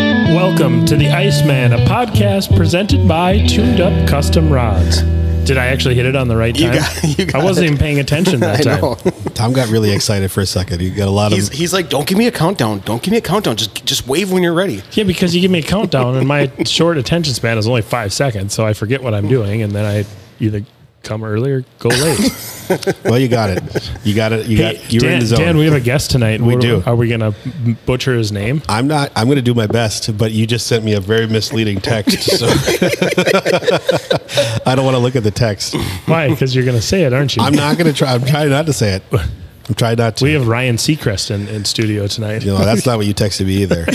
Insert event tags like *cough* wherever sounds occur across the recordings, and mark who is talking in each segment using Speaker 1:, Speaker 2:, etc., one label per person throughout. Speaker 1: Welcome to The Iceman, a podcast presented by Tuned Up Custom Rods. Did I actually hit it on the right
Speaker 2: You
Speaker 1: time?
Speaker 2: got- you got
Speaker 1: I wasn't
Speaker 2: it.
Speaker 1: even paying attention that
Speaker 2: *laughs* I
Speaker 1: time.
Speaker 2: know.
Speaker 3: Tom got really excited for a second. He got a lot of
Speaker 2: He's, he's like, don't give me a countdown. Don't give me a countdown. Just just wave when you're ready.
Speaker 1: Yeah, because you give me a countdown, and my short attention span is only five seconds, so I forget what I'm doing, and then I either come early or go late.
Speaker 3: well, you got it. You got it. You
Speaker 1: Hey,
Speaker 3: got. You're
Speaker 1: Dan,
Speaker 3: in the zone.
Speaker 1: Dan, we have a guest tonight.
Speaker 3: We
Speaker 1: What-
Speaker 3: do.
Speaker 1: Are we going to butcher his name?
Speaker 3: I'm not. I'm going to do my best, but you just sent me a very misleading text. So *laughs* I don't want to look at the text.
Speaker 1: Why? Because you're going to say it, aren't you?
Speaker 3: I'm not going to try. I'm trying not to say it. I'm trying not to.
Speaker 1: We have Ryan Seacrest in, in studio tonight.
Speaker 3: you know, that's not what you texted me either.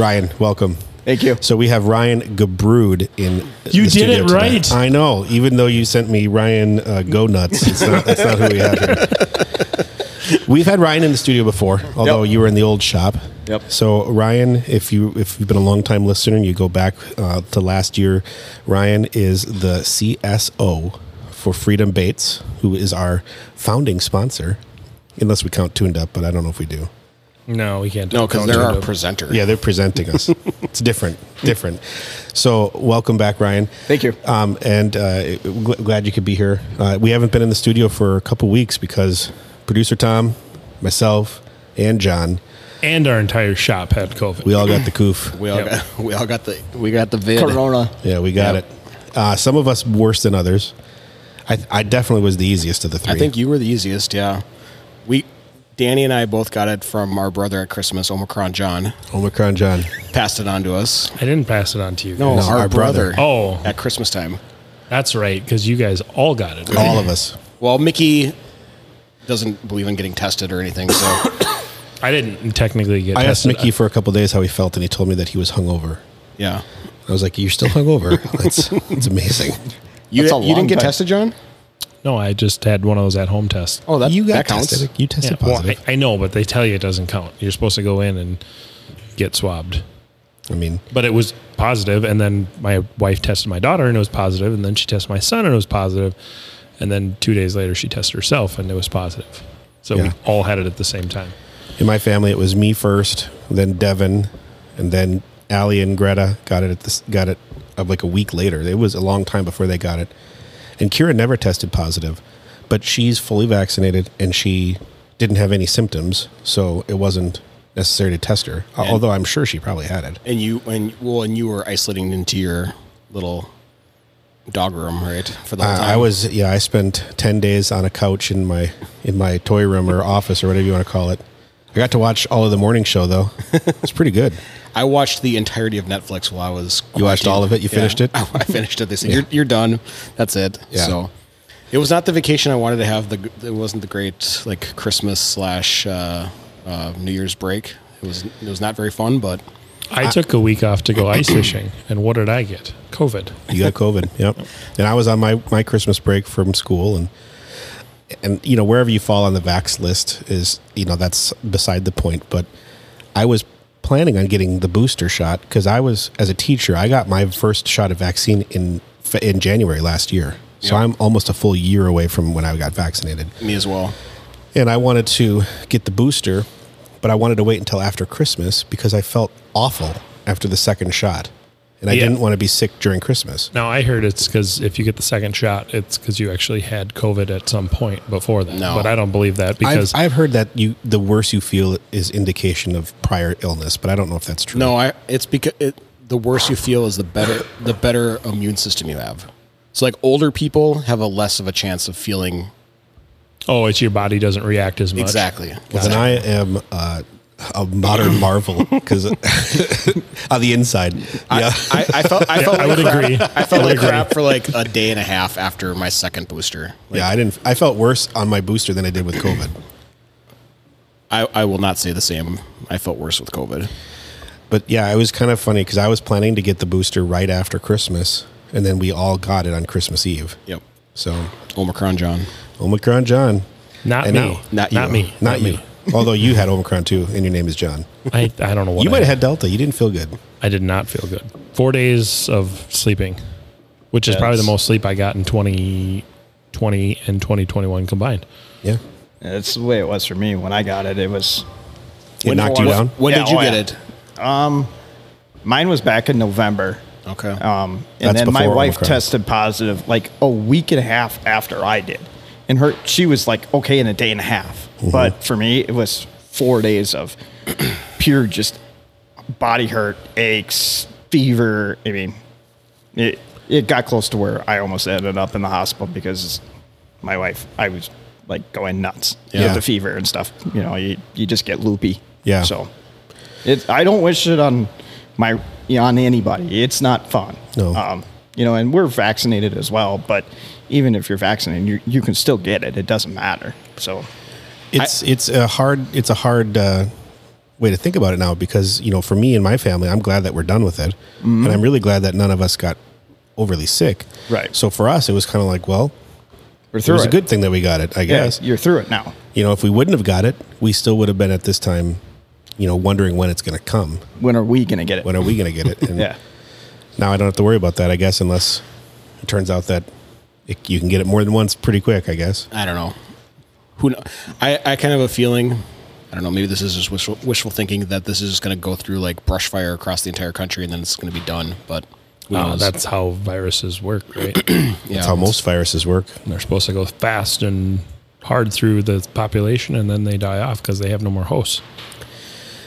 Speaker 3: *laughs* Ryan, welcome.
Speaker 4: Thank you.
Speaker 3: So we have Ryan Gabrud in.
Speaker 1: You did
Speaker 3: the studio
Speaker 1: it
Speaker 3: tonight.
Speaker 1: right.
Speaker 3: I know. Even though you sent me Ryan uh, Go Nuts, it's not, that's not who we have here.
Speaker 1: *laughs*
Speaker 3: We've had Ryan in the studio before, although
Speaker 4: Yep.
Speaker 3: you were in the old shop.
Speaker 4: Yep.
Speaker 3: So Ryan, if you if you've been a long time listener and you go back uh, to last year, Ryan is the CSO for Freedom Baits, who is our founding sponsor, unless we count Tuned Up, but I don't know if we do.
Speaker 1: No, we can't.
Speaker 2: No, because
Speaker 1: don't
Speaker 2: they're
Speaker 1: do
Speaker 2: our
Speaker 1: it.
Speaker 2: presenter.
Speaker 3: Yeah, they're presenting us. it's different, different. So, welcome back, Ryan.
Speaker 4: Thank you.
Speaker 3: Um, and uh, gl- glad you could be here. Uh, we haven't been in the studio for a couple weeks because producer Tom, myself, and John,
Speaker 1: and our entire shop had COVID.
Speaker 3: we all got the coof.
Speaker 2: We all
Speaker 1: Yep.
Speaker 2: got *laughs* we all got the we got the vid.
Speaker 4: Corona.
Speaker 3: yeah, we got
Speaker 2: Yep.
Speaker 3: it. Uh, some of us worse than others. I, I definitely was the easiest of the three.
Speaker 2: I think you were the easiest. Yeah, we Danny and I both got it from our brother at Christmas, Omicron John,
Speaker 3: Omicron John.
Speaker 2: passed it on to us.
Speaker 1: I didn't pass it on to you.
Speaker 2: No,
Speaker 1: guys.
Speaker 3: No,
Speaker 2: our,
Speaker 3: our
Speaker 2: brother.
Speaker 3: brother.
Speaker 1: Oh.
Speaker 2: at Christmas time.
Speaker 1: that's right, because you guys all got it.
Speaker 3: All of us.
Speaker 2: Well, Mickey doesn't believe in getting tested or anything, so *coughs*
Speaker 1: I didn't technically get.
Speaker 3: I asked
Speaker 1: tested.
Speaker 3: Mickey for a couple days how he felt, and he told me that he was hungover.
Speaker 2: yeah.
Speaker 3: I was like, "You're still hungover? That's, that's amazing."
Speaker 2: You,
Speaker 4: That's a
Speaker 2: you
Speaker 4: long
Speaker 2: didn't get
Speaker 4: time.
Speaker 2: tested, John?
Speaker 1: No, I just had one of those at home tests.
Speaker 2: Oh, that
Speaker 3: you got
Speaker 2: that counts.
Speaker 3: tested. You tested
Speaker 1: well,
Speaker 3: positive.
Speaker 1: I, I know, but they tell you it doesn't count. You're supposed to go in and get swabbed.
Speaker 3: I mean,
Speaker 1: But it was positive, and then my wife tested my daughter, and it was positive, and then she tested my son, and it was positive, and then two days later she tested herself, and it was positive. So we
Speaker 3: Yeah.
Speaker 1: all had it at the same time.
Speaker 3: in my family, it was me first, then Devin, and then Allie and Greta got it at this got it uh, like a week later. It was a long time before they got it, and Kira never tested positive, but she's fully vaccinated and she didn't have any symptoms, so it wasn't necessary to test her. al- Although I'm sure she probably had it.
Speaker 2: And you and well, and you were isolating into your little dog room, right? For the whole
Speaker 3: Uh,
Speaker 2: time.
Speaker 3: I was yeah. I spent ten days on a couch in my in my toy room or *laughs* office or whatever you want to call it. I got to watch all of the morning
Speaker 2: *laughs*
Speaker 3: show though. It's pretty good.
Speaker 2: I watched the entirety of Netflix while I was.
Speaker 3: You watched
Speaker 2: quarantined.
Speaker 3: all of it? You
Speaker 2: Yeah.
Speaker 3: finished it?
Speaker 2: *laughs* I finished it. They said you're you're done. That's it.
Speaker 3: Yeah.
Speaker 2: So it was not the vacation I wanted to have. The it wasn't the great like Christmas slash uh, uh, New Year's break. It was it was not very fun, but
Speaker 1: I took a week off to go ice fishing, and what did I get? COVID.
Speaker 3: You got
Speaker 2: *laughs*
Speaker 3: COVID. Yep. And I was on my, my Christmas break from school and and you know wherever you fall on the vax list is you know that's beside the point. But I was planning on getting the booster shot because I was as a teacher I got my first shot of vaccine in Fe- in January last year. So
Speaker 2: Yeah.
Speaker 3: I'm almost a full year away from when I got vaccinated
Speaker 2: me as well.
Speaker 3: and I wanted to get the booster, but I wanted to wait until after Christmas because I felt awful after the second shot, and I
Speaker 1: Yeah.
Speaker 3: didn't want to be sick during Christmas.
Speaker 1: Now I heard it's because if you get the second shot, it's because you actually had COVID at some point before that.
Speaker 2: No.
Speaker 1: but I don't believe that because
Speaker 3: I've, I've heard that you the worse you feel is indication of prior illness, but I don't know if that's true.
Speaker 2: No, I it's because it, the worse you feel is the better the better immune system you have. So like older people have a less of a chance of feeling
Speaker 1: oh, it's your body doesn't react as much.
Speaker 2: exactly.
Speaker 3: well, then I am uh, a modern marvel because *laughs* on the inside, yeah,
Speaker 2: I, I felt I felt
Speaker 1: I
Speaker 2: like
Speaker 1: would
Speaker 2: crap.
Speaker 1: agree.
Speaker 2: I felt like crap for like a day and a half after my second booster. Like,
Speaker 3: yeah. I didn't. I felt worse on my booster than I did with COVID.
Speaker 2: I, I will not say the same. I felt worse with COVID.
Speaker 3: But yeah, it was kind of funny because I was planning to get the booster right after Christmas, and then we all got it on Christmas Eve.
Speaker 2: Yep.
Speaker 3: So
Speaker 2: Omicron, John.
Speaker 3: Omicron John,
Speaker 1: Not
Speaker 3: And
Speaker 1: me.
Speaker 3: now-
Speaker 2: not you.
Speaker 1: me.
Speaker 3: not, you. *laughs* Although you had Omicron too, and your name is John.
Speaker 1: I, I
Speaker 3: *laughs*
Speaker 1: don't know what
Speaker 3: you
Speaker 1: I
Speaker 3: might have had Delta. You didn't feel good.
Speaker 1: I did not feel good. Four days of sleeping, which is probably the
Speaker 4: Yes.
Speaker 1: most sleep I got in 2020 and 2021 combined.
Speaker 3: Yeah,
Speaker 4: That's the way it was for me when I got it. It was
Speaker 3: it knocked you
Speaker 4: was-
Speaker 3: down.
Speaker 2: When
Speaker 4: Yeah,
Speaker 2: did you
Speaker 4: oh,
Speaker 2: get
Speaker 4: yeah.
Speaker 2: it?
Speaker 4: Mine was back in November.
Speaker 2: Okay.
Speaker 4: Um, and
Speaker 3: That's
Speaker 4: then my
Speaker 3: before
Speaker 4: wife
Speaker 3: Omicron.
Speaker 4: tested positive like a week and a half after I did. And her she was like okay in a day and a half.
Speaker 3: Mm-hmm.
Speaker 4: But for me it was 4 days of *clears throat* pure just body hurt, aches, fever. I mean, it it got close to where I almost ended up in the hospital because my wife I was like going nuts
Speaker 3: Yeah.
Speaker 4: with the fever and stuff. You know, you you just get loopy.
Speaker 3: Yeah.
Speaker 4: So it, I don't wish it on my you know, on anybody. It's not fun.
Speaker 3: No.
Speaker 4: Um, you know, and we're vaccinated as well, but even if you're vaccinated, you, you can still get it. It doesn't matter. So
Speaker 3: It's it's a hard it's a hard uh, way to think about it now because you know for me and my family, I'm glad that we're done with it, and I'm really glad that none of us got overly sick.
Speaker 4: Right.
Speaker 3: So for us, it was kind of like, well,
Speaker 4: we're
Speaker 3: it
Speaker 4: through
Speaker 3: was a good thing that we got it, I
Speaker 4: Yeah,
Speaker 3: guess.
Speaker 4: you're through it now.
Speaker 3: You know, if we wouldn't have got it, we still would have been at this time, you know, wondering when it's going to come.
Speaker 4: When are we gonna get it?
Speaker 3: When are we going to get *laughs* it? And
Speaker 4: yeah.
Speaker 3: Now I don't have to worry about that, I guess, unless it turns out that it, you can get it more than once pretty quick. I guess.
Speaker 2: I don't know. Who kn- I I kind of have a feeling. I don't know. Maybe this is just wishful, wishful thinking that this is just going to go through like brush fire across the entire country and then it's going to be done. But who
Speaker 1: Uh,
Speaker 2: knows?
Speaker 1: that's how viruses work, right? *clears throat*
Speaker 2: yeah,
Speaker 3: That's how most viruses work.
Speaker 1: They're supposed to go fast and hard through the population, and then they die off because they have no more hosts.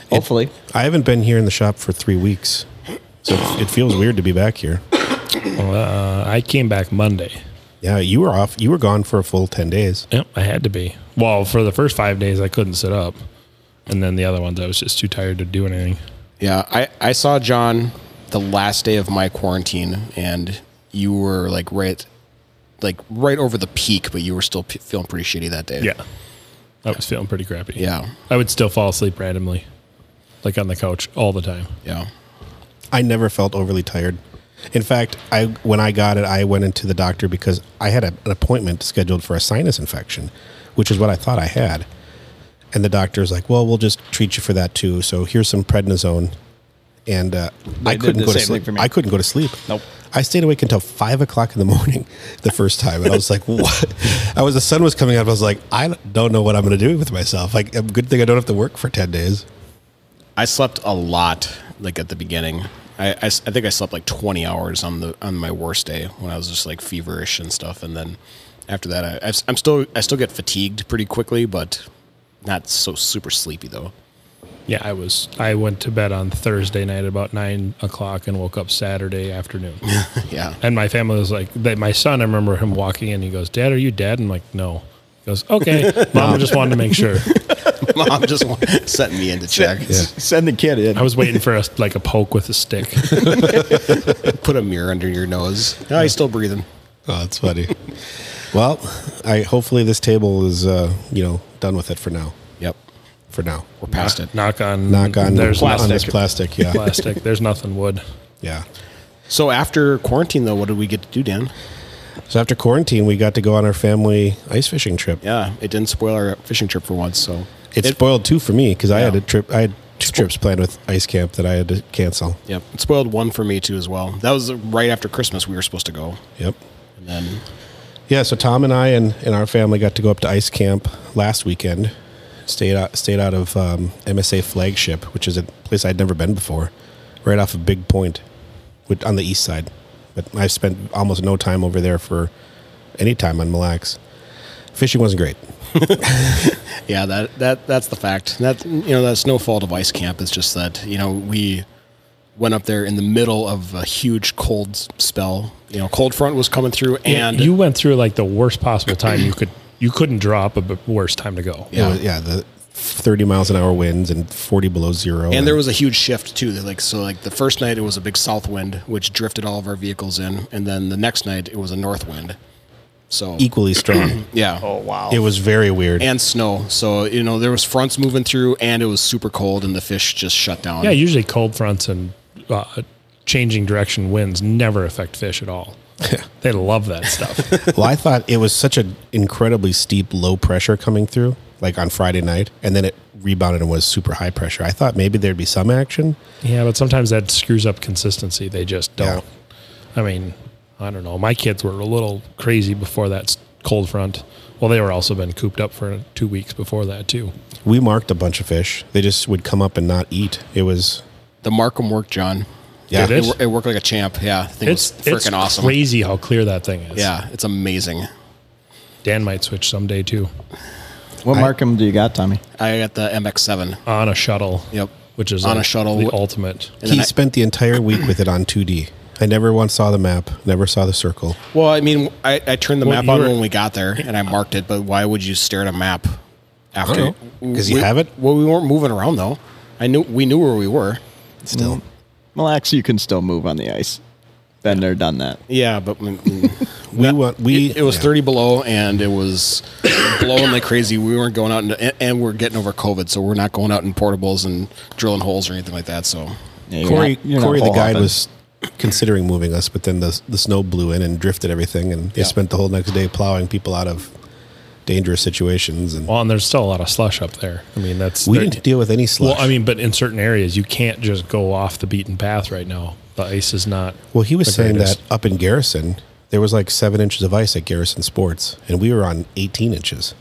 Speaker 4: Hopefully.
Speaker 3: I haven't been here in the shop for three weeks, so it, it feels weird to be back here.
Speaker 1: Well, uh, I came back Monday.
Speaker 3: Yeah, you were off. You were gone for a full ten days.
Speaker 1: Yep, I had to be. Well, for the first five days, I couldn't sit up, and then the other ones, I was just too tired to do anything.
Speaker 2: Yeah, I, I saw John the last day of my quarantine, and you were like right, like right over the peak, but you were still p- feeling pretty shitty that day.
Speaker 1: Yeah, I was feeling pretty crappy.
Speaker 2: yeah,
Speaker 1: I would still fall asleep randomly, like on the couch all the time.
Speaker 2: yeah.
Speaker 3: I never felt overly tired. In fact, I when I got it, I went into the doctor because I had a, an appointment scheduled for a sinus infection, which is what I thought I had. And the doctor's like, "Well, we'll just treat you for that too. So here's some prednisone." And uh, I
Speaker 4: did
Speaker 3: couldn't
Speaker 4: the
Speaker 3: go to
Speaker 4: same thing
Speaker 3: sleep.
Speaker 4: for me.
Speaker 3: I couldn't go to sleep.
Speaker 4: Nope.
Speaker 3: I stayed awake until five o'clock in the *laughs* morning the first time, and I was like, "What?" I was the sun was coming up. I was like, "I don't know what I'm going to do with myself." Like, a good thing I don't have to work for ten days.
Speaker 2: I slept a lot, like at the beginning. I, I s- I think I slept like 20 hours on the on my worst day when I was just like feverish and stuff, and then after that, I, I've s- I'm still I still get fatigued pretty quickly, but not so super sleepy though. *laughs*
Speaker 1: Yeah, I was. I went to bed on Thursday night about nine o'clock and woke up Saturday afternoon.
Speaker 2: Yeah,
Speaker 1: *laughs*
Speaker 2: *laughs*
Speaker 1: and my family was like, they, my son. I remember him walking in. He goes, "Dad, are you dead?" I'm like, "No." He goes, "Okay, mom just wanted to make sure."
Speaker 2: mom just wa- *laughs* setting me into check.
Speaker 4: Send the kid in.
Speaker 1: I was waiting for us like a poke with a stick.
Speaker 2: Put a mirror under your nose. No, he's still breathing.
Speaker 3: Oh, that's funny. well, I hopefully this table is uh, you know done with it for now.
Speaker 2: Yep,
Speaker 3: For now,
Speaker 2: we're past it.
Speaker 1: Knock on.
Speaker 3: knock on
Speaker 1: There's
Speaker 3: on
Speaker 1: nothing
Speaker 3: this plastic. Yeah,
Speaker 1: plastic. There's nothing wood.
Speaker 3: yeah.
Speaker 2: So after quarantine, though, what did we get to do, Dan?
Speaker 3: So after quarantine, we got to go on our family ice fishing trip.
Speaker 2: Yeah, it didn't spoil our fishing trip for once. So
Speaker 3: It, spoiled two for me because I had a trip. I had two trips planned with ice camp that I had to cancel.
Speaker 2: yep, it spoiled one for me too as well. That was right after Christmas. We were supposed to go,
Speaker 3: Yep.
Speaker 2: and then
Speaker 3: Yeah. So Tom and I and, and our family got to go up to ice camp last weekend. Stayed out, stayed out of um, MSA Flagship, which is a place I'd never been before, right off of Big Point, which, on the east side. But I spent almost no time over there for any time on Mille Lacs. Fishing wasn't great.
Speaker 2: yeah, that that that's the fact. That you know, that's no fault of ice camp. It's just that you know we went up there in the middle of a huge cold s- spell. You know, cold front was coming through, and
Speaker 1: you went through like the worst possible time you could. You couldn't drop a b- worse time to go.
Speaker 3: It was, yeah, the thirty miles an hour winds and forty below zero.
Speaker 2: And there was a huge shift too. That, Like so, like the first night it was a big south wind, which drifted all of our vehicles in, and then the next night it was a north wind. So
Speaker 1: E-
Speaker 2: *coughs*
Speaker 3: equally strong.
Speaker 2: yeah,
Speaker 4: oh wow.
Speaker 3: it was very weird.
Speaker 2: and snow. So you know there was fronts moving through, and it was super cold, and the fish just shut down.
Speaker 1: Yeah, usually cold fronts and uh, changing direction winds never affect fish at all. they love that stuff.
Speaker 2: *laughs*
Speaker 3: well, I thought it was such an incredibly steep low pressure coming through, like on Friday night, and then it rebounded and was super high pressure. I thought maybe there'd be some action.
Speaker 1: yeah, but sometimes that screws up consistency. They just don't. I mean, I don't know. My kids were a little crazy before that s- cold front. Well, they were also been cooped up for two weeks before that too.
Speaker 3: We marked a bunch of fish. They just would come up and not eat. It was
Speaker 2: The Markham work, John.
Speaker 3: Yeah.
Speaker 1: Did
Speaker 2: It,
Speaker 1: it?
Speaker 2: wor- it worked like a champ. Yeah, the thing
Speaker 1: It's
Speaker 2: was
Speaker 1: it's
Speaker 2: freaking awesome.
Speaker 1: crazy how clear that thing is.
Speaker 2: Yeah, it's amazing.
Speaker 1: Dan might switch someday too
Speaker 4: What Markham do you got, Tommy?
Speaker 2: I got the MX7.
Speaker 1: on a shuttle.
Speaker 2: Yep.
Speaker 1: Which is
Speaker 2: On
Speaker 1: like
Speaker 2: a shuttle.
Speaker 1: the ultimate.
Speaker 2: And
Speaker 3: he
Speaker 2: then I-
Speaker 3: spent the entire week with it on 2D. I never once saw the map, never saw the circle.
Speaker 2: Well, I mean, I, I turned the
Speaker 1: Well,
Speaker 2: map
Speaker 1: you
Speaker 2: on
Speaker 1: were-
Speaker 2: when we got there, and I marked it. But why would you stare at a map after?
Speaker 3: don't know. 'Cause you
Speaker 2: We-
Speaker 3: have it?
Speaker 2: Well, we weren't moving around though. I knew we knew where we were.
Speaker 3: Still,
Speaker 4: Well, actually, you can still move on the ice. Been there, done that.
Speaker 2: Yeah, but we,
Speaker 3: *laughs*
Speaker 2: we-
Speaker 3: we want we.
Speaker 2: it, it was
Speaker 3: yeah.
Speaker 2: thirty below, and it was blowing like crazy. We weren't going out, and, and we're getting over COVID, so we're not going out in portables and drilling holes or anything like that. So
Speaker 4: Yeah, you're
Speaker 3: Corey,
Speaker 4: not- you're not
Speaker 3: Corey the
Speaker 4: hole
Speaker 3: guide
Speaker 4: hopping.
Speaker 3: was considering moving us, but then the the snow blew in and drifted everything, and they
Speaker 2: Yeah.
Speaker 3: spent the whole next day plowing people out of dangerous situations. And
Speaker 1: Well, and there's still a lot of slush up there. I mean, that's
Speaker 3: we
Speaker 1: there-
Speaker 3: didn't deal with any slush.
Speaker 1: Well, I mean, but in certain areas, you can't just go off the beaten path right now. The ice is not.
Speaker 3: Well, he was
Speaker 1: the
Speaker 3: saying
Speaker 1: greatest.
Speaker 3: that up in Garrison, there was like seven inches of ice at Garrison Sports, and we were on 18 inches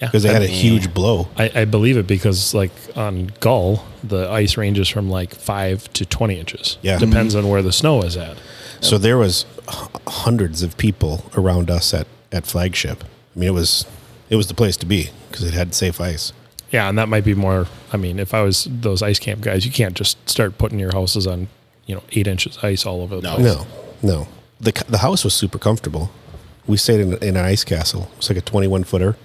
Speaker 1: Yeah. *laughs*
Speaker 3: because they had a huge blow.
Speaker 1: I, I believe it because, like on Gull, the ice ranges from like five to twenty inches.
Speaker 3: Yeah. Mm-hmm.
Speaker 1: depends on where the snow is at.
Speaker 3: So there was h- hundreds of people around us at, at flagship. I mean, it was it was the place to be because it had safe ice.
Speaker 1: Yeah, and that might be more. I mean, if I was those ice camp guys, you can't just start putting your houses on, you know, eight inches of ice all over the
Speaker 2: No.
Speaker 1: place.
Speaker 3: No, no. The, c- the house was super comfortable. We stayed in, in an ice castle. It's like a 21 footer.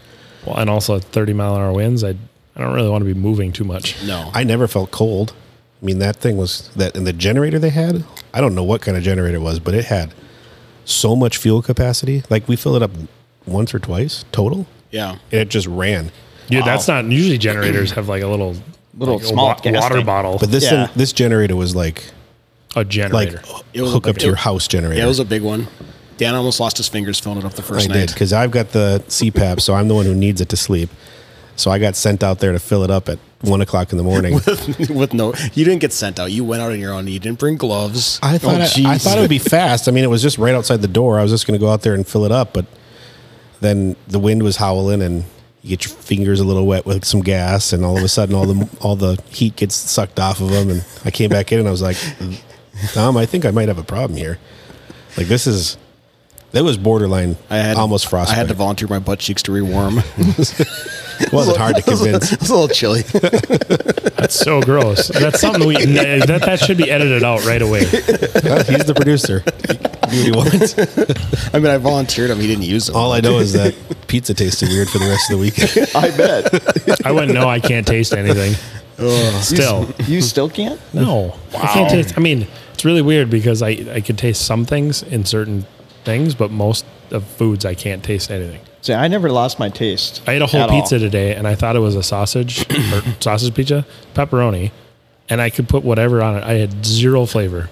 Speaker 1: Well, and also at thirty mile an hour winds. I I don't really want to be moving too much.
Speaker 2: no,
Speaker 3: I never felt cold. I mean, that thing was that, and the generator they had, I don't know what kind of generator it was, but it had so much fuel capacity. Like we filled it up once or twice total,
Speaker 2: yeah,
Speaker 3: and it just ran.
Speaker 1: Dude, that's not usually generators have like a little
Speaker 4: Little
Speaker 1: like a
Speaker 4: small
Speaker 1: wa-
Speaker 4: gas
Speaker 1: water
Speaker 4: tank.
Speaker 1: bottle,
Speaker 3: But this
Speaker 4: Yeah.
Speaker 3: thing, this generator was like,
Speaker 1: a
Speaker 3: like *laughs*
Speaker 1: generator.
Speaker 2: It was
Speaker 3: hook
Speaker 2: a
Speaker 3: up
Speaker 2: big-
Speaker 3: to your
Speaker 2: it-
Speaker 3: house generator.
Speaker 2: yeah, it was a big one. Dan almost lost his fingers filling it up the
Speaker 3: I
Speaker 2: first
Speaker 3: did
Speaker 2: night. *laughs*
Speaker 3: because I've got the CPAP, so I'm the one who needs it to sleep. So I got sent out there to fill it up at one o'clock in
Speaker 2: *laughs*
Speaker 3: the morning.
Speaker 2: with no, you didn't get sent out. You went out on your own. You didn't bring gloves. Oh,
Speaker 3: I thought it, I
Speaker 2: jeez.
Speaker 3: thought it would be fast. I mean, it was just right outside the door. I was just going to go out there and fill it up, but then the wind was howling, and you get your fingers a little wet with some gas, and all of a sudden, all the *laughs* all the heat gets sucked off of them. And I came back in, and I was like, "Tom, I think I might have a problem here. Like this is that was borderline.
Speaker 2: I had
Speaker 3: almost frostbite.
Speaker 2: I had to volunteer my butt cheeks to
Speaker 3: *laughs*
Speaker 2: rewarm. it
Speaker 3: It
Speaker 2: *laughs*
Speaker 3: wasn't hard to
Speaker 2: was a-
Speaker 3: convince.
Speaker 2: it was a little chilly.
Speaker 1: That's so gross. *laughs* That's something we that that should be edited out right away.
Speaker 3: Well, he's the producer. Do what he wants.
Speaker 2: I mean, I volunteered him. He didn't use them.
Speaker 3: All I know is that pizza tasted weird for the rest of the week.
Speaker 4: *laughs* I
Speaker 3: *laughs*
Speaker 4: bet.
Speaker 1: I wouldn't know. I can't taste anything. Still,
Speaker 4: you still can't?
Speaker 1: no. I can't taste. I mean, it's really weird because I I can taste some things in certain things, but most of foods I can't taste anything.
Speaker 4: See, I never lost my taste.
Speaker 1: I ate a whole
Speaker 4: at all.
Speaker 1: pizza today, and I thought it was a sausage or sausage pizza, pepperoni, and I could put whatever on it. I had zero flavor.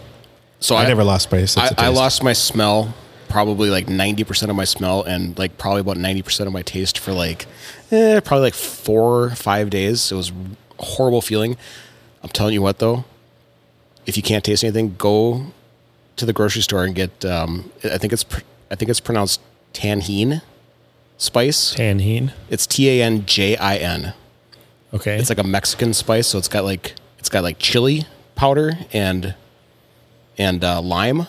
Speaker 2: So
Speaker 3: I never lost my
Speaker 2: *laughs*
Speaker 3: sense
Speaker 2: I,
Speaker 3: of
Speaker 2: I
Speaker 3: taste.
Speaker 2: lost my smell, probably like ninety percent of my smell, and like probably about ninety percent of my taste for like, eh, probably like four five days. It was a horrible feeling. I'm telling you what though, if you can't taste anything, go to the grocery store and get. Um, I think it's pr- I think it's pronounced tanheen spice.
Speaker 1: Tanheen.
Speaker 2: It's T A N J I N.
Speaker 1: Okay.
Speaker 2: It's like a Mexican spice, so it's got like it's got like chili powder and and uh, lime.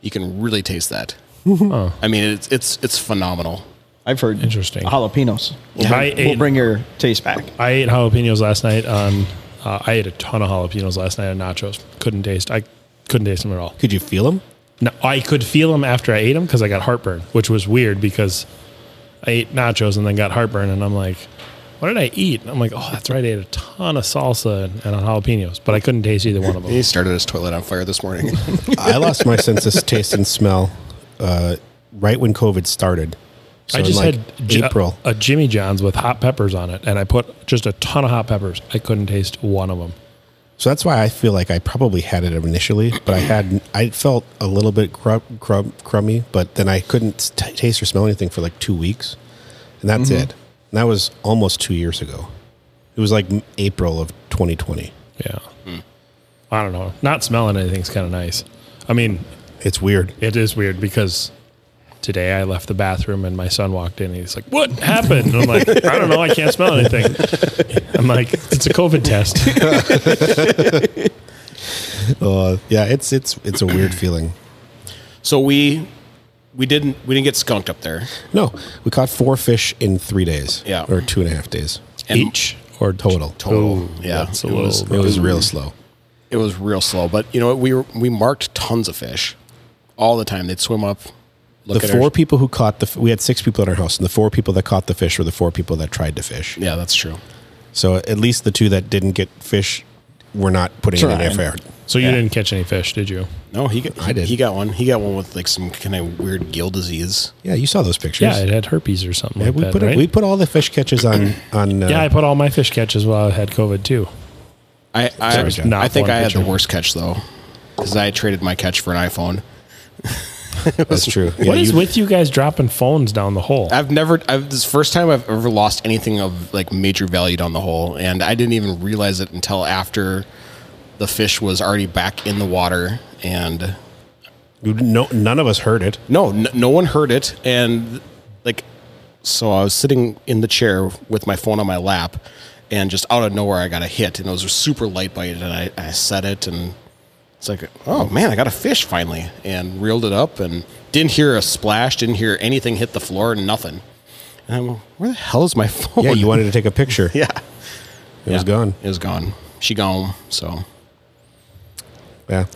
Speaker 2: You can really taste
Speaker 3: *laughs*
Speaker 2: that. I mean, it's it's it's phenomenal.
Speaker 4: I've heard
Speaker 1: Interesting.
Speaker 4: jalapenos. We'll,
Speaker 1: I
Speaker 4: bring, we'll
Speaker 1: ate-
Speaker 4: bring your taste back.
Speaker 1: I ate jalapenos last night on. Uh, I ate a ton of jalapenos last night on nachos. Couldn't taste. I couldn't taste them at all.
Speaker 3: Could you feel him?
Speaker 1: No, I could feel them after I ate them because I got heartburn, which was weird because I ate nachos and then got heartburn, and I'm like, "What did I eat?" And I'm like, "Oh, that's right, I ate a ton of salsa and, and jalapenos, but I couldn't taste either one of
Speaker 2: *laughs*
Speaker 1: them."
Speaker 2: He started his toilet on fire this morning. *laughs*
Speaker 3: I lost my sense of taste and smell uh, right when COVID started. So
Speaker 1: I
Speaker 3: in,
Speaker 1: just
Speaker 3: like
Speaker 1: had J- uh,
Speaker 3: April.
Speaker 1: a Jimmy John's with hot peppers on it, and I put just a ton of hot peppers. I couldn't taste one of them.
Speaker 3: So that's why I feel like I probably had it initially, but I had I felt a little bit crub, crub, crummy, but then I couldn't t- taste or smell anything for like two weeks, and that's it. And that was almost two years ago. It was like m- April of 2020.
Speaker 1: Yeah, I don't know. Not smelling anything's kind of nice. I mean,
Speaker 3: It's weird.
Speaker 1: It is weird because today I left the bathroom and my son walked in and he's like, What happened? And I'm like, I don't know. I can't smell anything. I'm like, It's a COVID test.
Speaker 3: *laughs* Uh, yeah, it's it's it's a weird feeling.
Speaker 2: So we we didn't we didn't get skunked up there.
Speaker 3: No, we caught four fish in three days.
Speaker 2: Yeah.
Speaker 3: or two and a half days.
Speaker 2: And
Speaker 1: Each or
Speaker 3: Total.
Speaker 1: Total.
Speaker 2: Yeah,
Speaker 1: That's a
Speaker 2: it
Speaker 1: little.
Speaker 2: was-
Speaker 3: It was real slow.
Speaker 2: It was real slow, but you know what? We were, we marked tons of fish all the time. They'd swim up. Look
Speaker 3: the
Speaker 2: our-
Speaker 3: four people who caught the f- we had six people at our house, and the four people that caught the fish were the four people that tried to fish.
Speaker 2: yeah, that's true.
Speaker 3: So at least the two that didn't get fish were not putting in
Speaker 4: Trying.
Speaker 3: an effort.
Speaker 1: so you didn't catch any fish, did you?
Speaker 2: No, he got,
Speaker 3: I did.
Speaker 2: He got one. He got one with like some kind of weird gill disease.
Speaker 3: Yeah, you saw those pictures.
Speaker 1: Yeah, it had herpes or something
Speaker 3: Yeah,
Speaker 1: like
Speaker 3: we
Speaker 1: that,
Speaker 3: put it-
Speaker 1: right?
Speaker 3: we put all the fish
Speaker 1: *coughs*
Speaker 3: catches on on. Uh,
Speaker 1: yeah, I put all my fish catches while I had COVID too.
Speaker 2: I I,
Speaker 3: Sorry, John.
Speaker 2: I
Speaker 1: Not
Speaker 2: think
Speaker 1: one
Speaker 2: I had the
Speaker 1: picture.
Speaker 2: worst catch though, because I traded my catch for an iPhone.
Speaker 3: that's true. Yeah,
Speaker 1: what is
Speaker 3: you-
Speaker 1: with you guys dropping phones down the hole?
Speaker 2: I've never. I've, this is the first time I've ever lost anything of like major value down the hole, and I didn't even realize it until after the fish was already back in the water. And
Speaker 3: you- no, none of us heard it.
Speaker 2: no, n- no one heard it. And like, so I was sitting in the chair with my phone on my lap, and just out of nowhere I got a hit, and it was a super light bite, and I, I set it, and it's like, oh man, I got a fish finally, and reeled it up, and didn't hear a splash, didn't hear anything hit the floor, nothing. And I'm, where the hell is my *laughs* phone?
Speaker 3: Yeah, you wanted to take a picture.
Speaker 1: *laughs*
Speaker 2: Yeah.
Speaker 3: It was gone.
Speaker 2: It was gone. She gone. So
Speaker 3: Yeah,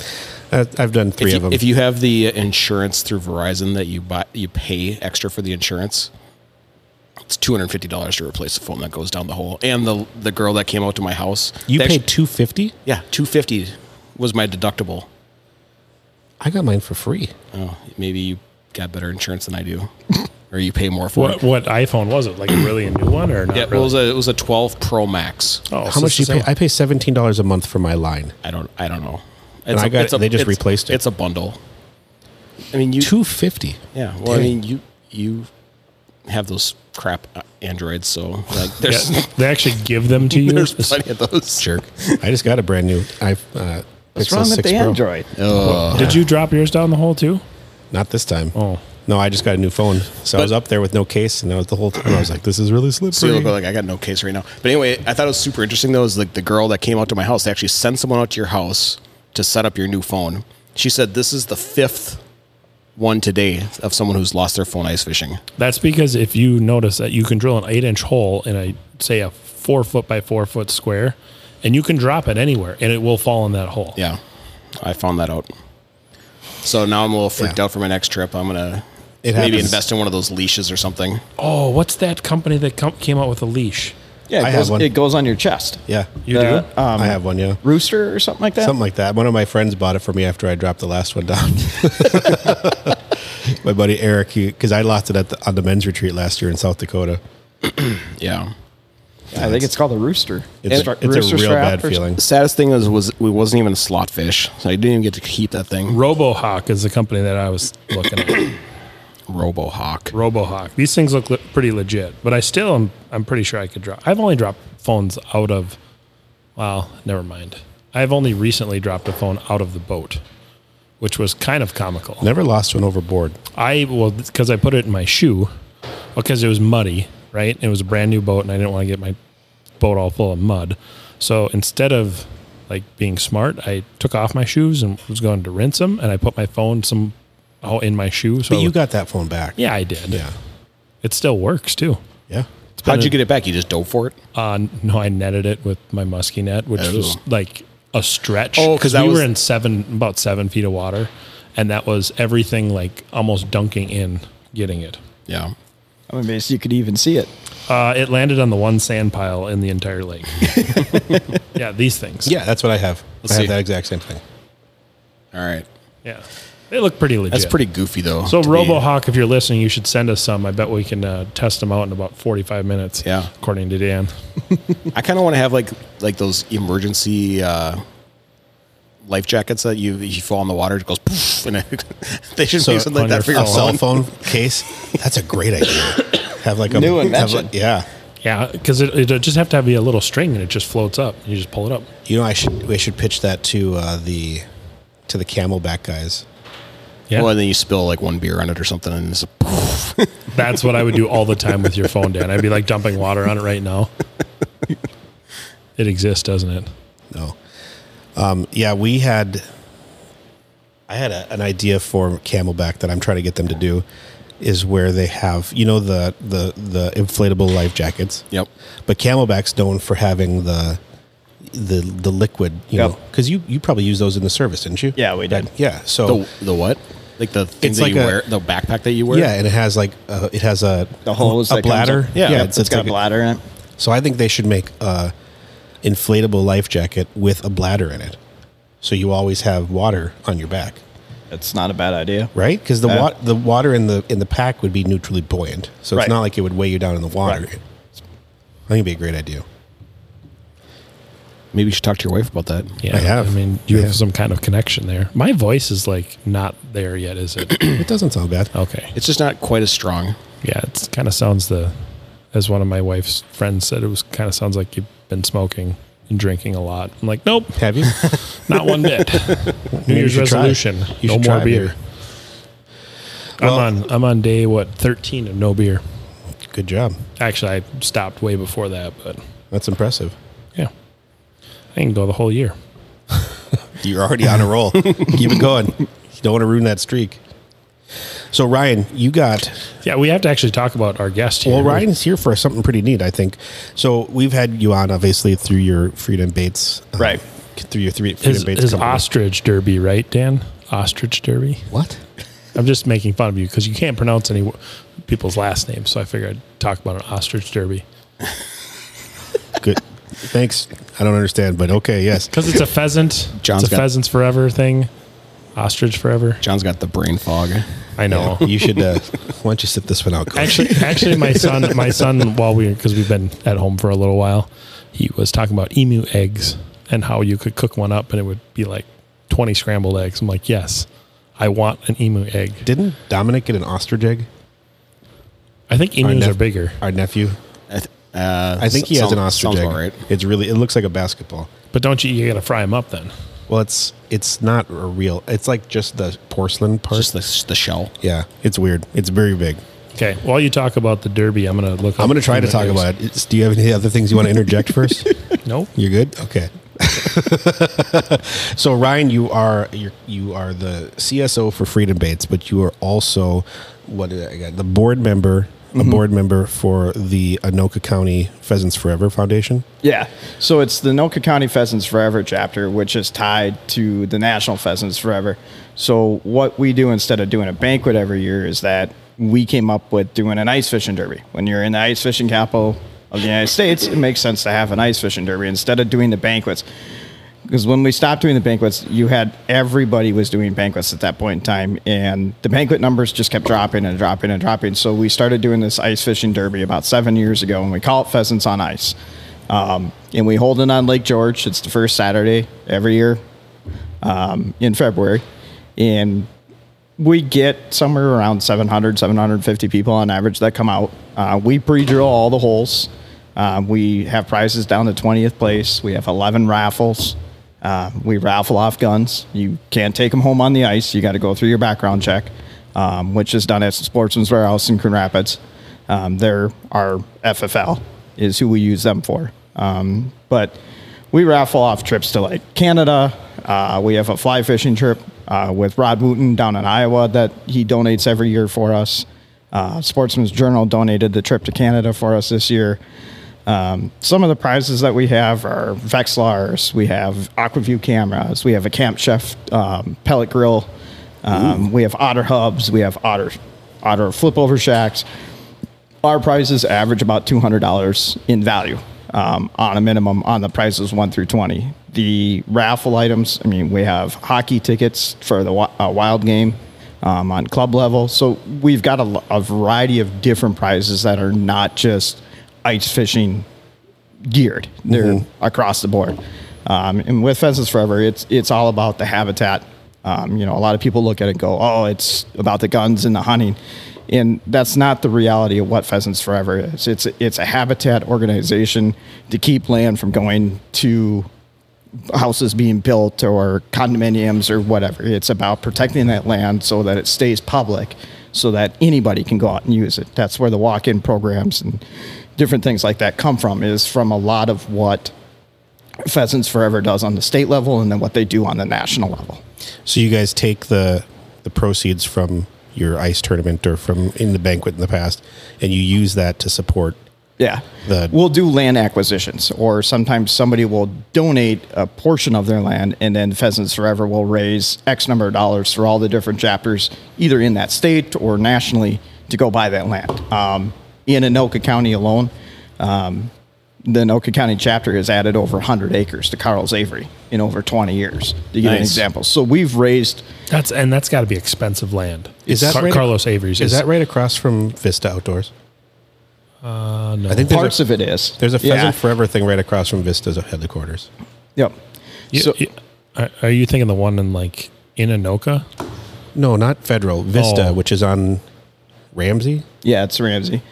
Speaker 3: Uh, I've done three
Speaker 2: if
Speaker 3: of
Speaker 2: you,
Speaker 3: them.
Speaker 2: if you have the uh, insurance through Verizon that you buy, you pay extra for the insurance. It's two hundred fifty dollars to replace the phone that goes down the hole. And the the girl that came out to my house,
Speaker 3: you
Speaker 2: they
Speaker 3: paid
Speaker 2: actu-
Speaker 3: two fifty.
Speaker 2: yeah, two fifty was my deductible.
Speaker 3: I got mine for free.
Speaker 2: Oh, maybe you got better insurance than I
Speaker 3: *laughs*
Speaker 2: do, or you pay more for
Speaker 1: what
Speaker 2: it.
Speaker 1: what iPhone was it? Like really a new one or not?
Speaker 2: Yeah, well, it
Speaker 1: really?
Speaker 2: was a it was a twelve Pro Max.
Speaker 1: Oh,
Speaker 3: How
Speaker 1: so
Speaker 3: much do you
Speaker 1: it's the
Speaker 3: pay?
Speaker 1: same.
Speaker 3: I pay seventeen dollars a month for my line.
Speaker 2: I don't I don't know. It's
Speaker 3: I got it- they just
Speaker 2: it's-
Speaker 3: replaced it.
Speaker 2: It's a bundle. I mean, you
Speaker 3: Two fifty.
Speaker 2: Yeah, well, I mean, you you have those crap uh, androids, so like,
Speaker 3: *laughs*
Speaker 2: there's
Speaker 1: Yeah, they actually give them to you.
Speaker 2: *laughs* there's *laughs* plenty of those.
Speaker 3: Jerk. I just got a brand new. I uh,
Speaker 4: What's
Speaker 3: Pixel
Speaker 4: wrong with
Speaker 3: 6
Speaker 4: the
Speaker 3: Pro.
Speaker 4: Android?
Speaker 1: Did you drop yours down the hole too?
Speaker 3: Not this time.
Speaker 1: Oh.
Speaker 3: No, I just got a new phone. So I was up there with no case, and that was the whole time. I was like, this is really slippery.
Speaker 2: So you look like I got no case right now. But anyway, I thought it was super interesting though. Is like the girl that came out to my house. They actually sent someone out to your house to set up your new phone. She said this is the fifth one today of someone who's lost their phone ice fishing.
Speaker 1: That's because if you notice that you can drill an eight inch hole in a say a four foot by four foot square, and you can drop it anywhere and it will fall in that hole.
Speaker 2: Yeah, I found that out. So now I'm a little freaked
Speaker 3: Yeah.
Speaker 2: out for my next trip. I'm gonna
Speaker 3: It
Speaker 2: maybe
Speaker 3: happens.
Speaker 2: invest in one of those leashes or something.
Speaker 1: Oh, what's that company that com- came out with a leash?
Speaker 4: Yeah, it,
Speaker 3: I
Speaker 4: goes,
Speaker 3: have one.
Speaker 4: it goes on your chest.
Speaker 3: yeah.
Speaker 1: You
Speaker 4: The,
Speaker 1: do?
Speaker 4: Um,
Speaker 3: I have one, yeah.
Speaker 4: Rooster or something like that.
Speaker 3: Something like that. One of my friends bought it for me after I dropped the last one
Speaker 4: *laughs*
Speaker 3: down. my buddy Eric, because I lost it at the, on the men's retreat last year in South Dakota.
Speaker 2: Yeah.
Speaker 4: I think it's called a rooster.
Speaker 3: It's,
Speaker 4: Stra-
Speaker 3: a, it's a
Speaker 4: rooster
Speaker 3: real
Speaker 4: strap
Speaker 3: bad
Speaker 4: or-
Speaker 3: feeling.
Speaker 2: The saddest thing is was we wasn't even a slot fish, so I didn't even get to keep that thing.
Speaker 1: RoboHawk is the company that I was looking at.
Speaker 2: RoboHawk.
Speaker 1: RoboHawk. These things look le- pretty legit, but I still am. I'm pretty sure I could drop. I've only dropped phones out of. Well, never mind. I've only recently dropped a phone out of the boat, which was kind of comical.
Speaker 3: Never lost one overboard.
Speaker 1: I well because I put it in my shoe because it was muddy, right? It was a brand new boat, and I didn't want to get my boat all full of mud. So instead of like being smart, I took off my shoes and was going to rinse them, and I put my phone some all in my shoe. So
Speaker 4: Oh.
Speaker 3: But you got that phone back.
Speaker 1: yeah, I did.
Speaker 3: Yeah.
Speaker 1: it still works too.
Speaker 3: Yeah.
Speaker 2: How'd you get it back? You just dove for it?
Speaker 1: Uh, no, I netted it with my musky net, which was
Speaker 2: Oh.
Speaker 1: like a stretch.
Speaker 2: Oh, 'cause that
Speaker 1: we
Speaker 2: was-
Speaker 1: were in seven, about seven feet of water, and that was everything like almost dunking in getting it.
Speaker 2: Yeah.
Speaker 4: I'm amazed you could even see it.
Speaker 1: Uh, it landed on the one sand pile in the entire
Speaker 2: *laughs*
Speaker 1: lake. yeah, these things.
Speaker 3: Yeah, that's what I have.
Speaker 2: Let's
Speaker 3: I
Speaker 2: see.
Speaker 3: have that exact same thing.
Speaker 2: All right.
Speaker 1: yeah, they look pretty legit.
Speaker 2: That's pretty goofy though.
Speaker 1: So
Speaker 2: to be-
Speaker 1: RoboHawk, if you're listening, you should send us some. I bet we can uh, test them out in about 45 minutes.
Speaker 2: Yeah.
Speaker 1: according to Dan.
Speaker 2: I kind of want to have like like those emergency uh, life jackets that you you fall in the water, it goes poof, and *laughs* it, they should
Speaker 3: So,
Speaker 2: make something
Speaker 1: on
Speaker 2: like that
Speaker 1: your
Speaker 2: for your
Speaker 3: A cell
Speaker 2: phone. *laughs*
Speaker 3: phone case. That's a great idea. Have like a
Speaker 4: New
Speaker 3: have
Speaker 4: invention.
Speaker 3: like- yeah.
Speaker 1: Yeah, because it, it'll just have to be a little string and it just floats up. You just pull it up.
Speaker 3: You know, I should we should pitch that to uh, the to the Camelback guys.
Speaker 1: Oh, Yeah,
Speaker 2: Well, and then you spill like one beer on it or something, and it's a poof.
Speaker 1: that's what I would do all the time with your phone, Dan. I'd be like dumping water on it right now. it exists, doesn't it?
Speaker 3: No, Um, yeah, we had. I had a, an idea for Camelback that I'm trying to get them to do, is where they have you know the the the inflatable life jackets.
Speaker 2: Yep.
Speaker 3: But Camelback's known for having the the the liquid, you
Speaker 4: Yep.
Speaker 3: know, because you you probably used those in the service, didn't you?
Speaker 4: Yeah, we did.
Speaker 3: Right. Yeah. So
Speaker 2: The the what? Like the thing
Speaker 3: It's
Speaker 2: that
Speaker 3: like
Speaker 2: you
Speaker 3: a-
Speaker 2: wear, the backpack that you wear.
Speaker 3: yeah, and it has like uh, it has a
Speaker 4: The hose,
Speaker 3: a
Speaker 4: that comes up-
Speaker 3: bladder.
Speaker 2: Yeah,
Speaker 4: it's got
Speaker 3: like
Speaker 4: a bladder in it.
Speaker 3: So I think they should make a inflatable life jacket with a bladder in it, so you always have water on your back,
Speaker 4: It's not a bad idea.
Speaker 3: right? Because the
Speaker 4: Yeah.
Speaker 3: wa- the water in the in the pack would be neutrally buoyant, so it's
Speaker 4: Right.
Speaker 3: not like it would weigh you down in the water.
Speaker 4: Right.
Speaker 3: I think it'd be a great idea.
Speaker 2: Maybe you should talk to your wife about that.
Speaker 1: Yeah,
Speaker 3: I have.
Speaker 1: I mean, you
Speaker 3: I
Speaker 1: have
Speaker 3: have.
Speaker 1: some kind of connection there. My voice is like not there yet, is
Speaker 2: *clears throat*
Speaker 1: it?
Speaker 3: It doesn't sound bad.
Speaker 1: okay.
Speaker 2: It's just not quite as strong.
Speaker 1: Yeah, it kind of sounds the, as one of my wife's friends said, it was kind of sounds like you've been smoking and drinking a lot. I'm like, nope,
Speaker 3: Have you?
Speaker 1: not one bit. *laughs* New
Speaker 3: *laughs* Maybe you
Speaker 1: Year's
Speaker 3: should try it.
Speaker 1: resolution:
Speaker 3: You
Speaker 1: no
Speaker 3: should
Speaker 1: more
Speaker 3: try
Speaker 1: beer.
Speaker 3: Well-
Speaker 1: I'm on. I'm on day what 13 of no beer.
Speaker 3: Good job.
Speaker 1: Actually, I stopped way before that, but
Speaker 3: That's impressive.
Speaker 1: yeah, I can go the whole year.
Speaker 3: You're already on a roll. Keep it going. You don't want to ruin that streak. So Ryan, you got
Speaker 1: Yeah, we have to actually talk about our guest here.
Speaker 3: Well, Ryan's here for something pretty neat, I think. So we've had you on obviously through your Freedom Bates, uh,
Speaker 4: Right.
Speaker 3: Through your three Freedom
Speaker 1: his,
Speaker 3: Bates.
Speaker 1: his
Speaker 3: company.
Speaker 1: ostrich derby, right, Dan? Ostrich derby.
Speaker 3: What?
Speaker 1: I'm just making fun of you because you can't pronounce any w- people's last names, so I figured I'd talk about an ostrich derby
Speaker 3: Good. Thanks. I don't understand, but okay. Yes.
Speaker 1: because it's a pheasant.
Speaker 2: John's
Speaker 1: it's a
Speaker 2: got-
Speaker 1: pheasants forever thing. Ostrich forever.
Speaker 2: John's got the brain fog.
Speaker 1: I know.
Speaker 3: *laughs* You should. Uh, why don't you sit this one out? Coach?
Speaker 1: Actually, actually, my son, my son, while we because we've been at home for a little while, he was talking about emu eggs and how you could cook one up and it would be like 20 scrambled eggs. I'm like, yes, I want an emu egg.
Speaker 3: didn't Dominic get an ostrich egg?
Speaker 1: I think
Speaker 3: Our
Speaker 1: emus
Speaker 3: nep-
Speaker 1: are bigger,
Speaker 3: Our nephew.
Speaker 2: I, th- uh,
Speaker 3: I think he has an ostrich
Speaker 2: Sounds
Speaker 3: egg.
Speaker 2: about right.
Speaker 3: It's really. It looks like a basketball.
Speaker 1: but don't you? You gotta fry them up then.
Speaker 3: Well, it's it's not a real. It's like just the porcelain part.
Speaker 2: Just the, the shell.
Speaker 3: yeah, it's weird. It's very big.
Speaker 1: Okay. While you talk about the derby, I'm gonna look.
Speaker 3: I'm going to try to talk about it. It's- Do you have any other things you want to interject *laughs* first?
Speaker 1: it. Nope.
Speaker 3: You're good. Okay. *laughs* so Ryan, you are you're, you are the CSO for Freedom Bates, but you are also what did I got the board member, a board member for the Anoka County Pheasants Forever Foundation.
Speaker 4: Yeah. So it's the Noka County Pheasants Forever chapter, which is tied to the National Pheasants Forever. So what we do instead of doing a banquet every year is that we came up with doing an ice fishing derby. When you're in the ice fishing capital of the United States, it makes sense to have an ice fishing derby instead of doing the banquets. Because when we stopped doing the banquets, you had everybody was doing banquets at that point in time, and the banquet numbers just kept dropping and dropping and dropping. So we started doing this ice fishing derby about seven years ago, and we call it Pheasants on Ice. Um, and we hold it on Lake George. It's the first Saturday every year um, in February, and we get somewhere around 700, 750 people on average that come out. Uh, we pre-drill all the holes. Um, we have prizes down to 20th place. We have 11 raffles. Uh, we raffle off guns. You can't take them home on the ice. You got to go through your background check, um, which is done at Sportsman's Warehouse in Coon Rapids. Um, they're our FFL is who we use them for. Um, but we raffle off trips to like Canada. Uh, we have a fly fishing trip uh, with Rod Wooten down in Iowa that he donates every year for us. Uh, Sportsman's Journal donated the trip to Canada for us this year. Um, some of the prizes that we have are Vexlars, we have Aquaview cameras, we have a Camp Chef um, pellet grill, um, we have otter hubs, we have otter otter flip over shacks our prizes average about two hundred dollars in value um, on a minimum on the prizes one through twenty. The raffle items, I mean, we have hockey tickets for the wi- uh, wild game um, on club level, so we've got a, l- a variety of different prizes that are not just ice fishing geared. They're across the board. Um, and with Pheasants Forever, it's it's all about the habitat. Um, you know, a lot of people look at it and go, "Oh, it's about the guns and the hunting," and that's not the reality of what Pheasants Forever is. It's it's a habitat organization to keep land from going to houses being built or condominiums or whatever. It's about protecting that land so that it stays public, so that anybody can go out and use it. That's where the walk-in programs and different things like that come from. Is from a lot of what Pheasants Forever does on the state level and then what they do on the national level.
Speaker 3: So you guys take the the proceeds from your ice tournament or from in the banquet in the past, and you use that to support.
Speaker 4: Yeah.
Speaker 3: The-
Speaker 4: we'll do land acquisitions, or sometimes somebody will donate a portion of their land, and then Pheasants Forever will raise X number of dollars for all the different chapters, either in that state or nationally, to go buy that land. Um, in Anoka County alone, um, the Anoka County chapter has added over 100 acres to Carl's Avery in over 20 years, to give you an
Speaker 2: Nice.
Speaker 4: example. So we've raised
Speaker 1: That's and that's got to be expensive land.
Speaker 3: Is that
Speaker 1: Car-
Speaker 3: right-
Speaker 1: Carlos Avery's?
Speaker 3: Is that right across from Vista Outdoors?
Speaker 1: Uh, no.
Speaker 3: I think there's
Speaker 4: parts
Speaker 3: a,
Speaker 4: of it is.
Speaker 3: there's a
Speaker 4: Yeah.
Speaker 3: pheasant forever thing right across from Vista's headquarters.
Speaker 4: Yep.
Speaker 1: You-
Speaker 4: so,
Speaker 1: you- are- are you thinking the one in like Inanoka?
Speaker 3: No, not Federal Vista,
Speaker 1: Oh.
Speaker 3: which is on Ramsey.
Speaker 4: Yeah, it's Ramsey.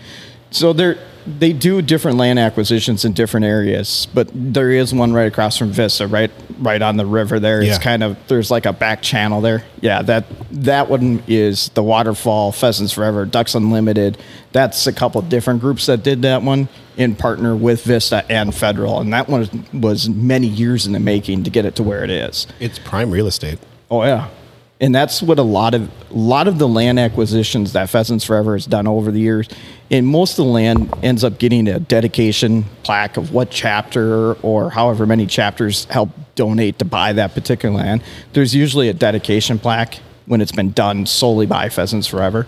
Speaker 4: So they're they do different land acquisitions in different areas, but there is one right across from Vista, right right on the river there.
Speaker 3: Yeah.
Speaker 4: It's kind of there's like a back channel there. Yeah, that that one is the waterfall, Pheasants Forever, Ducks Unlimited. That's a couple different groups that did that one in partner with Vista and Federal. And that one was many years in the making to get it to where it is.
Speaker 3: It's prime real estate.
Speaker 4: Oh yeah, and that's what a lot of a lot of the land acquisitions that Pheasants Forever has done over the years, and most of the land ends up getting a dedication plaque of what chapter or however many chapters help donate to buy that particular land. There's usually a dedication plaque when it's been done solely by Pheasants Forever,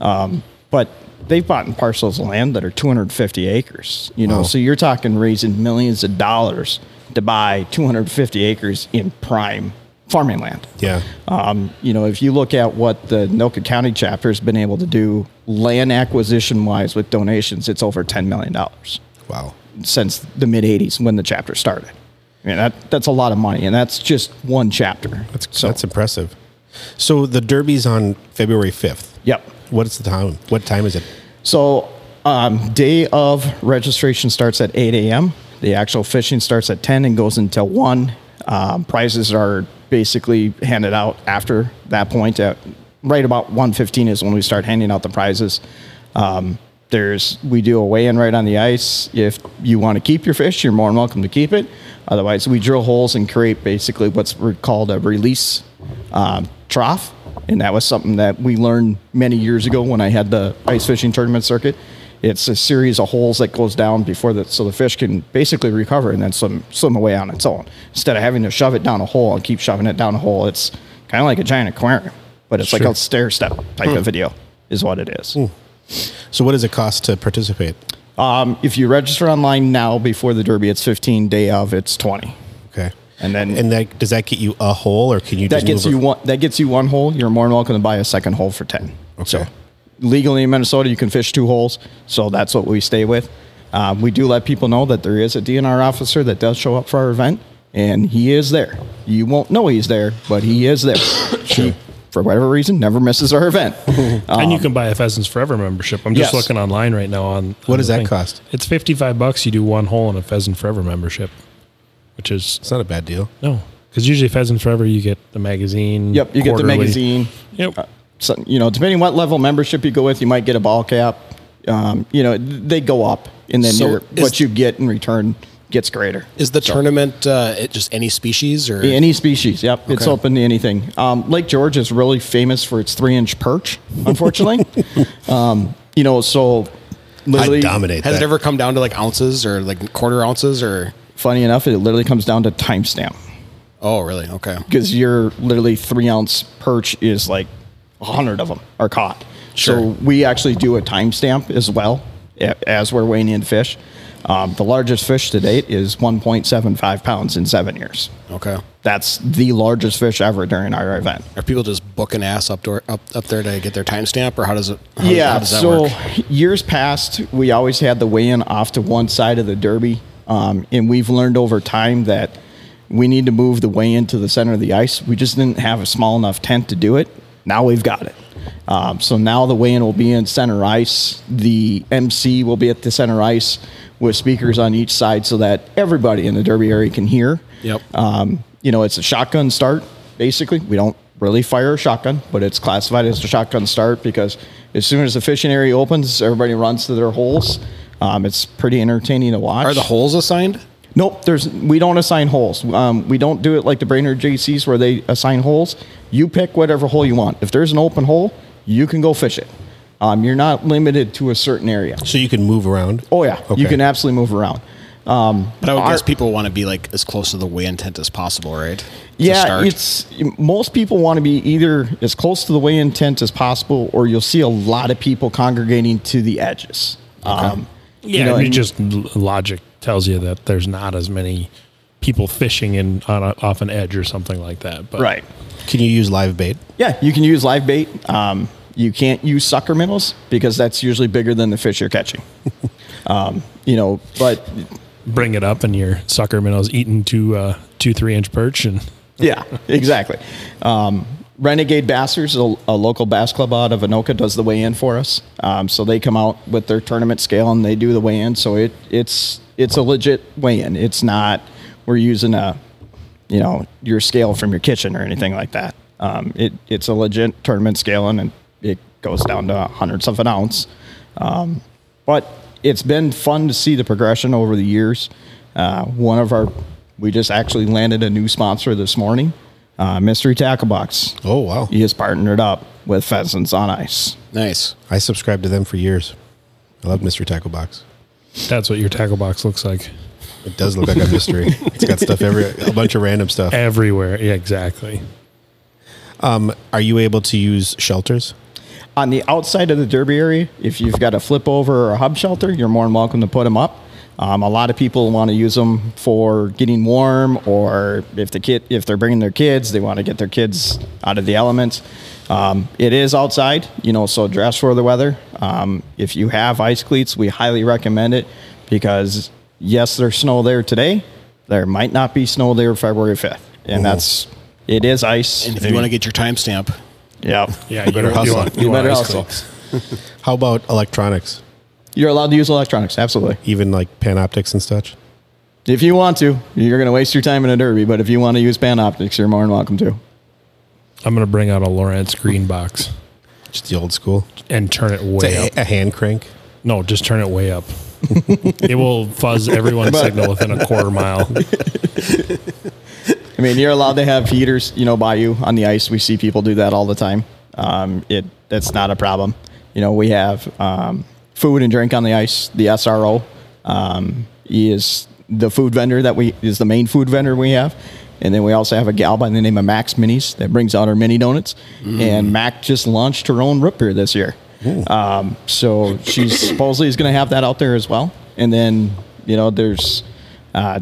Speaker 4: um, but. They've bought in parcels of land that are 250 acres, you know.
Speaker 3: Wow.
Speaker 4: So you're talking raising millions of dollars to buy 250 acres in prime farming land.
Speaker 3: Yeah.
Speaker 4: Um, you know, if you look at what the Noka County chapter has been able to do land acquisition wise with donations, it's over $10 million
Speaker 3: Wow.
Speaker 4: since the mid 80s when the chapter started. I mean, that, that's a lot of money, and that's just one chapter.
Speaker 3: That's that's impressive. So the derby's on February 5th.
Speaker 4: Yep.
Speaker 3: What's the time? What time is it?
Speaker 4: So, um, day of registration starts at 8 a.m. The actual fishing starts at 10 and goes until 1. Um, prizes are basically handed out after that point. At right about 1:15 is when we start handing out the prizes. Um, there's we do a weigh-in right on the ice. If you want to keep your fish, you're more than welcome to keep it. Otherwise, we drill holes and create basically what's re- called a release um, trough, and that was something that we learned many years ago when I had the ice fishing tournament circuit. It's a series of holes that goes down before that, so the fish can basically recover and then swim swim away on its own instead of having to shove it down a hole and keep shoving it down a hole. It's kind of like a giant aquarium, but it's like
Speaker 1: Sure.
Speaker 4: a stair step type of video, is what it is.
Speaker 3: So what does it cost to participate?
Speaker 4: Um, if you register online now before the Derby, it's 15. Day of, it's 20.
Speaker 3: Okay.
Speaker 4: And then-
Speaker 3: and that does that get you a hole or can you
Speaker 4: That
Speaker 3: just
Speaker 4: gets
Speaker 3: move
Speaker 4: you
Speaker 3: it?
Speaker 4: one. That gets you one hole. You're more than welcome to buy a second hole for 10.
Speaker 3: Okay.
Speaker 4: So legally in Minnesota, you can fish two holes. So that's what we stay with. Um, we do let people know that there is a DNR officer that does show up for our event, and he is there. You won't know he's there, but he
Speaker 3: *coughs*
Speaker 4: is there. He, for whatever reason, never misses
Speaker 3: *laughs*
Speaker 4: our event.
Speaker 1: and you can buy a Pheasants Forever membership. I'm just
Speaker 4: Um, Yes.
Speaker 1: looking online right now on
Speaker 3: What
Speaker 1: on
Speaker 3: does
Speaker 1: the
Speaker 3: that cost?
Speaker 1: It's 55 bucks. You do one hole in a Pheasant Forever membership, which is
Speaker 3: It's not a bad deal.
Speaker 1: no, because usually Pheasant Forever you get the magazine.
Speaker 4: yep, you get the
Speaker 1: quarterly.
Speaker 4: magazine. Uh,
Speaker 1: Yep.
Speaker 4: so, you know, depending what level membership you go with, you might get a ball cap. Um, you know, they go up, and then
Speaker 2: So
Speaker 4: your,
Speaker 2: is-
Speaker 4: what you get in return gets greater.
Speaker 2: Is the tournament uh, it just any species or
Speaker 4: Any species, yep, it's
Speaker 2: Okay.
Speaker 4: open to anything. Um, Lake George is really famous for its three-inch perch. Unfortunately,
Speaker 2: *laughs*
Speaker 4: um, you know, so literally,
Speaker 3: I dominate
Speaker 2: has
Speaker 3: that.
Speaker 2: it ever come down to like ounces or like quarter ounces or?
Speaker 4: funny enough, it literally comes down to timestamp
Speaker 2: Oh, really? Okay.
Speaker 4: because your literally three-ounce perch is like a hundred of them are caught.
Speaker 2: Sure.
Speaker 4: So we actually do a timestamp as well a- as we're weighing in fish. Um, the largest fish to date is 1.75 pounds in seven years.
Speaker 2: Okay.
Speaker 4: That's the largest fish ever during our event.
Speaker 2: Are people just booking ass up door up up there to get their timestamp, or how does it? How,
Speaker 4: yeah.
Speaker 2: How does that
Speaker 4: so
Speaker 2: work?
Speaker 4: years past, we always had the weigh-in off to one side of the derby, um, and we've learned over time that we need to move the weigh-in to the center of the ice. We just didn't have a small enough tent to do it. Now we've got it. Um, so now the weigh-in will be in center ice. The MC will be at the center ice with speakers on each side, so that everybody in the derby area can hear.
Speaker 2: Yep.
Speaker 4: Um, you know, it's a shotgun start, basically. We don't really fire a shotgun, but it's classified as a shotgun start because as soon as the fishing area opens, everybody runs to their holes. Um, it's pretty entertaining to watch.
Speaker 2: Are the holes assigned?
Speaker 4: Nope, there's we don't assign holes. Um, we don't do it like the Brainerd JCs where they assign holes. You pick whatever hole you want. If there's an open hole, you can go fish it. Um, you're not limited to a certain area.
Speaker 3: So you can move around.
Speaker 4: Oh yeah,
Speaker 3: Okay.
Speaker 4: you can absolutely move around. Um,
Speaker 2: But I would
Speaker 4: Our-
Speaker 2: guess people want to be like as close to the way intent as possible, right? To
Speaker 4: Yeah,
Speaker 2: start.
Speaker 4: it's most people want to be either as close to the way intent as possible, or you'll see a lot of people congregating to the edges. Um,
Speaker 1: Yeah,
Speaker 4: you know,
Speaker 1: and it
Speaker 4: and-
Speaker 1: just l- logic tells you that there's not as many people fishing in on a, off an edge or something like that. But
Speaker 4: right.
Speaker 3: Can you use live bait?
Speaker 4: Yeah, you can use live bait. Um, you can't use sucker minnows because that's usually bigger than the fish
Speaker 2: *laughs*
Speaker 4: you're catching. um, you know, but
Speaker 1: bring it up and your sucker minnows eating two uh, two three inch perch and
Speaker 4: *laughs* yeah, exactly. Um, Renegade Bassers, a, a local bass club out of Anoka, does the weigh in for us. Um, so they come out with their tournament scale and they do the weigh in. So it it's it's a legit weigh in. It's not we're using a you know your scale from your kitchen or anything like that. Um, it it's a legit tournament scale and it goes down to hundreds of an ounce. Um, but it's been fun to see the progression over the years. Uh, one of our, we just actually landed a new sponsor this morning, uh, Mystery Tackle Box.
Speaker 3: Oh wow!
Speaker 4: He has partnered up with Pheasants on Ice.
Speaker 2: nice.
Speaker 3: I subscribed to them for years. I love Mystery Tackle Box.
Speaker 1: that's what your tackle box looks like
Speaker 3: It does look like a mystery. It's got stuff every a bunch of random stuff.
Speaker 1: everywhere. Yeah, exactly.
Speaker 3: Are you able to use shelters?
Speaker 4: On the outside of the derby area, if you've got a flip over or a hub shelter, you're more than welcome to put them up. Um, a lot of people want to use them for getting warm, or if the kid, if they're bringing their kids, they want to get their kids out of the elements. Um, it is outside, you know, so dress for the weather. Um, if you have ice cleats, we highly recommend it because yes, there's snow there today. There might not be snow there February 5th, and that's it is ice.
Speaker 2: And if you want to get your timestamp,
Speaker 4: yeah,
Speaker 1: Yeah, you
Speaker 3: better hustle.
Speaker 4: You
Speaker 1: want
Speaker 4: better
Speaker 1: ice
Speaker 4: hustle.
Speaker 1: cleats.
Speaker 3: How about electronics?
Speaker 4: you're allowed to use electronics, absolutely.
Speaker 3: Even like panoptics and such.
Speaker 4: If you want to, you're going to waste your time in a derby, but if you want to use panoptics, you're more than welcome to.
Speaker 1: I'm gonna bring out a Lawrence green box
Speaker 3: Just the old school.
Speaker 1: and turn it
Speaker 3: It's
Speaker 1: way
Speaker 3: a,
Speaker 1: up.
Speaker 3: a hand crank.
Speaker 1: No, just turn it way up. it will fuzz everyone's signal within a quarter mile.
Speaker 4: I mean, you're allowed to have heaters, you know, by you on the ice. We see people do that all the time. Um, it that's not a problem. You know, we have um, food and drink on the ice. The SRO um, is the food vendor that we is the main food vendor we have, and then we also have a gal by the name of Max Minis that brings out our mini donuts. And Mac just launched her own root beer this year, um, so she supposedly is going to have that out there as well. And then you know, there's uh,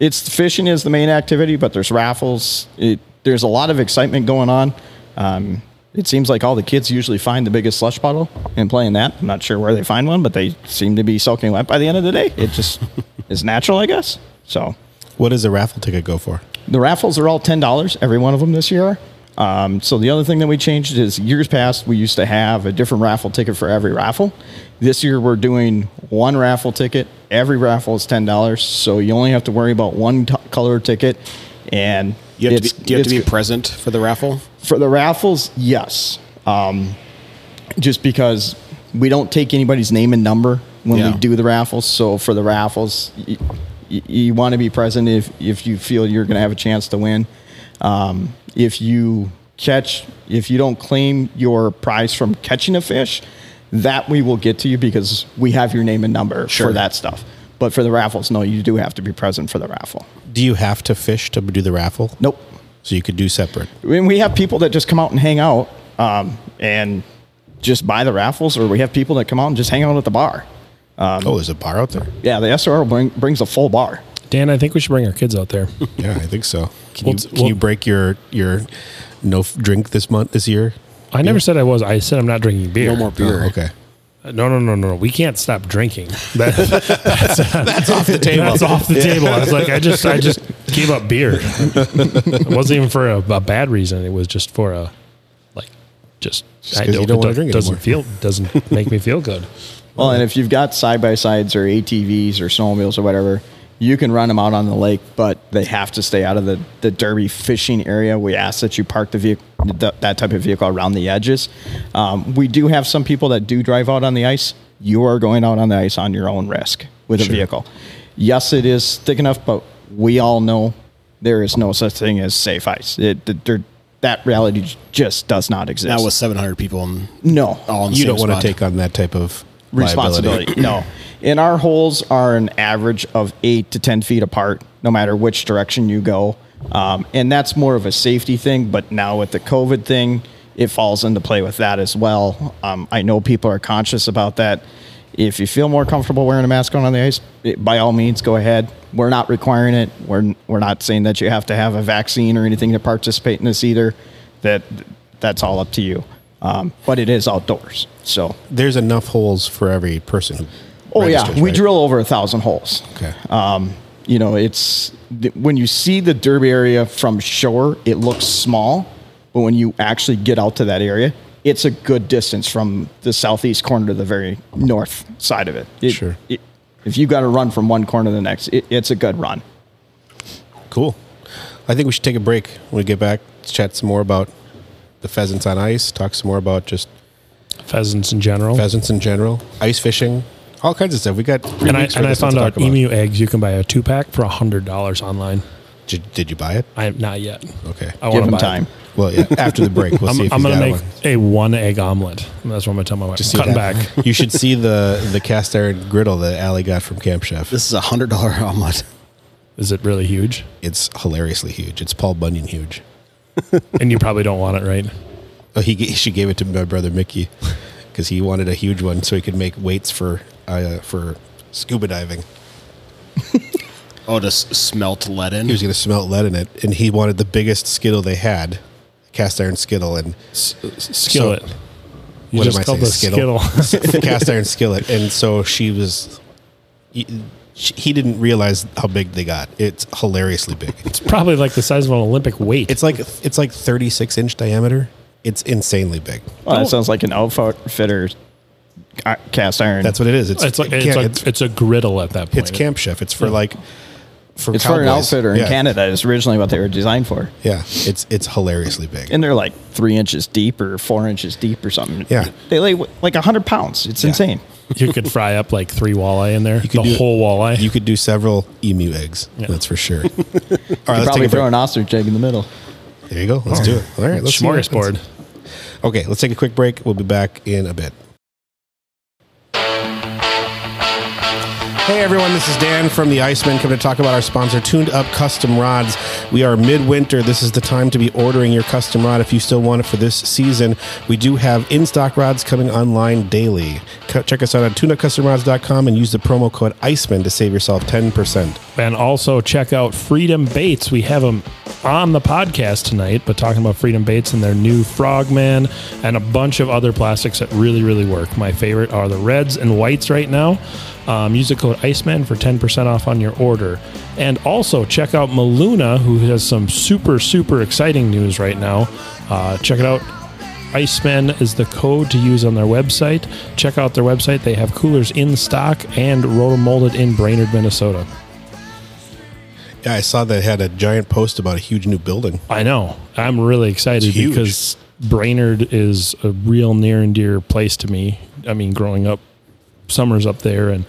Speaker 4: it's fishing is the main activity, but there's raffles. It, there's a lot of excitement going on. Um, it seems like all the kids usually find the biggest slush bottle and play in that. I'm not sure where they find one, but they seem to be soaking wet by the end of the day. It just is natural, I guess. So
Speaker 3: What does a raffle ticket go for?
Speaker 4: the raffles are all ten dollars, every one of them this year. Um, so the other thing that we changed is years past we used to have a different raffle ticket for every raffle. This year we're doing one raffle ticket. Every raffle is ten dollars, so you only have to worry about one t- color ticket. And
Speaker 2: you have
Speaker 4: it's-
Speaker 2: to be, do you have to be
Speaker 4: it's-
Speaker 2: present for the raffle?
Speaker 4: for the raffles, yes. Um, just because we don't take anybody's name and number when
Speaker 2: Yeah.
Speaker 4: we do the raffles. So for the raffles, you, you, you want to be present if, if you feel you're going to have a chance to win. Um, if you catch, if you don't claim your prize from catching a fish, that we will get to you because we have your name and number
Speaker 2: Sure.
Speaker 4: for that stuff. But for the raffles, no, you do have to be present for the raffle.
Speaker 3: Do you have to fish to do the raffle?
Speaker 4: Nope.
Speaker 3: So you could do separate.
Speaker 4: when we have people that just come out and hang out um, and just buy the raffles, or we have people that come out and just hang out at the bar.
Speaker 3: oh, there's a bar out there.
Speaker 4: Yeah, the SRO bring, brings a full bar.
Speaker 1: Dan, I think we should bring our kids out there.
Speaker 3: Yeah, I think so. Can,
Speaker 1: Well,
Speaker 3: you,
Speaker 1: t-
Speaker 3: can
Speaker 1: well-
Speaker 3: you break your your no f- drink this month this year?
Speaker 1: I never said I was. I said I'm not drinking beer.
Speaker 2: No more beer.
Speaker 4: Uh-huh.
Speaker 3: Oh, okay.
Speaker 1: No, no, no, no, no. We can't stop drinking. *laughs* That,
Speaker 3: That's off the table.
Speaker 1: That's off the table. I was like, I just, I
Speaker 3: *laughs*
Speaker 1: just gave up beer. It wasn't even for a, a bad reason. It was just for a, like, just,
Speaker 3: Just 'cause you don't wanna
Speaker 1: do-
Speaker 3: drink
Speaker 1: doesn't
Speaker 3: anymore.
Speaker 1: feel, doesn't make me feel good.
Speaker 4: Well, and if you've got side by sides or ATVs or snowmobiles or whatever, you can run them out on the lake, but they have to stay out of the, the Derby fishing area. We ask that you park the vehicle, th- that type of vehicle around the edges. Um, we do have some people that do drive out on the ice. You are going out on the ice on your own risk with a vehicle. yes, it is thick enough, but we all know there is no such thing as safe ice. It, th- there- that reality j- just does not exist.
Speaker 2: Now with 700 people and
Speaker 4: no
Speaker 2: all in the
Speaker 3: You
Speaker 2: same
Speaker 3: don't want to
Speaker 2: spot.
Speaker 3: take on that type of liability.
Speaker 4: responsibility. no. And our holes are an average of eight to 10 feet apart, no matter which direction you go. Um, and that's more of a safety thing. But now with the COVID thing, it falls into play with that as well. Um, I know people are conscious about that. If you feel more comfortable wearing a mask on the ice, it, by all means, go ahead. We're not requiring it. We're, we're not saying that you have to have a vaccine or anything to participate in this either. That that's all up to you. Um, but it is outdoors, so
Speaker 3: There's enough holes for every person. who
Speaker 4: Oh yeah,
Speaker 3: registers,
Speaker 4: we
Speaker 3: right?
Speaker 4: drill over a thousand holes.
Speaker 3: Okay.
Speaker 4: Um, you know, it's th- when you see the derby area from shore, it looks small, but when you actually get out to that area, it's a good distance from the southeast corner to the very north side of it. It-
Speaker 3: Sure.
Speaker 4: it- if you got to run from one corner to the next, it, it's a good run.
Speaker 3: Cool. I think we should take a break. When we get back, chat some more about the pheasants on ice, talk some more about just
Speaker 1: Pheasants in general.
Speaker 3: pheasants in general, ice fishing, all kinds of stuff. We got three
Speaker 1: And I,
Speaker 3: weeks
Speaker 1: and
Speaker 3: worth
Speaker 1: I
Speaker 3: of stuff
Speaker 1: found
Speaker 3: to
Speaker 1: out
Speaker 3: talk about.
Speaker 1: emu eggs, you can buy a two pack for $100 online.
Speaker 3: Did, did you buy it?
Speaker 1: I am not yet.
Speaker 3: Okay.
Speaker 1: I
Speaker 4: Give
Speaker 1: want to
Speaker 4: them
Speaker 1: buy it.
Speaker 4: time.
Speaker 3: Well, yeah. After the break, we'll
Speaker 1: Oh. *laughs*
Speaker 3: see
Speaker 1: I'm,
Speaker 3: if
Speaker 1: I'm
Speaker 3: he's
Speaker 1: going
Speaker 3: got
Speaker 1: to make
Speaker 3: one.
Speaker 1: a one egg omelet. And that's what I'm going to tell my wife.
Speaker 3: See
Speaker 1: I'm cutting
Speaker 3: that?
Speaker 1: back.
Speaker 3: *laughs* You should see the the cast iron griddle that Allie got from Camp Chef.
Speaker 2: This is a hundred dollar *laughs* omelet.
Speaker 1: Is it really huge?
Speaker 3: It's hilariously huge. It's Paul Bunyan huge.
Speaker 1: And you probably don't want it, right?
Speaker 3: Oh, he g- *laughs* she gave it to my brother Mickey because he wanted a huge one so he could make weights for uh, for scuba diving.
Speaker 2: Oh, just smelt lead in.
Speaker 3: He was going to smelt lead in it, and he wanted the biggest skittle they had, cast iron skittle, and
Speaker 1: Skillet. you
Speaker 3: what
Speaker 1: just
Speaker 3: am I
Speaker 1: called
Speaker 3: saying?
Speaker 1: the skittle.
Speaker 3: *laughs* cast iron skillet. And so she was. He, she- he didn't realize how big they got. It's hilariously big.
Speaker 1: *laughs*
Speaker 3: It's,
Speaker 1: probably like the size of an Olympic weight.
Speaker 3: it's like it's like thirty six inch diameter. It's insanely big.
Speaker 4: Well, that sounds like an outfitter uh, cast iron.
Speaker 3: That's what it is. It's
Speaker 1: it's like
Speaker 3: it
Speaker 1: it's,
Speaker 3: can't-
Speaker 1: like,
Speaker 3: it's,
Speaker 1: it's, a griddle at that point.
Speaker 3: it's camp chef. It's for like for
Speaker 4: it's for an
Speaker 3: cowboys.
Speaker 4: outfitter in
Speaker 3: Yeah.
Speaker 4: Canada. Is originally what they were designed for.
Speaker 3: Yeah, it's it's hilariously big.
Speaker 4: and they're like three inches deep or four inches deep or something.
Speaker 3: Yeah. Uh,
Speaker 4: they weigh like hundred pounds. It's insane.
Speaker 1: You could fry up like three walleye in there.
Speaker 3: could
Speaker 1: The
Speaker 3: do-
Speaker 1: whole walleye.
Speaker 3: you could do several emu eggs.
Speaker 1: Yeah.
Speaker 3: That's for
Speaker 4: *laughs*
Speaker 3: sure. All right, let's take
Speaker 4: Probably
Speaker 3: a
Speaker 4: throw
Speaker 3: break.
Speaker 4: an ostrich egg in the middle.
Speaker 3: There you go. Let's do it. All right, let's see what happens.
Speaker 1: Smorgasbord.
Speaker 3: Okay, let's take a quick break. We'll be back in a bit. Hey everyone, this is Dan from the Iceman coming to talk about our sponsor, Tuned Up Custom Rods. We are midwinter. This is the time to be ordering your custom rod if you still want it for this season. We do have in stock rods coming online daily. Co- Check us out on tunedupcustomrods.com and use the promo code Iceman to save yourself 10%.
Speaker 1: And also check out Freedom Baits. We have them on the podcast tonight, but talking about Freedom Baits and their new Frogman and a bunch of other plastics that really, really work. My favorite are the reds and whites right now. Um, use the code Iceman for 10% off on your order. And also check out Maluna, who has some super, super exciting news right now. Uh, check it out. Iceman is the code to use on their website. Check out their website. They have coolers in stock and rotomolded in Brainerd, Minnesota.
Speaker 3: Yeah, I saw that had a giant post about a huge new building.
Speaker 1: I know. I'm really excited
Speaker 3: It's huge.
Speaker 1: because Brainerd is a real near and dear place to me. I mean, growing up, summers up there, and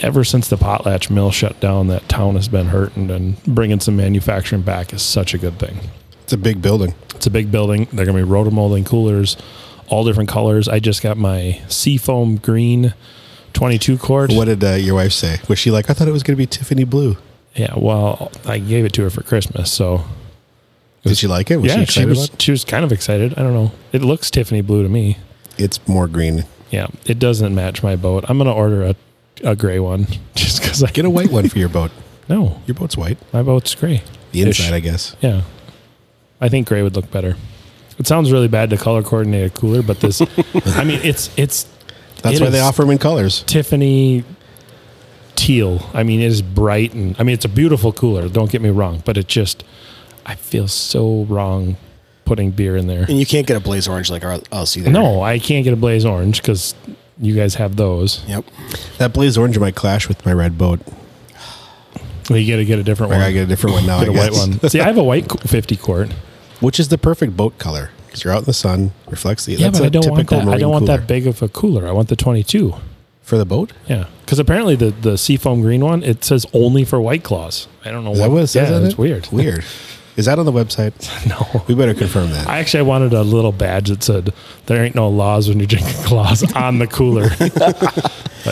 Speaker 1: ever since the Potlatch Mill shut down, that town has been hurting. And bringing some manufacturing back is such a good thing.
Speaker 3: It's a big building.
Speaker 1: It's a big building. They're going to be rotomolding coolers, all different colors. I just got my seafoam green 22 quart.
Speaker 3: What did uh, your wife say? Was she like, I thought it was going to be Tiffany Blue?
Speaker 1: Yeah, well, I gave it to her for Christmas, so
Speaker 3: Did she like it? Was
Speaker 1: yeah, she,
Speaker 3: excited
Speaker 1: was
Speaker 3: about
Speaker 1: she was kind of excited. I don't know. It looks Tiffany blue to me.
Speaker 3: it? It's more green.
Speaker 1: Yeah, it doesn't match my boat. I'm gonna order a, a gray one *laughs* just because I
Speaker 3: Get a white one for your boat. *laughs*
Speaker 1: no.
Speaker 3: Your boat's white.
Speaker 1: My boat's gray.
Speaker 3: The inside, I guess.
Speaker 1: Yeah, I think gray would look better. It sounds really bad to color coordinate a cooler, but
Speaker 3: *laughs*
Speaker 1: this, I mean, it's it's
Speaker 3: That's
Speaker 1: It
Speaker 3: why they
Speaker 1: is-
Speaker 3: offer them in colors.
Speaker 1: Tiffany teal. I mean, it is bright and I mean it's a beautiful cooler. Don't get me wrong, but it just I feel so wrong putting beer in there.
Speaker 2: and you can't get a blaze orange like our us either.
Speaker 1: No, I can't get a blaze orange because you guys have those.
Speaker 2: Yep.
Speaker 3: That blaze orange might clash with my red boat.
Speaker 1: Well, you got to get a different
Speaker 3: I
Speaker 1: one.
Speaker 3: gotta get a different one now.
Speaker 1: Get
Speaker 3: I
Speaker 1: a white
Speaker 3: guess. *laughs*
Speaker 1: one. See, I have a white qu- fifty quart.
Speaker 3: which is the perfect boat color because you're out in the sun, reflects the.
Speaker 1: Yeah,
Speaker 3: that's
Speaker 1: but
Speaker 3: a
Speaker 1: I don't want
Speaker 3: typical
Speaker 1: that. I
Speaker 3: marine
Speaker 1: don't want
Speaker 3: cooler.
Speaker 1: that big of a cooler. I want the twenty-two.
Speaker 3: for the boat.
Speaker 1: Yeah, because apparently the the seafoam green one it says only for white claws. I don't know
Speaker 3: Is that what it says?
Speaker 1: yeah,
Speaker 3: on
Speaker 1: it's
Speaker 3: it?
Speaker 1: weird.
Speaker 3: Weird. Is that on the website?
Speaker 1: *laughs* No.
Speaker 3: We better confirm that.
Speaker 1: I actually wanted a little badge that said "There ain't no laws when you're drinking *laughs* claws" on the cooler.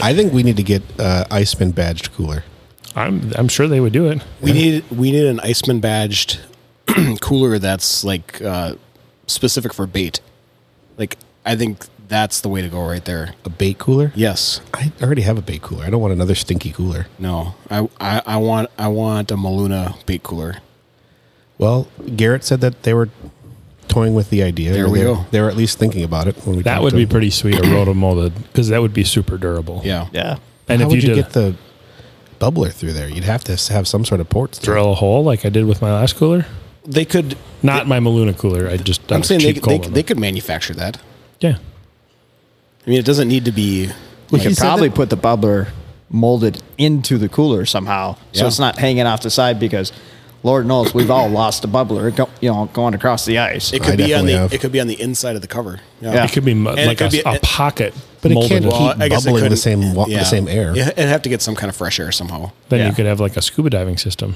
Speaker 3: I think we need to get uh, Iceman badged cooler.
Speaker 1: I'm I'm sure they would do it.
Speaker 2: We need we need an Iceman badged *clears throat* cooler that's like uh, specific for bait. Like I think that's the way to go right there.
Speaker 3: A bait cooler?
Speaker 2: Yes.
Speaker 3: I already have a bait cooler. I don't want another stinky cooler.
Speaker 2: No. I, I, I want I want a Maluna bait cooler.
Speaker 3: Well, Garrett said that they were toying with the idea.
Speaker 2: There
Speaker 3: Or
Speaker 2: we
Speaker 3: they-
Speaker 2: go.
Speaker 3: They were at least thinking about it when we
Speaker 1: That
Speaker 3: talked
Speaker 1: would
Speaker 3: to
Speaker 1: be
Speaker 3: them.
Speaker 1: pretty sweet, a rotomolded, because that would be super durable.
Speaker 2: Yeah.
Speaker 4: Yeah.
Speaker 1: And
Speaker 3: How
Speaker 1: if
Speaker 3: would
Speaker 1: you,
Speaker 3: you,
Speaker 1: did
Speaker 3: get the bubbler through there? You'd have to have some sort of ports. through it.
Speaker 1: drill a hole like I did with my last cooler,
Speaker 2: They could
Speaker 1: not my Maluna cooler. I just
Speaker 2: I'm saying they, they, they
Speaker 1: could,
Speaker 2: could manufacture that.
Speaker 1: yeah.
Speaker 2: I mean it doesn't need to be
Speaker 4: We
Speaker 2: like-
Speaker 4: could
Speaker 3: said
Speaker 4: probably
Speaker 3: that-
Speaker 4: put the bubbler molded into the cooler somehow, so
Speaker 2: Yeah.
Speaker 4: it's not hanging off the side because, Lord knows, we've all lost a bubbler, go, you know, going across the ice.
Speaker 2: it
Speaker 3: I
Speaker 2: could be on
Speaker 3: definitely
Speaker 2: the
Speaker 3: have.
Speaker 2: it could be on the inside of the cover.
Speaker 4: Yeah.
Speaker 1: It could be mu-
Speaker 2: And it
Speaker 1: like
Speaker 2: could
Speaker 1: a,
Speaker 2: be-
Speaker 1: a
Speaker 2: it-
Speaker 1: pocket,
Speaker 3: But it
Speaker 1: molded
Speaker 3: can't
Speaker 1: in-
Speaker 3: keep bubbling the same wa- the
Speaker 2: yeah.
Speaker 3: same air.
Speaker 2: Yeah, it'd have to get some kind of fresh air somehow.
Speaker 1: Then
Speaker 4: Yeah.
Speaker 1: you could have like a scuba diving system.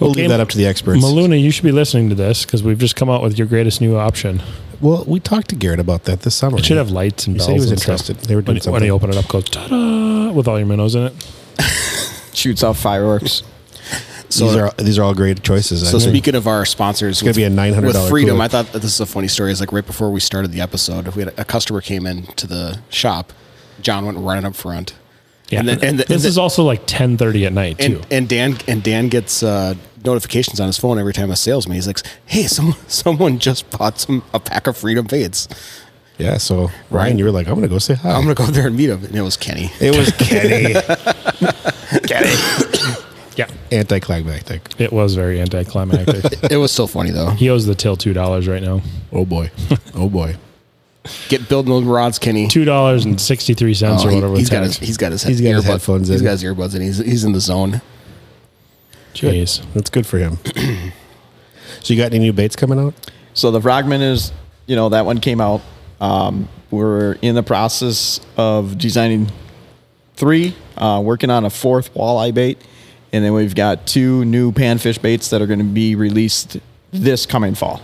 Speaker 3: We'll
Speaker 1: Okay,
Speaker 3: leave that up to the experts.
Speaker 1: Maluna, you should be listening to this because we've just come out with your greatest new option.
Speaker 3: Well, we talked to Garrett about that this summer.
Speaker 1: It should have lights and
Speaker 3: He
Speaker 1: bells.
Speaker 3: said he was
Speaker 1: and stuff.
Speaker 3: interested. They were doing
Speaker 1: when, when
Speaker 3: something.
Speaker 1: you open it up, goes ta-da with all your minnows in it.
Speaker 4: shoots off fireworks.
Speaker 2: So
Speaker 3: these are these are all great choices.
Speaker 2: So
Speaker 3: I think.
Speaker 2: speaking of our sponsors,
Speaker 3: gonna
Speaker 2: with-
Speaker 3: be a $900
Speaker 2: with freedom.
Speaker 3: cooler.
Speaker 2: I thought that this is a funny story. Is like right before we started the episode, we had a, a customer came in to the shop. John went running up front,
Speaker 1: Yeah,
Speaker 2: and
Speaker 1: and,
Speaker 2: then, and, the,
Speaker 1: this
Speaker 2: and,
Speaker 1: is
Speaker 2: the-
Speaker 1: also like ten thirty at night too.
Speaker 2: and, and Dan and Dan gets uh, notifications on his phone every time a salesman. He's like, "Hey, someone *laughs* someone just bought some a pack of freedom baits.
Speaker 3: yeah. So Ryan, you were like, I'm gonna go say hi.
Speaker 2: I'm gonna go there and meet him." And it was Kenny.
Speaker 3: it was Kenny.
Speaker 1: yeah,
Speaker 3: Anticlimactic.
Speaker 1: it was very anticlimactic. *laughs*
Speaker 2: It was so funny though.
Speaker 1: he owes the till two dollars right now.
Speaker 3: Oh boy. Oh boy.
Speaker 2: Get building those rods, Kenny.
Speaker 1: Two dollars and sixty three cents
Speaker 2: Oh,
Speaker 1: or
Speaker 2: he,
Speaker 1: whatever.
Speaker 2: has
Speaker 1: the
Speaker 2: got his
Speaker 1: tax.
Speaker 2: he's got his
Speaker 3: He's got his
Speaker 2: earbud-
Speaker 3: headphones
Speaker 2: He's
Speaker 3: in.
Speaker 2: got his earbuds and he's he's in the zone.
Speaker 1: Jeez,
Speaker 3: That's good for him. so you got any new baits coming out?
Speaker 4: So the Frogman is, you know, that one came out. Um, we're in the process of designing three, uh, working on a fourth walleye bait, and then we've got two new panfish baits that are going to be released this coming fall.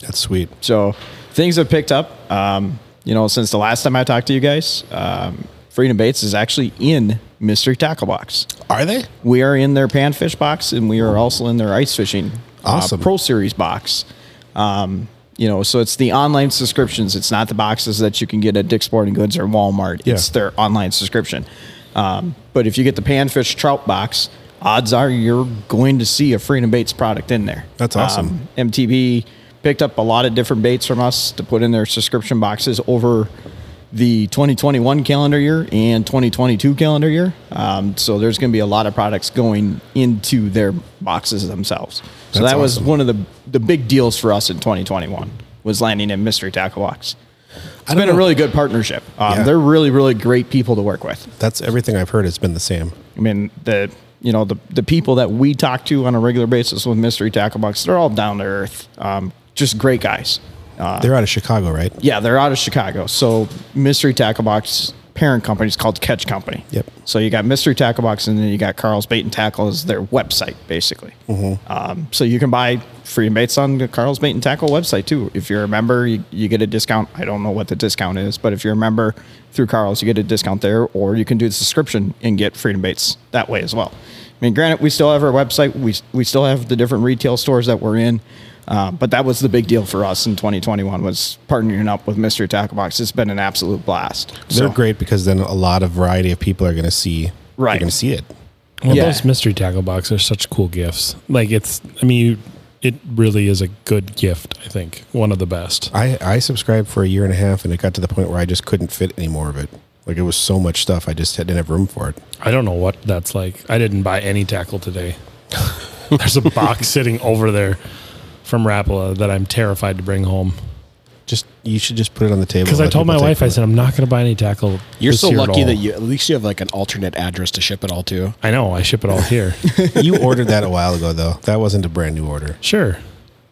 Speaker 3: That's sweet.
Speaker 4: So things have picked up. Um, you know, since the last time I talked to you guys, um, Freedom Baits is actually in Mystery Tackle Box.
Speaker 3: Are they?
Speaker 4: We are in their panfish box, and we are also in their ice fishing uh,
Speaker 3: Awesome.
Speaker 4: Pro Series box. Um, you know, so it's the online subscriptions. It's not the boxes that you can get at Dick's Sporting Goods or Walmart.
Speaker 3: Yeah.
Speaker 4: It's their online subscription. Um, but if you get the panfish trout box, odds are you're going to see a Freedom Baits product in there. Um,
Speaker 3: That's awesome.
Speaker 4: MTB picked up a lot of different baits from us to put in their subscription boxes over the 2021 calendar year and 2022 calendar year. Um, so there's going to be a lot of products going into their boxes themselves. So
Speaker 3: That's
Speaker 4: that was
Speaker 3: awesome.
Speaker 4: one of the the big deals for us in 2021 was landing in Mystery Tackle Box. It's
Speaker 3: don't
Speaker 4: been a
Speaker 3: know.
Speaker 4: really good partnership. Um,
Speaker 3: Yeah.
Speaker 4: They're really, really great people to work with.
Speaker 3: That's everything I've heard. It's been the same.
Speaker 4: I mean, the you know the the people that we talk to on a regular basis with Mystery Tackle Box, they're all down to earth, um, just great guys. Uh,
Speaker 3: They're out of Chicago, right?
Speaker 4: yeah, they're out of Chicago. So Mystery Tackle Box parent company is called Catch Company.
Speaker 3: Yep.
Speaker 4: So you got Mystery Tackle Box, and then you got Carl's Bait and Tackle is their website basically.
Speaker 1: Mm-hmm.
Speaker 4: Um, so you can buy free baits on the Carl's Bait and Tackle website too. If you're a member, you, you get a discount. I don't know what the discount is, but if you're a member through Carl's, you get a discount there, or you can do the subscription and get Freedom Baits that way as well. I mean, granted, we still have our website. We we still have the different retail stores that we're in. Uh, but that was the big deal for us in 2021 was partnering up with Mystery Tackle Box. It's been an absolute blast.
Speaker 3: They're
Speaker 4: So-
Speaker 3: great because then a lot of variety of people are going to see.
Speaker 4: Right.
Speaker 3: You're going to see it.
Speaker 1: well,
Speaker 4: Yeah.
Speaker 1: those mystery tackle box are such cool gifts. Like it's, I mean, you, it really is a good gift. I think one of the best.
Speaker 3: I, I subscribed for a year and a half and it got to the point where I just couldn't fit any more of it. Like it was so much stuff. I just didn't have room for it.
Speaker 1: I don't know what that's like. I didn't buy any tackle today. *laughs* There's a box sitting over there from Rapala that I'm terrified to bring home.
Speaker 3: Just, you should just put it on the table.
Speaker 1: Because
Speaker 3: and
Speaker 1: I
Speaker 3: let
Speaker 1: told my
Speaker 3: people take
Speaker 1: wife, I
Speaker 3: from
Speaker 1: said, I'm not going to buy any tackle.
Speaker 2: You're
Speaker 1: this
Speaker 2: so
Speaker 1: year at
Speaker 2: lucky
Speaker 1: all."
Speaker 2: that you at least you have like an alternate address to ship it all to.
Speaker 1: I know. I ship it all here.
Speaker 3: *laughs* it. you ordered that a while ago though. That wasn't a brand new order.
Speaker 1: sure.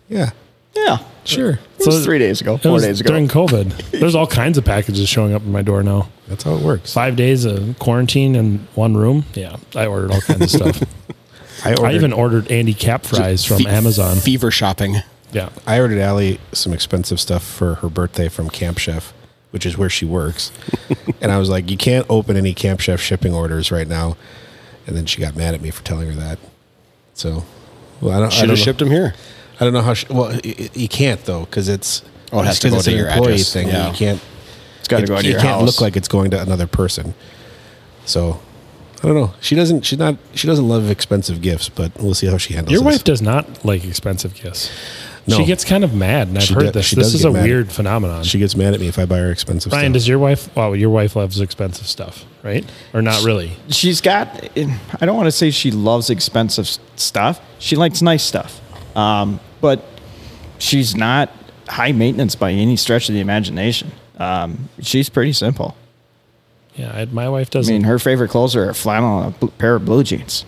Speaker 3: Yeah.
Speaker 4: Yeah.
Speaker 1: Sure.
Speaker 4: It was three days ago,
Speaker 1: It
Speaker 4: four
Speaker 1: was
Speaker 4: days ago.
Speaker 1: During COVID, there's all kinds of packages showing up at my door now.
Speaker 3: That's how it works.
Speaker 1: Five days of quarantine in one room. Yeah, I ordered all
Speaker 3: *laughs*
Speaker 1: kinds of stuff.
Speaker 3: I ordered,
Speaker 1: I even ordered Andy Cap fries from
Speaker 2: Fe-
Speaker 1: Amazon.
Speaker 2: Fever shopping.
Speaker 1: Yeah.
Speaker 3: I ordered Allie some expensive stuff for her birthday from Camp Chef, which is where
Speaker 2: *laughs*
Speaker 3: she works. and I was like, you can't open any Camp Chef shipping orders right now. And then she got mad at me for telling her that. So, well, I don't, I
Speaker 2: Should
Speaker 3: don't
Speaker 2: have
Speaker 3: know.
Speaker 2: shipped them here.
Speaker 3: I don't know how. She, well, y- y- you can't though, because it's
Speaker 2: Oh, it has
Speaker 3: it's
Speaker 2: to
Speaker 3: 'cause
Speaker 2: go
Speaker 3: it's
Speaker 2: to
Speaker 3: an
Speaker 2: your
Speaker 3: employee
Speaker 2: address.
Speaker 3: thing.
Speaker 2: Yeah.
Speaker 3: You can't.
Speaker 4: It's got to
Speaker 3: it-
Speaker 4: go to
Speaker 3: you
Speaker 4: your
Speaker 3: can't
Speaker 4: house.
Speaker 3: look like it's going to another person. So, I don't know. She doesn't. She's not. She doesn't love expensive gifts, but we'll see how she handles.
Speaker 1: Your
Speaker 3: this.
Speaker 1: wife does not like expensive gifts.
Speaker 3: No.
Speaker 1: She gets kind of mad, and I've
Speaker 3: She
Speaker 1: heard
Speaker 3: do-
Speaker 1: this.
Speaker 3: she
Speaker 1: This
Speaker 3: does
Speaker 1: is
Speaker 3: get
Speaker 1: a
Speaker 3: mad.
Speaker 1: weird phenomenon.
Speaker 3: She gets mad at me if I buy her expensive
Speaker 1: Brian,
Speaker 3: stuff.
Speaker 1: does your wife? Wow, your wife loves expensive stuff, right? Or not really?
Speaker 4: she's got i don't want to say she loves expensive s- stuff she likes nice stuff um, but she's not high maintenance by any stretch of the imagination um, she's pretty simple
Speaker 1: Yeah, I, my wife
Speaker 4: i
Speaker 1: doesn't.
Speaker 4: mean her favorite clothes are a flannel and a bl- pair of blue jeans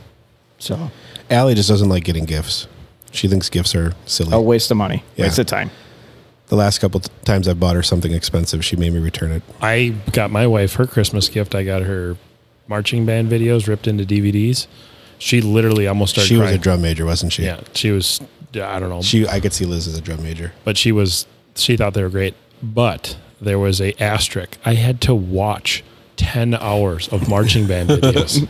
Speaker 4: so
Speaker 3: Allie just doesn't like getting gifts. She thinks gifts are silly.
Speaker 4: a waste of money
Speaker 3: Yeah.
Speaker 4: waste of time
Speaker 3: the last couple t- times I bought her something expensive, she made me return it.
Speaker 1: I got my wife her Christmas gift. I got her marching band videos ripped into DVDs. She literally almost started.
Speaker 3: she was
Speaker 1: crying.
Speaker 3: a drum major, wasn't she?
Speaker 1: Yeah, she was. I don't know,
Speaker 3: She, I could see Liz as a drum major.
Speaker 1: but she was. She thought they were great, but there was a asterisk. I had to watch ten hours of marching band videos.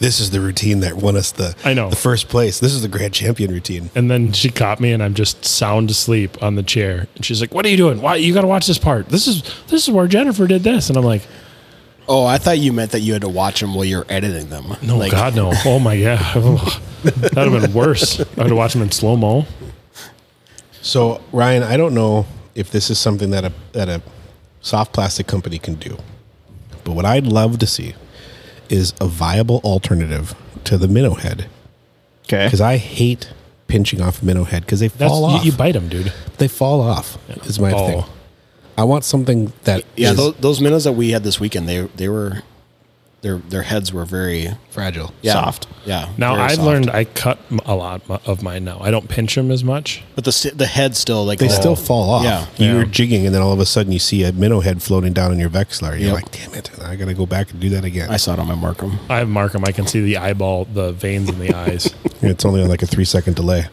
Speaker 3: This is the routine that won us the
Speaker 1: I know.
Speaker 3: the first place. This is the grand champion routine.
Speaker 1: And then she caught me, and I'm just sound asleep on the chair. And she's like, "What are you doing? Why you got to watch this part? This is this is where Jennifer did this." And I'm like,
Speaker 2: Oh, I thought you meant that you had to watch them while you're editing them.
Speaker 1: "No,
Speaker 2: Like,
Speaker 1: God, no! Oh my God, *laughs* Oh, that'd have been worse. I'd watch them in slow mo.
Speaker 3: So Ryan, I don't know if this is something that a that a soft plastic company can do, but what I'd love to see is a viable alternative to the minnow head
Speaker 4: okay
Speaker 3: because I hate pinching off minnow head because they
Speaker 1: That's
Speaker 3: fall off.
Speaker 1: You, you bite them, dude.
Speaker 3: they fall off is my
Speaker 1: Oh.
Speaker 3: thing. I want something that
Speaker 2: Yeah,
Speaker 3: is-
Speaker 2: those, those minnows that we had this weekend, they they were their their heads were very
Speaker 3: fragile.
Speaker 2: yeah,
Speaker 4: Soft.
Speaker 2: Yeah.
Speaker 1: Now
Speaker 2: very
Speaker 1: I've
Speaker 2: soft.
Speaker 1: learned I cut m- a lot m- of mine now. I don't pinch them as much.
Speaker 2: but the si- the head still like
Speaker 3: They
Speaker 2: oh,
Speaker 3: still fall off.
Speaker 2: Yeah.
Speaker 3: You
Speaker 1: Yeah.
Speaker 3: were jigging, and then all of a sudden you see a minnow head floating down in your Vexlar.
Speaker 2: Yep.
Speaker 3: You're like, damn it, I got to go back and do that again.
Speaker 2: I saw it on my Markham.
Speaker 1: I have Markham. I can see the eyeball, the veins in the eyes.
Speaker 3: And it's only on like a three second delay.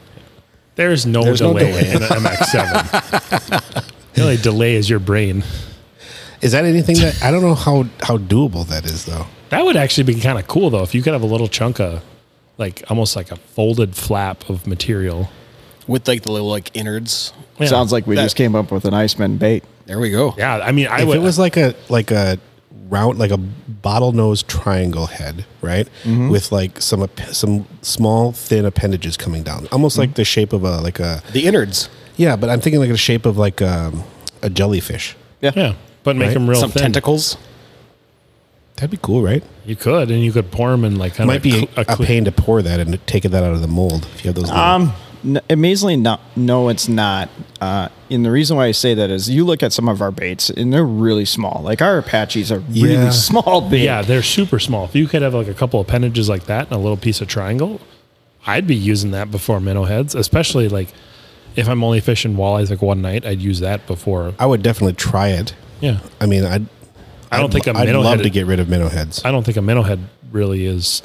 Speaker 1: There is no
Speaker 3: There's no
Speaker 1: delay,
Speaker 3: delay.
Speaker 1: in an MX7.
Speaker 3: *laughs*
Speaker 1: the only delay is your brain.
Speaker 3: Is that anything
Speaker 2: *laughs*
Speaker 3: that I don't know how how doable that is though?
Speaker 1: That would actually be kind of cool though, if you could have a little chunk of, like almost like a folded flap of material.
Speaker 2: With like the little like innards.
Speaker 1: Yeah.
Speaker 4: sounds like we
Speaker 2: That-
Speaker 4: just came up with an iceman bait
Speaker 2: There we go.
Speaker 1: Yeah, I mean, I
Speaker 3: If
Speaker 1: would.
Speaker 3: it was like a like a round like a bottlenose triangle head, right,
Speaker 2: Mm-hmm.
Speaker 3: with like some ap- some small thin appendages coming down,
Speaker 2: Mm-hmm.
Speaker 3: almost like the shape of a like a
Speaker 2: The innards.
Speaker 3: yeah, but I'm thinking like the shape of like um, a jellyfish.
Speaker 1: yeah, but make
Speaker 3: Right?
Speaker 1: them real
Speaker 2: Some
Speaker 1: thin.
Speaker 2: tentacles.
Speaker 3: That'd be cool, right?
Speaker 1: You could, and you could pour them in like kind
Speaker 3: Might
Speaker 1: of a
Speaker 3: be
Speaker 1: cl-
Speaker 3: a,
Speaker 1: cle-
Speaker 3: pain to pour that and take that out of the mold if you have those. little-
Speaker 4: Um, n- amazingly, no, no, it's not. Uh, and the reason why I say that is you look at some of our baits and they're really small. Like our Apaches are
Speaker 3: Yeah.
Speaker 4: really *laughs* small bait.
Speaker 1: Yeah, they're super small. If you could have like a couple appendages like that and a little piece of triangle, I'd be using that before minnow heads, especially like if I'm only fishing walleyes like one night, I'd use that before.
Speaker 3: I would definitely try it.
Speaker 1: Yeah,
Speaker 3: I mean, I'd.
Speaker 1: I don't
Speaker 3: I'd,
Speaker 1: think a
Speaker 3: I'd
Speaker 1: minnow
Speaker 3: love
Speaker 1: head-
Speaker 3: to get rid of minnow heads.
Speaker 1: I don't think a minnow head really is.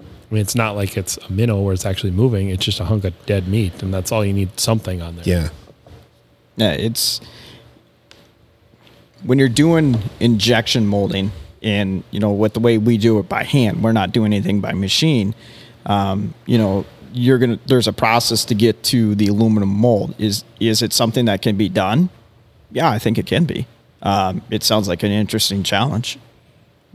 Speaker 1: I mean, it's not like it's a minnow where it's actually moving. It's just a hunk of dead meat, and that's all you need something on there.
Speaker 3: yeah,
Speaker 4: Yeah, it's when you're doing injection molding and you know with the way we do it by hand, we're not doing anything by machine. Um, you know, you're gonna there's a process to get to the aluminum mold. Is is it something that can be done? Yeah, I think it can be. Um, it sounds like an interesting challenge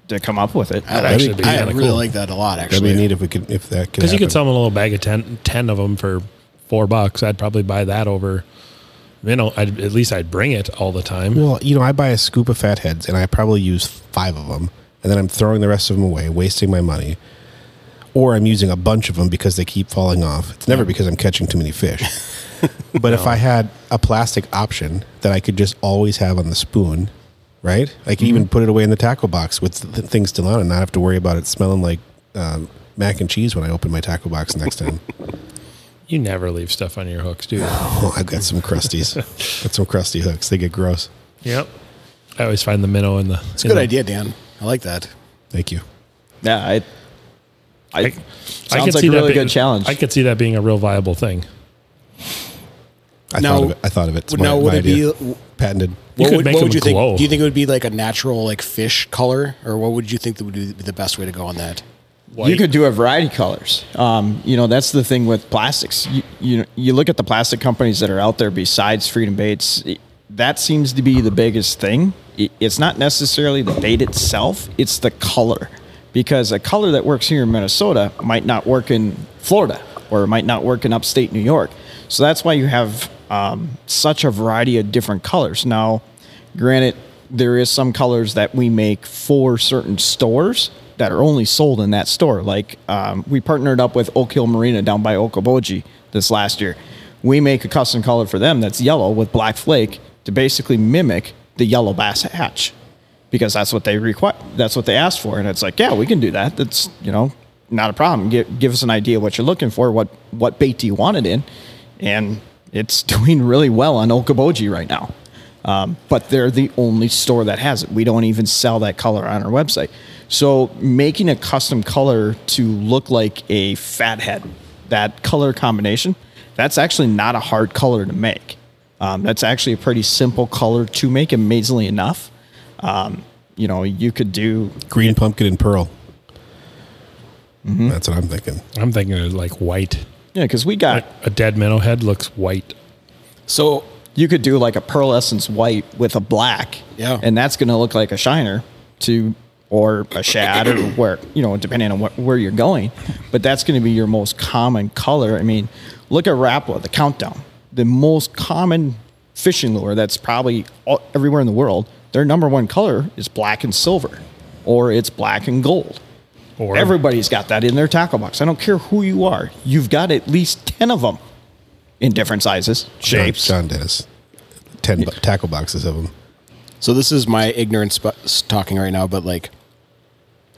Speaker 4: to come up with it.
Speaker 2: I'd
Speaker 1: That'd be
Speaker 2: actually, I
Speaker 1: kinda
Speaker 2: really
Speaker 1: cool.
Speaker 2: like that a lot.
Speaker 3: that'd be
Speaker 2: Actually,
Speaker 3: neat if we could if that could.
Speaker 1: because you
Speaker 3: happen.
Speaker 1: could sell them a little bag of 10, 10 of them for four bucks. I'd probably buy that over minnow. I'd, at least I'd bring it all the time.
Speaker 3: Well, you know, I buy a scoop of fat heads and I probably use five of them, and then I'm throwing the rest of them away, wasting my money. Or I'm using a bunch of them because they keep falling off. It's never because I'm catching too many fish. but if I had a plastic option that I could just always have on the spoon, right? I could even put it away in the tackle box with th- things still on and not have to worry about it smelling like um, mac and cheese when I open my tackle box next time.
Speaker 1: You never leave stuff on your hooks, do you?
Speaker 3: Oh, I've got some crusties. got some crusty hooks. They get gross.
Speaker 1: yep. I always find the minnow in the.
Speaker 2: It's a good idea, Dan. I like that.
Speaker 3: Thank you.
Speaker 4: Yeah, I, I,
Speaker 1: I, I
Speaker 4: sounds
Speaker 1: could
Speaker 4: like
Speaker 1: see
Speaker 4: a
Speaker 1: that
Speaker 4: really
Speaker 1: being-
Speaker 4: good challenge.
Speaker 1: I could see that being a real viable thing.
Speaker 3: I
Speaker 2: Now-
Speaker 3: thought of it. I thought of it. It's
Speaker 2: now,
Speaker 3: my,
Speaker 2: would
Speaker 3: my
Speaker 2: it be-
Speaker 3: idea. patented?
Speaker 1: You could
Speaker 2: would,
Speaker 1: make
Speaker 2: what
Speaker 1: them
Speaker 2: would you
Speaker 1: glow.
Speaker 2: think? Do you think it would be like a natural like fish color, or what would you think that would be the best way to go on that?
Speaker 4: You could do a variety of colors. Um, you know, that's the thing with plastics. You, you you look at the plastic companies that are out there besides Freedom Baits. it- that seems to be the biggest thing. It- It's not necessarily the bait itself; it's the color, because a color that works here in Minnesota might not work in Florida or it might not work in upstate New York. So that's why you have um, such a variety of different colors. Now, granted there is some colors that we make for certain stores that are only sold in that store like um, we partnered up with oak hill marina down by okoboji this last year we make a custom color for them that's yellow with black flake to basically mimic the yellow bass hatch because that's what they require that's what they asked for and it's like yeah we can do that that's you know not a problem Give give us an idea what you're looking for what what bait do you want it in and it's *laughs* doing really well on okoboji right now um, but they're the only store that has it we don't even sell that color on our website so making a custom color to look like a fathead that color combination that's actually not a hard color to make um, that's actually a pretty simple color to make amazingly enough um, you know, you could do
Speaker 3: Green pumpkin and pearl. That's what I'm thinking.
Speaker 1: I'm thinking of like white.
Speaker 4: yeah, because we got
Speaker 1: A dead minnow head looks white.
Speaker 2: So
Speaker 4: you could do like a pearl essence white with a black,
Speaker 2: Yeah.
Speaker 4: and that's going to look like a shiner to or a
Speaker 2: *clears throat*
Speaker 4: shad or where you know depending on what, where you're going, but that's going to be your most common color. I mean, look at Rapala, the countdown, the most common fishing lure that's probably all, everywhere in the world. Their number one color is black and silver, or it's black and gold.
Speaker 1: Or
Speaker 4: Everybody's got that in their tackle box. I don't care who you are. You've got at least 10 of them in different sizes, shapes.
Speaker 3: John, John Dennis. Ten bu- tackle boxes of them.
Speaker 2: So this is my ignorance bu- s- talking right now, but like,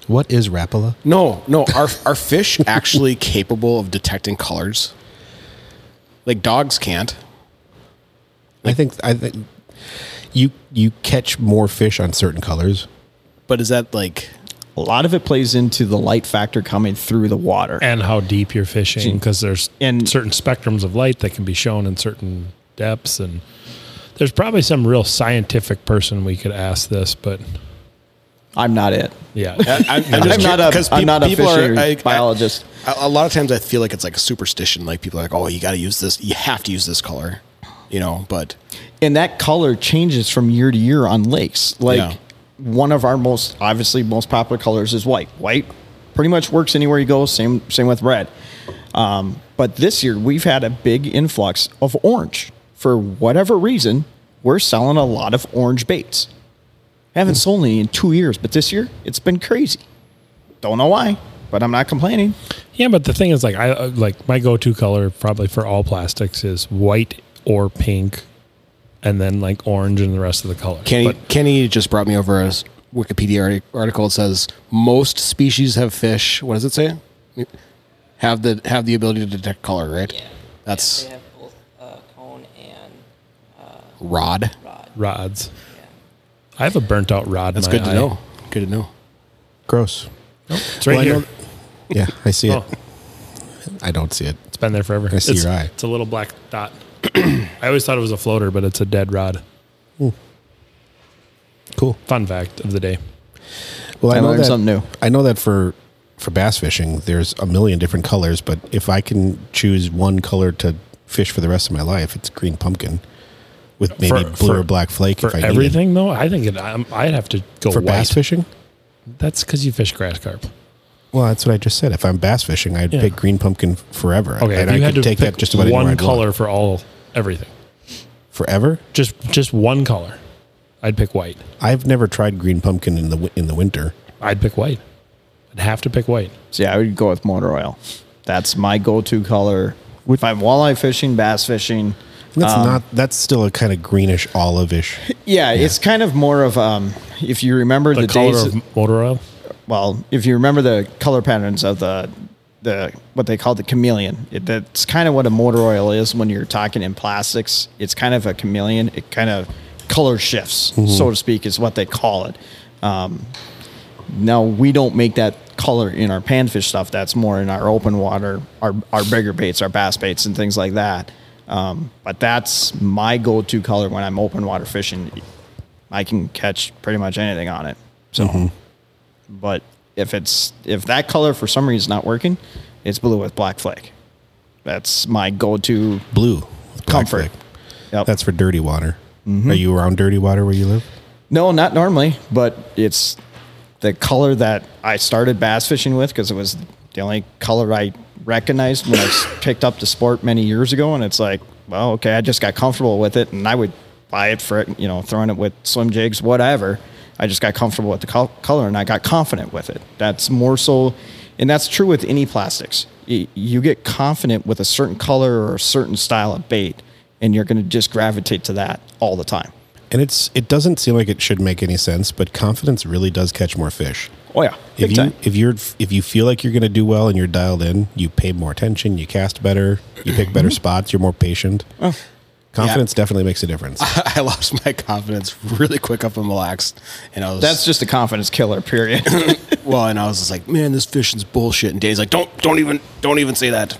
Speaker 3: What is Rapala?
Speaker 2: no, no, are
Speaker 1: *laughs*
Speaker 2: are fish actually capable of detecting colors? Like dogs can't.
Speaker 3: I think I think you you catch more fish on certain colors.
Speaker 2: But is that like
Speaker 4: A lot of it plays into the light factor coming through the water.
Speaker 1: and how deep you're fishing because there's
Speaker 4: And-
Speaker 1: certain spectrums of light that can be shown in certain depths and there's probably some real scientific person we could ask this but
Speaker 4: I'm not it.
Speaker 1: yeah
Speaker 2: I'm, I'm
Speaker 4: I'm not a-
Speaker 2: 'cause
Speaker 4: I'm not a
Speaker 2: people
Speaker 4: fishery biologist.
Speaker 2: I, a lot of times I feel like it's like a superstition. Like people are like, oh, you got to use this. You have to use this color, you know. But
Speaker 4: and that color changes from year to year on lakes. Like
Speaker 2: Yeah.
Speaker 4: one of our most obviously most popular colors is white. White pretty much works anywhere you go. Same same with red. Um, but this year we've had a big influx of orange. For whatever reason, we're selling a lot of orange baits. haven't sold any in two years, but this year it's been crazy. Don't know why, but I'm not complaining.
Speaker 1: yeah but the thing is like i uh, like my go-to color probably for all plastics is white or pink and then like orange and the rest of the colors
Speaker 2: Kenny
Speaker 1: But
Speaker 2: Kenny just brought me over a s- Wikipedia arti- article. It says most species have fish. What does it say? Have the have the ability to detect color, right?
Speaker 5: Yeah.
Speaker 2: That's
Speaker 5: They have both uh, cone and
Speaker 2: rod.
Speaker 5: rod.
Speaker 1: rods i have a burnt out rod in
Speaker 2: That's
Speaker 1: my
Speaker 2: good to
Speaker 1: eye.
Speaker 2: know. Good to know.
Speaker 3: Gross.
Speaker 1: it's right
Speaker 3: Well, I
Speaker 1: here
Speaker 3: know- Yeah, I see
Speaker 1: Oh.
Speaker 3: it. I don't see it.
Speaker 1: it's been there forever
Speaker 3: I see
Speaker 1: it's,
Speaker 3: your eye.
Speaker 1: it's a little black dot *clears throat* i always thought it was a floater but it's a dead rod
Speaker 3: Cool.
Speaker 1: fun fact of the day
Speaker 3: Well, I,
Speaker 4: I
Speaker 3: know
Speaker 4: learned
Speaker 3: that,
Speaker 4: something new.
Speaker 3: I know that for for bass fishing, there's a million different colors, but if I can choose one color to fish for the rest of my life, it's green pumpkin with maybe
Speaker 1: For-
Speaker 3: blue
Speaker 1: for-
Speaker 3: or black flake.
Speaker 1: for
Speaker 3: if I needed.
Speaker 1: everything though i think it, I'm, i'd have to go
Speaker 3: for
Speaker 1: white.
Speaker 3: bass fishing.
Speaker 1: that's because you fish grass carp
Speaker 3: Well, that's what I just said. If I'm bass fishing, I'd
Speaker 1: Yeah.
Speaker 3: pick green pumpkin forever.
Speaker 1: okay if
Speaker 3: and I
Speaker 1: you
Speaker 3: could
Speaker 1: had to
Speaker 3: take
Speaker 1: pick
Speaker 3: that just about anywhere
Speaker 1: one
Speaker 3: I'd want.
Speaker 1: color for all everything
Speaker 3: forever.
Speaker 1: just just one color i'd pick white
Speaker 3: I've never tried green pumpkin in the wi- in the winter.
Speaker 1: i'd pick white i'd have to pick white
Speaker 4: So yeah, I would go with motor oil. That's my go-to color. If I'm walleye fishing, bass fishing,
Speaker 3: That's
Speaker 4: Um,
Speaker 3: not. That's still a kind of greenish olive-ish.
Speaker 4: yeah, it's kind of more of um, if you remember
Speaker 1: the,
Speaker 4: the,
Speaker 1: color
Speaker 4: days.
Speaker 1: of motor oil
Speaker 4: well, if you remember the color patterns of the the what they call the chameleon. It, that's kind of what a motor oil is when you're talking in plastics. It's kind of a chameleon. It kind of color shifts, so to speak, is what they call it. Um, now we don't make that color in our panfish stuff. That's more in our open water, our our bigger baits, our bass baits, and things like that. Um, but that's my go-to color when I'm open water fishing. I can catch pretty much anything on it. So,
Speaker 3: Mm-hmm.
Speaker 4: but if it's if that color for some reason is not working, it's blue with black flake. That's my go-to
Speaker 3: Blue. with black
Speaker 4: comfort. Mm-hmm.
Speaker 3: flag.
Speaker 4: Yep.
Speaker 3: That's for dirty water. Are you around dirty water where you live?
Speaker 4: No, not normally, but it's the color that I started bass fishing with because it was the only color I recognized when I s- *laughs* picked up the sport many years ago. And it's like, well, okay, I just got comfortable with it and I would buy it for it, you know, throwing it with swim jigs, whatever. I just got comfortable with the col- color and I got confident with it. That's more so, and that's true with any plastics. Y- You get confident with a certain color or a certain style of bait, and you're going to just gravitate to that all the time.
Speaker 3: And it's it doesn't seem like it should make any sense, but confidence really does catch more fish.
Speaker 4: Oh, yeah.
Speaker 3: If you if you're if you feel like you're going to do well and you're dialed in, you pay more attention, you cast better, you pick better spots, you're more patient. Confidence definitely makes a difference.
Speaker 2: *laughs* I lost my confidence really quick up in Mille Lacs, and I was
Speaker 4: That's just a confidence killer, period.
Speaker 2: *laughs* well, and I was just like, man, this fishing's bullshit. And Dave's like, don't, don't even, don't even say that.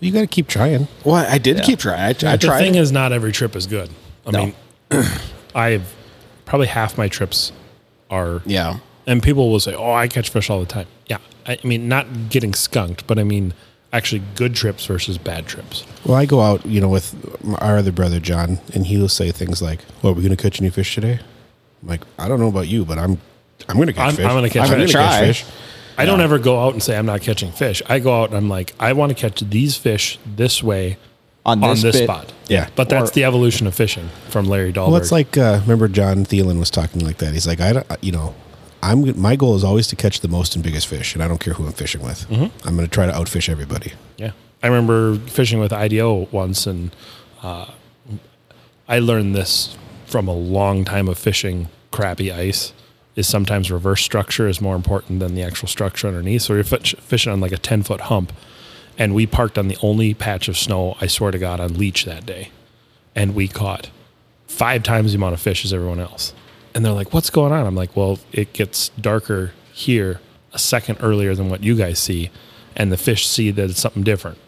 Speaker 3: you got to keep trying.
Speaker 2: Well, I did keep trying. I, I
Speaker 1: The
Speaker 2: tried.
Speaker 1: thing
Speaker 2: it.
Speaker 1: is, not every trip is good. I mean, *clears throat* I've probably half my trips are
Speaker 2: yeah,
Speaker 1: and people will say, "Oh, I catch fish all the time." Yeah, I I mean, not getting skunked, but I mean, actually, good trips versus bad trips.
Speaker 3: Well, I go out, you know, with m- our other brother John, and he'll say things like, "Well, are we going to catch any fish today?" I'm like, "I don't know about you, but I'm I'm going to catch
Speaker 1: I'm-
Speaker 3: fish.
Speaker 1: I'm gonna catch
Speaker 3: I'm
Speaker 1: fish.
Speaker 3: gonna
Speaker 4: Try.
Speaker 3: fish."
Speaker 1: I don't ever go out and say I'm not catching fish. I go out and I'm like, I want to catch these fish this way
Speaker 4: On
Speaker 1: on
Speaker 4: this
Speaker 1: this
Speaker 4: bit.
Speaker 1: spot.
Speaker 3: Yeah.
Speaker 1: but that's
Speaker 4: Or-
Speaker 1: the evolution of fishing from Larry Dahlberg.
Speaker 3: Well, it's like uh, remember John Thielen was talking like that. He's like, I don't, you know, I'm my goal is always to catch the most and biggest fish, and I don't care who I'm fishing with.
Speaker 1: Mm-hmm.
Speaker 3: I'm going to try to outfish everybody.
Speaker 1: Yeah. I remember fishing with IDO once, and uh, I learned this from a long time of fishing crappy ice. Is sometimes reverse structure is more important than the actual structure underneath. So you're fish, fishing on like a 10 foot hump, and we parked on the only patch of snow, I swear to God, on Leech that day. And we caught five times the amount of fish as everyone else. And they're like, what's going on? I'm like, well, it gets darker here a second earlier than what you guys see. And the fish see that it's something different.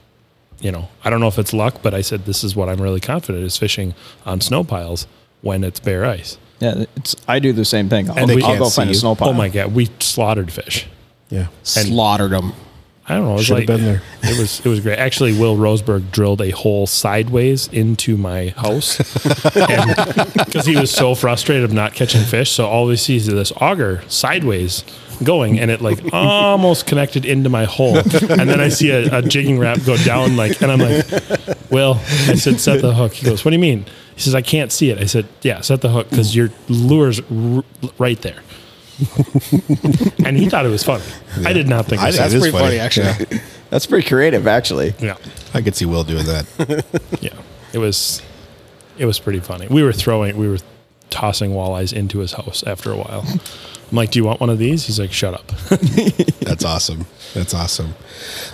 Speaker 1: You know, I don't know if it's luck, but I said, this is what I'm really confident is fishing on snow piles when it's bare ice.
Speaker 4: *laughs* Yeah, it's, I do the same thing. I'll,
Speaker 1: And we
Speaker 4: I'll
Speaker 1: can't
Speaker 4: go
Speaker 3: see
Speaker 4: find a
Speaker 3: you.
Speaker 4: snow pile.
Speaker 1: Oh my God. We slaughtered fish.
Speaker 3: Yeah,
Speaker 2: slaughtered them.
Speaker 1: I don't know. It was
Speaker 3: Should've
Speaker 1: like,
Speaker 3: been there.
Speaker 1: *laughs* It was it was great. Actually, Will Roseberg drilled a hole sideways into my
Speaker 3: *laughs*
Speaker 1: house because he was so frustrated of not catching fish. So all he sees is this auger sideways going, and it like almost connected into my hole. And then I see a, a jigging wrap go down, like, and I'm like, "Will," I said, "Set the hook." He goes, "What do you mean?" He says, "I can't see it." I said, "Yeah, set the hook because your lure's r- right there." and he thought it was funny. I did not think it
Speaker 3: I
Speaker 1: was
Speaker 3: think
Speaker 2: That's
Speaker 3: it is
Speaker 2: pretty funny,
Speaker 3: funny.
Speaker 2: actually.
Speaker 4: *laughs* That's pretty creative, actually.
Speaker 1: Yeah,
Speaker 3: I could see Will doing that.
Speaker 1: *laughs* yeah. It was, it was pretty funny. We were throwing, we were tossing walleyes into his house after a while. I'm like, "Do you want one of these?" He's like, "Shut up."
Speaker 3: That's awesome. That's awesome.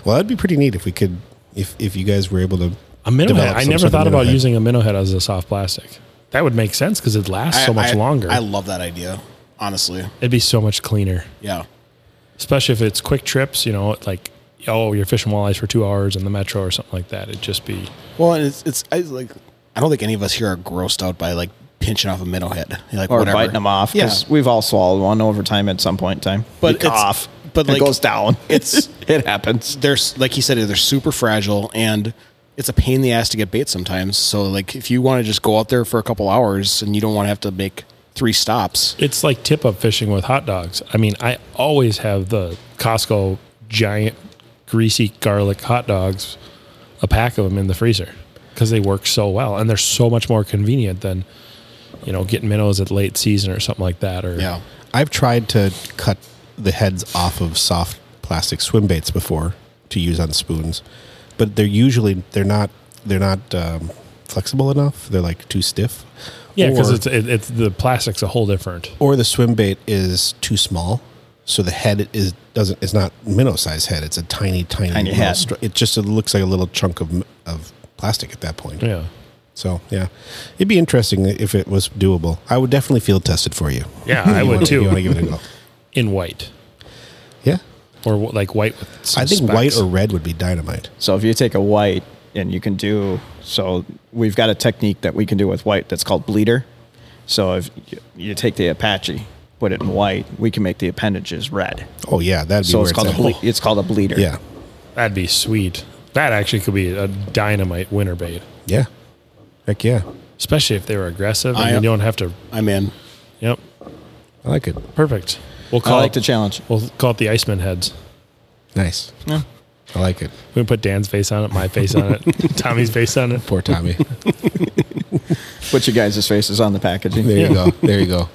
Speaker 3: Well, that'd be pretty neat if we could, if if you guys were able to.
Speaker 1: A minnow
Speaker 3: develop
Speaker 1: head. I
Speaker 3: some
Speaker 1: never
Speaker 3: sort of
Speaker 1: thought
Speaker 3: minnow
Speaker 1: about
Speaker 3: head.
Speaker 1: using a minnow head as a soft plastic. That would make sense because it lasts so
Speaker 2: I-
Speaker 1: much
Speaker 2: I-
Speaker 1: longer.
Speaker 2: I love that idea. Honestly,
Speaker 1: It'd be so much cleaner,
Speaker 2: yeah.
Speaker 1: especially if it's quick trips. You know, like oh, you're fishing walleyes for two hours in the metro or something like that. It'd just be
Speaker 2: Well, and it's it's I, like I don't think any of us here are grossed out by like pinching off a minnow head, *laughs* like
Speaker 4: Or
Speaker 2: whatever.
Speaker 4: biting them off.
Speaker 2: Yeah,
Speaker 4: Because we've all swallowed one over time at some point in time.
Speaker 2: But
Speaker 4: You
Speaker 2: it's-
Speaker 4: cough.
Speaker 2: but
Speaker 4: it
Speaker 2: like-
Speaker 4: goes down. *laughs*
Speaker 2: it's-
Speaker 4: it happens.
Speaker 2: they're s- like he said, they're super fragile and it's a pain in the ass to get bait sometimes. So like if you want to just go out there for a couple hours and you don't want to have to make three stops,
Speaker 1: It's like tip up fishing with hot dogs. I mean, I always have the Costco giant greasy garlic hot dogs, a pack of them in the freezer because they work so well and they're so much more convenient than, you know, getting minnows at late season or something like that. Or
Speaker 2: yeah,
Speaker 3: Oh. I've tried to cut the heads off of soft plastic swim baits before to use on spoons, but they're usually they're not they're not um, flexible enough. They're like too stiff.
Speaker 1: yeah, because
Speaker 3: Or-
Speaker 1: it's it, it's the plastic's a whole different.
Speaker 3: or the swim bait is too small. So the head is doesn't it's not minnow size head. It's a tiny, tiny,
Speaker 4: Tiny
Speaker 3: little
Speaker 4: head.
Speaker 3: it just it looks like a little chunk of of plastic at that point.
Speaker 1: Yeah.
Speaker 3: So yeah, it'd be interesting if it was doable. I would definitely field test it for you. *laughs*
Speaker 1: Yeah, I
Speaker 3: You
Speaker 1: would
Speaker 3: wanna-
Speaker 1: too.
Speaker 3: You want to give it a
Speaker 1: *laughs*
Speaker 3: go?
Speaker 1: In white
Speaker 3: Yeah,
Speaker 1: or wh- like white with. Some
Speaker 3: I think
Speaker 1: specks.
Speaker 3: white or red would be dynamite.
Speaker 4: So if you take a white and you can do so, we've got a technique that we can do with white that's called bleeder. So if you, you take the Apache, put it in white, we can make the appendages red.
Speaker 3: Oh yeah, that'd be
Speaker 4: So
Speaker 3: where
Speaker 4: it's called a
Speaker 3: at.
Speaker 4: ble- it's called a bleeder.
Speaker 3: Yeah,
Speaker 1: That'd be sweet. That actually could be a dynamite winter bait,
Speaker 3: yeah, heck yeah,
Speaker 1: especially if they were aggressive and
Speaker 2: I-
Speaker 1: you don't have to.
Speaker 2: I'm in.
Speaker 1: Yep.
Speaker 3: I like it.
Speaker 1: Perfect. We'll
Speaker 4: I
Speaker 1: call
Speaker 4: like
Speaker 1: it
Speaker 4: the challenge.
Speaker 1: We'll call it the Iceman heads.
Speaker 3: Nice. I like it.
Speaker 1: We can put Dan's face on it, my face on
Speaker 4: *laughs*
Speaker 1: it, Tommy's face on it.
Speaker 3: Poor Tommy.
Speaker 4: Put your guys' faces on the packaging.
Speaker 3: there you go. There you go.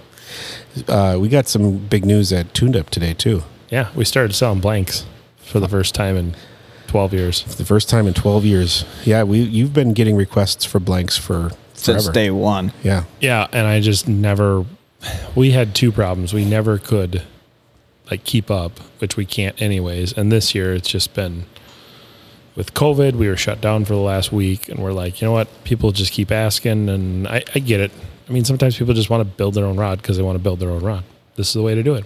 Speaker 3: Uh, we got some big news at Tuned Up today too.
Speaker 1: Yeah, we started selling blanks for the first time in 12 years.
Speaker 3: It's the first time in 12 years. Yeah, we you've been getting requests for blanks for
Speaker 4: Since
Speaker 3: forever.
Speaker 4: day one.
Speaker 3: Yeah.
Speaker 1: Yeah, and I just never we had two problems. We never could like keep up, which we can't anyways. And this year it's just been with COVID, we were shut down for the last week and we're like, you know what? People just keep asking and I, I get it. I mean, sometimes people just want to build their own rod because they want to build their own rod. This is the way to do it.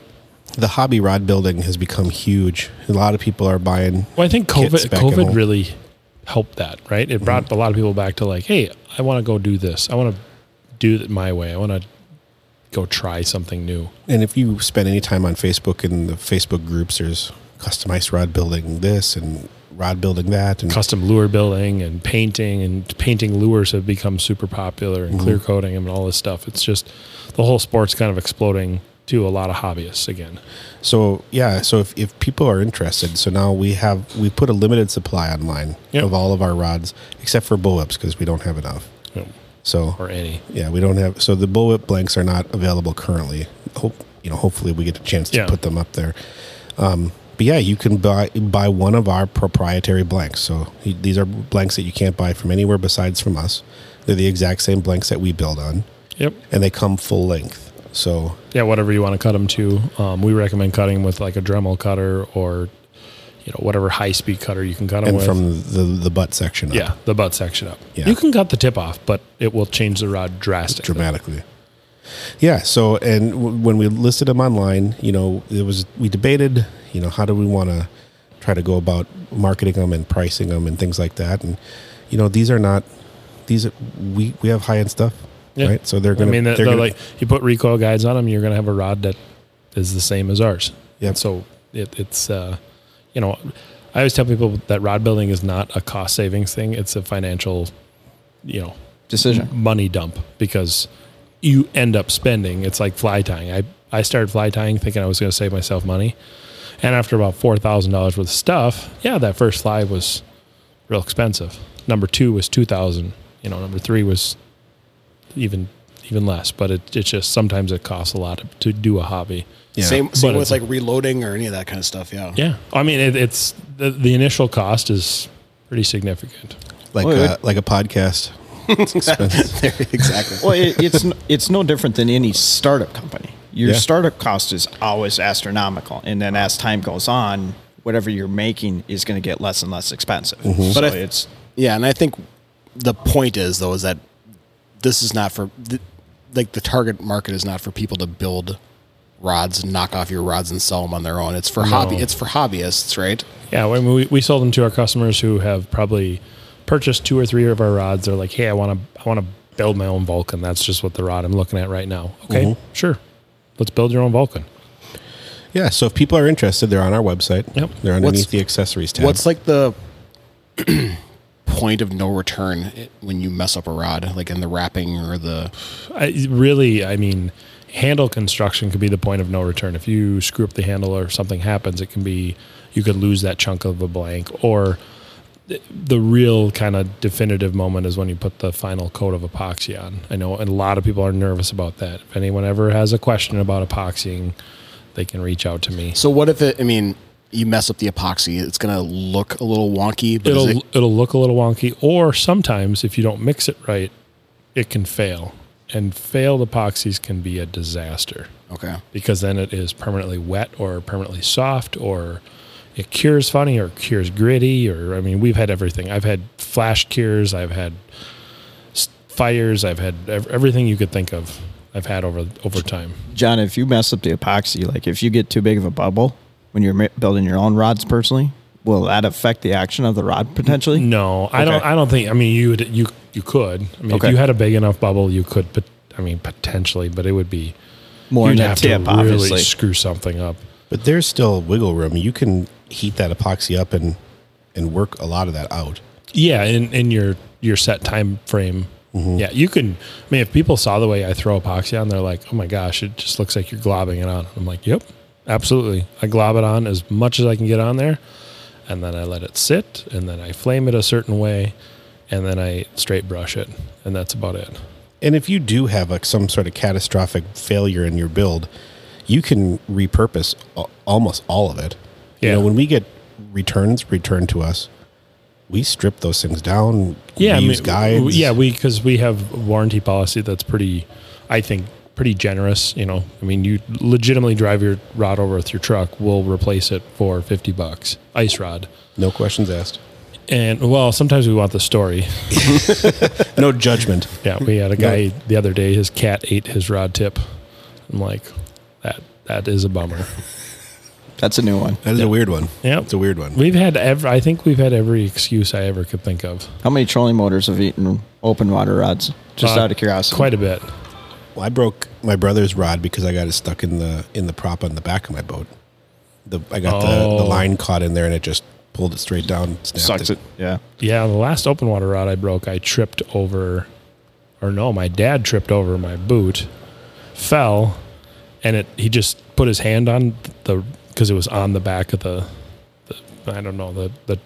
Speaker 3: The hobby rod building has become huge. A lot of people are buying.
Speaker 1: Well, I think
Speaker 3: kits
Speaker 1: COVID,
Speaker 3: back at
Speaker 1: COVID
Speaker 3: home.
Speaker 1: really helped that, right? It
Speaker 3: Mm-hmm.
Speaker 1: brought a lot of people back to like, hey, I want to go do this. I want to do it my way. I want to go try something new.
Speaker 3: And if you spend any time on Facebook and the Facebook groups, there's customized rod building this and rod building that and
Speaker 1: Custom lure building and painting and painting lures have become super popular
Speaker 3: Mm-hmm.
Speaker 1: and clear coating and all this stuff. It's just the whole sport's kind of exploding to a lot of hobbyists again.
Speaker 3: So yeah, so if, if people are interested, so now we have we put a limited supply online
Speaker 1: Yep.
Speaker 3: of all of our rods except for bullwhips because we don't have enough.
Speaker 1: you know,
Speaker 3: So
Speaker 1: Or any.
Speaker 3: yeah, we don't have so the bullwhip blanks are not available currently. Hope you know, hopefully we get a chance to
Speaker 1: Yeah.
Speaker 3: put them up there. Um, but yeah, you can buy buy one of our proprietary blanks. So y- these are blanks that you can't buy from anywhere besides from us. They're the exact same blanks that we build on,
Speaker 1: Yep.
Speaker 3: and they come full length. So
Speaker 1: yeah, whatever you want to cut them to. Um, we recommend cutting with like a Dremel cutter or you know whatever high speed cutter you can cut them
Speaker 3: and
Speaker 1: with.
Speaker 3: from the the butt section, up,
Speaker 1: yeah, the butt section up.
Speaker 3: Yeah.
Speaker 1: You can cut the tip off, but it will change the rod drastically.
Speaker 3: dramatically. Yeah. So, and w- when we listed them online, you know, it was we debated, you know, how do we want to try to go about marketing them and pricing them and things like that. And you know, these are not these are, we we have high end stuff,
Speaker 1: Yeah.
Speaker 3: right? So they're
Speaker 1: I
Speaker 3: gonna.
Speaker 1: mean, they're,
Speaker 3: they're gonna-
Speaker 1: like you put recoil guides on them, you're going to have a rod that is the same as ours.
Speaker 3: Yep.
Speaker 1: And so it, it's uh, you know, I always tell people that rod building is not a cost savings thing; it's a financial, you know,
Speaker 4: Decision.
Speaker 1: money dump because you end up spending. It's like fly tying. I, I started fly tying thinking I was going to save myself money. And after about $4,000 worth of stuff, yeah, that first fly was real expensive. Number two was 2000 You know, number three was even even less. But it, it's just sometimes it costs a lot to, to do a hobby.
Speaker 3: Yeah.
Speaker 2: Same, same
Speaker 1: But
Speaker 2: with
Speaker 1: it's-
Speaker 2: like reloading or any of that kind of stuff. Yeah.
Speaker 1: Yeah. I mean, it, it's the, the initial cost is pretty significant.
Speaker 3: like
Speaker 4: Well,
Speaker 3: a, like a podcast. *laughs* It's
Speaker 1: *laughs*
Speaker 3: expensive.
Speaker 2: exactly.
Speaker 4: well, it, it's n- it's no different than any startup company. Your
Speaker 3: Yeah.
Speaker 4: startup cost is always astronomical, and then as time goes on, whatever you're making is going to get less and less expensive. So
Speaker 1: Mm-hmm.
Speaker 2: But I-
Speaker 4: it's
Speaker 2: Yeah, and I think the point is though is that this is not for th- like the target market is not for people to build rods and knock off your rods and sell them on their own. It's for hobby. It's for hobbyists, right?
Speaker 1: Yeah, I mean, we, we sold them to our customers who have probably purchased two or three of our rods. They're like, hey, I want to I want to build my own Vulcan. That's just what the rod I'm looking at right now. Okay, sure, let's build your own Vulcan.
Speaker 3: yeah. So if people are interested, they're on our website.
Speaker 1: Yep.
Speaker 3: They're underneath
Speaker 2: What's-
Speaker 3: the accessories tab.
Speaker 2: What's like the *clears throat* point of no return i- when you mess up a rod, like in the wrapping or the
Speaker 1: I, really, I mean, handle construction could be the point of no return. If you screw up the handle or something happens, it can be you could lose that chunk of a blank. Or th- the real kind of definitive moment is when you put the final coat of epoxy on. I know, and a lot of people are nervous about that. If anyone ever has a question about epoxying, they can reach out to me.
Speaker 2: so what if it? I mean, you mess up the epoxy, it's gonna look a little wonky. But is
Speaker 1: it'll
Speaker 2: it-
Speaker 1: it'll look a little wonky or sometimes if you don't mix it right it can fail and failed epoxies can be a disaster
Speaker 2: Okay.
Speaker 1: because then it is permanently wet or permanently soft or it cures funny or cures gritty or I mean we've had everything. I've had flash cures, I've had s- fires, I've had ev- everything you could think of. I've had over over time.
Speaker 4: John, if you mess up the epoxy, like if you get too big of a bubble when you're ma- building your own rods personally, will that affect the action of the rod potentially?
Speaker 1: No, I don't.
Speaker 4: Okay.
Speaker 1: I don't think. I mean, you would, you you could. I mean,
Speaker 4: Okay.
Speaker 1: if you had a big enough bubble, you could. But I mean, potentially, but it would be
Speaker 4: More in
Speaker 1: Mm-hmm. you'd
Speaker 4: the
Speaker 1: have
Speaker 4: tip,
Speaker 1: to really
Speaker 4: obviously.
Speaker 1: screw something up.
Speaker 3: But there's still wiggle room. You can heat that epoxy up and and work a lot of that out.
Speaker 1: Yeah, in in your your set time frame. Yeah, you can. I mean, if people saw the way I throw epoxy on, they're like, "Oh my gosh, it just looks like you're globbing it on." I'm like, "Yep, absolutely. I glob it on as much as I can get on there, and then I let it sit, and then I flame it a certain way, and then I straight brush it, and that's about it."
Speaker 3: And if you do have like some sort of catastrophic failure in your build, you can repurpose al- almost all of it. You
Speaker 1: Yeah.
Speaker 3: know, when we get returns returned to us, we strip those things down.
Speaker 1: yeah,
Speaker 3: we
Speaker 1: I
Speaker 3: use
Speaker 1: mean,
Speaker 3: guides.
Speaker 1: w- Yeah, we because we have a warranty policy that's pretty, I think, pretty generous. You know, I mean, you legitimately drive your rod over with your truck, we'll replace it for fifty bucks, ice rod.
Speaker 3: no questions asked.
Speaker 1: And well, sometimes we want the story.
Speaker 3: No judgment.
Speaker 1: Yeah, we had a guy the other day. His cat ate his rod tip. I'm like, that that is a bummer.
Speaker 4: That's a new one.
Speaker 3: That is a weird one.
Speaker 1: Yep.
Speaker 3: it's a weird one.
Speaker 1: We've had every. I think we've had every excuse I ever could think of.
Speaker 4: How many trolling motors have eaten open water rods? Just
Speaker 1: Uh,
Speaker 4: out of curiosity.
Speaker 1: Quite a bit.
Speaker 3: Well, I broke my brother's rod because I got it stuck in the in the prop on the back of my boat. The I got the, the
Speaker 1: Oh.
Speaker 3: line caught in there and it just pulled it straight down. Snapped
Speaker 4: sucks it. Yeah.
Speaker 1: Yeah, the last open water rod I broke, I tripped over, or no, my dad tripped over my boot, fell, and it. He just put his hand on the because it was on the back of the, the I don't know the the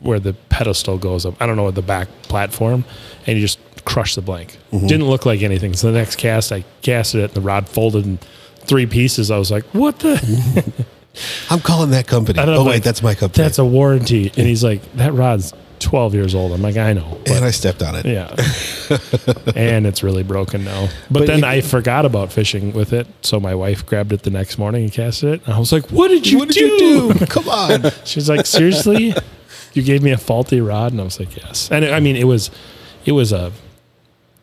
Speaker 1: where the pedestal goes up. I don't know the back platform, and he just crushed the blank. Didn't look like anything. So the next cast, I casted it, and the rod folded in three pieces. I was like, "What the?
Speaker 3: I'm calling that company.
Speaker 1: I don't
Speaker 3: Oh
Speaker 1: know,
Speaker 3: wait,
Speaker 1: like,
Speaker 3: that's my company.
Speaker 1: That's a warranty." And he's like, "That rod's." 12 years old. I'm like, I know. but-
Speaker 3: and I stepped on it.
Speaker 1: yeah. *laughs* and it's really broken now. But,
Speaker 3: But
Speaker 1: then
Speaker 3: you-
Speaker 1: I forgot about fishing with it. So my wife grabbed it the next morning and cast it. And I was like, What did you,
Speaker 3: What did
Speaker 1: do?
Speaker 3: you *laughs* do? Come on.
Speaker 1: *laughs* She's like, Seriously? you gave me a faulty rod? And I was like, Yes. And it, I mean, it was, it was a,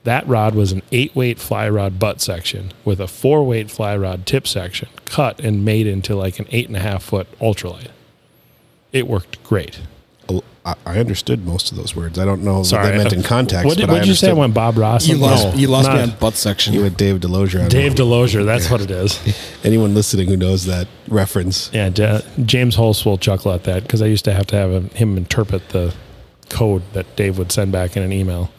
Speaker 1: that rod was an eight weight fly rod butt section with a four weight fly rod tip section cut and made into like an eight and a half foot ultralight. It worked great.
Speaker 3: Oh, I, I understood most of those words. I don't know
Speaker 1: Sorry.
Speaker 3: what they
Speaker 1: *laughs*
Speaker 3: meant in context.
Speaker 1: What did,
Speaker 3: but
Speaker 1: what
Speaker 3: I
Speaker 1: did you say? I
Speaker 3: understood-
Speaker 1: went Bob Ross.
Speaker 2: You
Speaker 1: No,
Speaker 2: lost. you lost me
Speaker 1: not-
Speaker 2: on butt section.
Speaker 3: You went Dave Delosier. on
Speaker 1: Dave
Speaker 3: that one.
Speaker 1: Delosier. That's what it
Speaker 3: *laughs*
Speaker 1: is.
Speaker 3: Anyone listening who knows that reference.
Speaker 1: Yeah, Ja- James Hulse will chuckle at that because I used to have to have him- him interpret the code that Dave would send back in an email.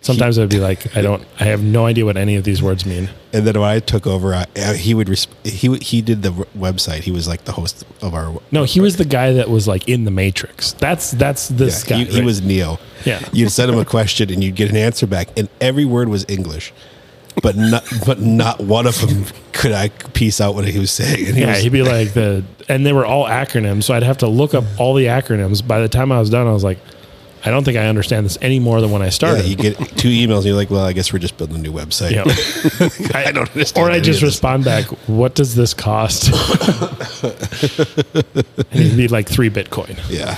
Speaker 1: Sometimes I'd be like, I don't, I have no idea what any of these words mean.
Speaker 3: And then when I took over, I, uh, he would resp- he would- he did the w- website. He was like the host of our.
Speaker 1: No, he was the guy that was like in the Matrix. That's that's this
Speaker 3: Yeah,
Speaker 1: guy.
Speaker 3: he, he
Speaker 1: right?
Speaker 3: was Neo.
Speaker 1: Yeah.
Speaker 3: You'd send him a question and you'd get an answer back, and every word was English, but not but not one of them could I piece out what he was saying. And he
Speaker 1: Yeah,
Speaker 3: was-
Speaker 1: he'd be like the, and they were all acronyms, so I'd have to look up all the acronyms. By the time I was done, I was like, I don't think I understand this any more than when I
Speaker 3: yeah,
Speaker 1: started.
Speaker 3: you get two emails and you're like, well, I guess we're just building a new website.
Speaker 1: Yeah.
Speaker 3: *laughs* I don't understand.
Speaker 1: Or I
Speaker 3: any
Speaker 1: just
Speaker 3: of this.
Speaker 1: respond back, what does this
Speaker 3: *laughs*
Speaker 1: cost? and it'd be like three Bitcoin.
Speaker 3: Yeah.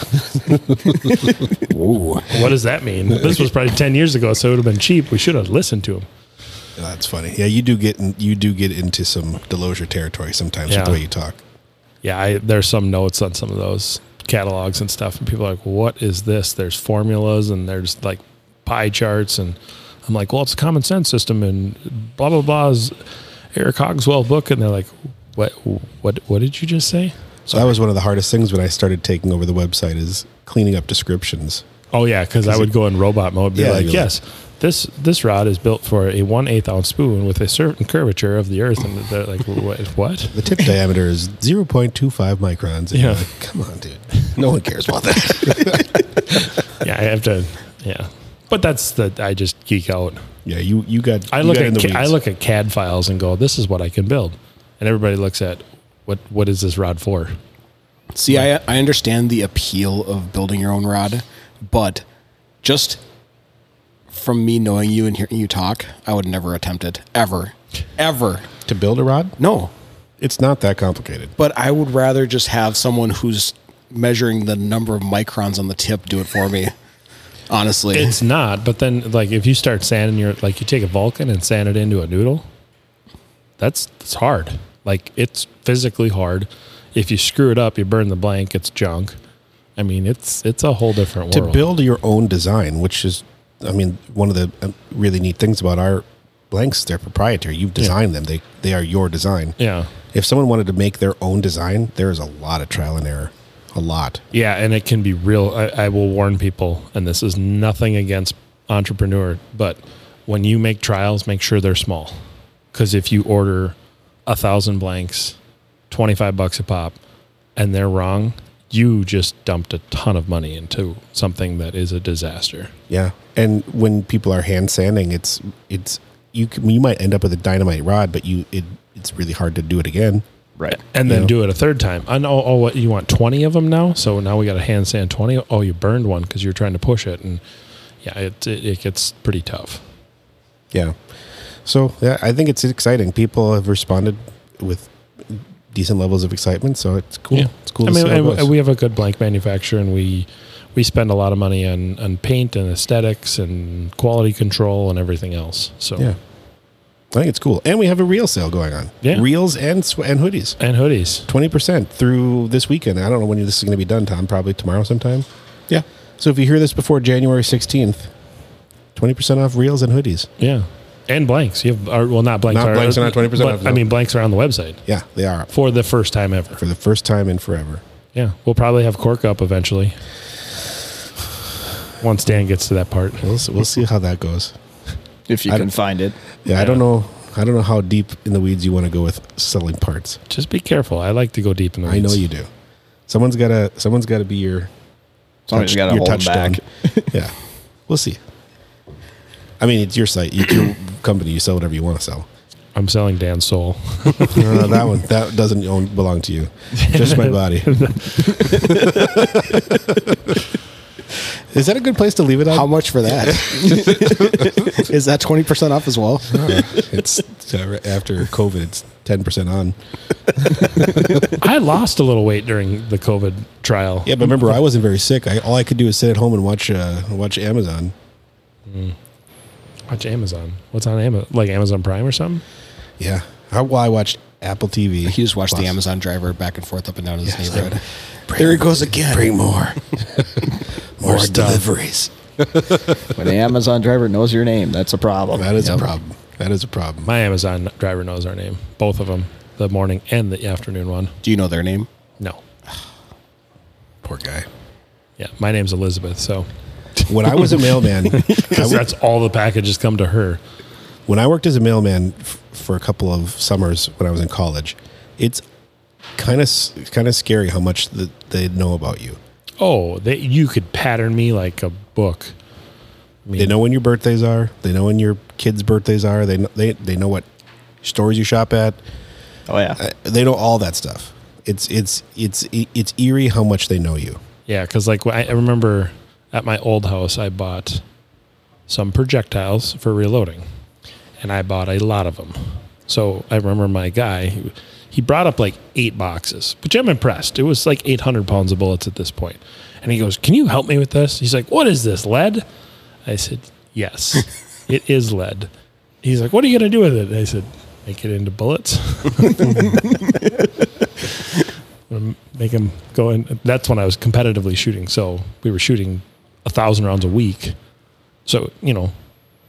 Speaker 2: Ooh.
Speaker 1: What does that mean? This was probably 10 years ago, so it would have been cheap. We should have listened to him.
Speaker 3: Yeah, That's funny. Yeah, you do get in, you do get into some Delosier territory sometimes with the
Speaker 1: Yeah.
Speaker 3: way you talk.
Speaker 1: Yeah, I, there's some notes on some of those catalogs and stuff, and people are like, what is this? There's formulas and there's like pie charts. And I'm like, well, it's a common sense system, and blah, blah, blah is Eric Cogswell book. And they're like, what, what, what did you just say?
Speaker 3: So that was one of the hardest things when I started taking over the website is cleaning up descriptions.
Speaker 1: Oh yeah, because I would go in robot mode, be
Speaker 3: Yeah, you're
Speaker 1: like,
Speaker 3: like-
Speaker 1: yes, this this rod is built for a one eighth ounce spoon with a certain curvature of the earth, and they're like, what? what? *laughs*
Speaker 3: The tip diameter is 0.25 microns. And
Speaker 1: Yeah.
Speaker 3: you're like, come on, dude. No one cares about that.
Speaker 1: Yeah, I have to. Yeah, but that's the I just geek out.
Speaker 3: yeah, you you got.
Speaker 1: I
Speaker 3: you
Speaker 1: look
Speaker 3: got
Speaker 1: at ca- I
Speaker 3: weeds.
Speaker 1: look at CAD files and go, this is what I can build, and everybody looks at what what is this rod for?
Speaker 2: See, I, I understand the appeal of building your own rod, but just from me knowing you and hearing you talk, I would never attempt it ever, ever.
Speaker 3: to build a rod?
Speaker 2: No,
Speaker 3: It's not that complicated.
Speaker 2: but I would rather just have someone who's measuring the number of microns on the tip do it for me. *laughs* Honestly,
Speaker 1: It's not, but then like if you start sanding your like you take a Vulcan and sand it into a noodle, that's it's hard. Like it's physically hard. If you screw it up, you burn the blank, it's junk. I mean, it's it's a whole different
Speaker 3: to
Speaker 1: world.
Speaker 3: build your own design, which is, I mean, one of the um, really neat things about our blanks, they're proprietary. You've designed them; they they are your design.
Speaker 1: yeah.
Speaker 3: If someone wanted to make their own design, there is a lot of trial and error, a lot.
Speaker 1: Yeah, and it can be real. I, I will warn people, and this is nothing against entrepreneur, but when you make trials, make sure they're small. Because if you order a thousand blanks, twenty five bucks a pop, and they're wrong, you just dumped a ton of money into something that is a disaster.
Speaker 3: Yeah, and when people are hand sanding, it's it's you can, you might end up with a dynamite rod, but you it it's really hard to do it again.
Speaker 4: Right.
Speaker 1: And then
Speaker 3: Yeah.
Speaker 1: do it a third time. And oh, oh, what you want twenty of them now? So now we got to hand sand twenty. Oh, you burned one because you're trying to push it, and yeah, it it, it gets pretty tough.
Speaker 3: Yeah. So yeah, I think it's exciting. People have responded with decent levels of excitement, so it's cool. It's cool.
Speaker 1: I
Speaker 3: to
Speaker 1: mean,
Speaker 3: see how it
Speaker 1: and
Speaker 3: goes.
Speaker 1: we have a good blank manufacturer, and we we spend a lot of money on on paint and aesthetics and quality control and everything else. So
Speaker 3: Yeah. I think it's cool. And we have a reel sale going on.
Speaker 1: Yeah.
Speaker 3: Reels and sw- and hoodies.
Speaker 1: and hoodies.
Speaker 3: 20% through this weekend. I don't know when this is going to be done, Tom. Probably tomorrow sometime.
Speaker 2: yeah.
Speaker 3: So if you hear this before January 16th, 20% off reels and hoodies.
Speaker 1: Yeah, and blanks. You have or, well, not blanks.
Speaker 3: Not blanks are not 20%
Speaker 1: but,
Speaker 3: off,
Speaker 1: I
Speaker 3: no.
Speaker 1: mean, blanks are on the website
Speaker 3: Yeah, they are
Speaker 1: for the first time ever.
Speaker 3: for the first time in forever.
Speaker 1: Yeah, we'll probably have cork up eventually. Once Dan gets to that part,
Speaker 3: We'll, s- we'll see how that goes.
Speaker 4: If you
Speaker 3: I
Speaker 4: can
Speaker 3: don't-
Speaker 4: find it.
Speaker 3: Yeah, I don't know. I don't know how deep in the weeds you want to go with selling parts.
Speaker 1: just be careful. I like to go deep in the. Weeds.
Speaker 3: I know you do. Someone's got to someone's got to be your
Speaker 4: Somebody's got to
Speaker 3: your
Speaker 4: hold 'em back.
Speaker 3: touchdown. *laughs* yeah, we'll see. I mean, it's your site, it's your company. You sell whatever you want to sell.
Speaker 1: I'm selling Dan's
Speaker 3: *laughs*
Speaker 1: soul.
Speaker 3: No, no, that one that doesn't own belong to you. Just my body. Is that a good place to leave it?
Speaker 2: How
Speaker 3: On?
Speaker 2: much for that? *laughs* Is that twenty percent off as well?
Speaker 3: it's it's, uh, after COVID. It's ten percent on.
Speaker 1: I lost a little weight during the COVID trial.
Speaker 3: Yeah, but remember, I wasn't very sick. I, all I could do is sit at home and watch uh, watch Amazon.
Speaker 1: Watch Amazon. What's on Amazon? Like Amazon Prime or something?
Speaker 3: Yeah, I, well, I watched Apple TV.
Speaker 2: He just watched the
Speaker 3: Plus.
Speaker 2: Amazon driver back and forth up and down his
Speaker 3: Yes,
Speaker 2: neighborhood.
Speaker 3: Bring-
Speaker 2: There he goes again.
Speaker 3: Bring more, *laughs* more
Speaker 1: stuff.
Speaker 3: deliveries.
Speaker 4: When the Amazon driver knows your name, that's a problem.
Speaker 3: That is a problem. That is a problem.
Speaker 1: My Amazon driver knows our name, both of them, the morning and the afternoon one.
Speaker 2: Do you know their name?
Speaker 1: No.
Speaker 3: Poor guy.
Speaker 1: Yeah, my name's Elizabeth, so
Speaker 3: When I was a *laughs* mailman, I
Speaker 1: because
Speaker 3: would-
Speaker 1: that's all the packages come to her.
Speaker 3: when I worked as a mailman f- for a couple of summers when I was in college, it's kind of kind of scary how much the, they know about you.
Speaker 1: Oh, they, you could pattern me like a book.
Speaker 3: They know when your birthdays are. They know when your kids' birthdays are. They know, they they know what stores you shop at.
Speaker 4: Oh, yeah.
Speaker 3: Uh, They know all that stuff. It's it's it's e- it's eerie how much they know you.
Speaker 1: Yeah, because like I I remember at my old house, I bought some projectiles for reloading, and I bought a lot of them. So I remember my guy, he, he brought up like eight boxes, which I'm impressed. It was like 800 pounds of bullets at this point. And he goes, Can you help me with this? He's like, What is this, lead? I said, Yes, it is lead. He's like, What are you going to do with it? I said, Make it into bullets. make him go in. That's when I was competitively shooting. So we were shooting a thousand rounds a week. So, you know,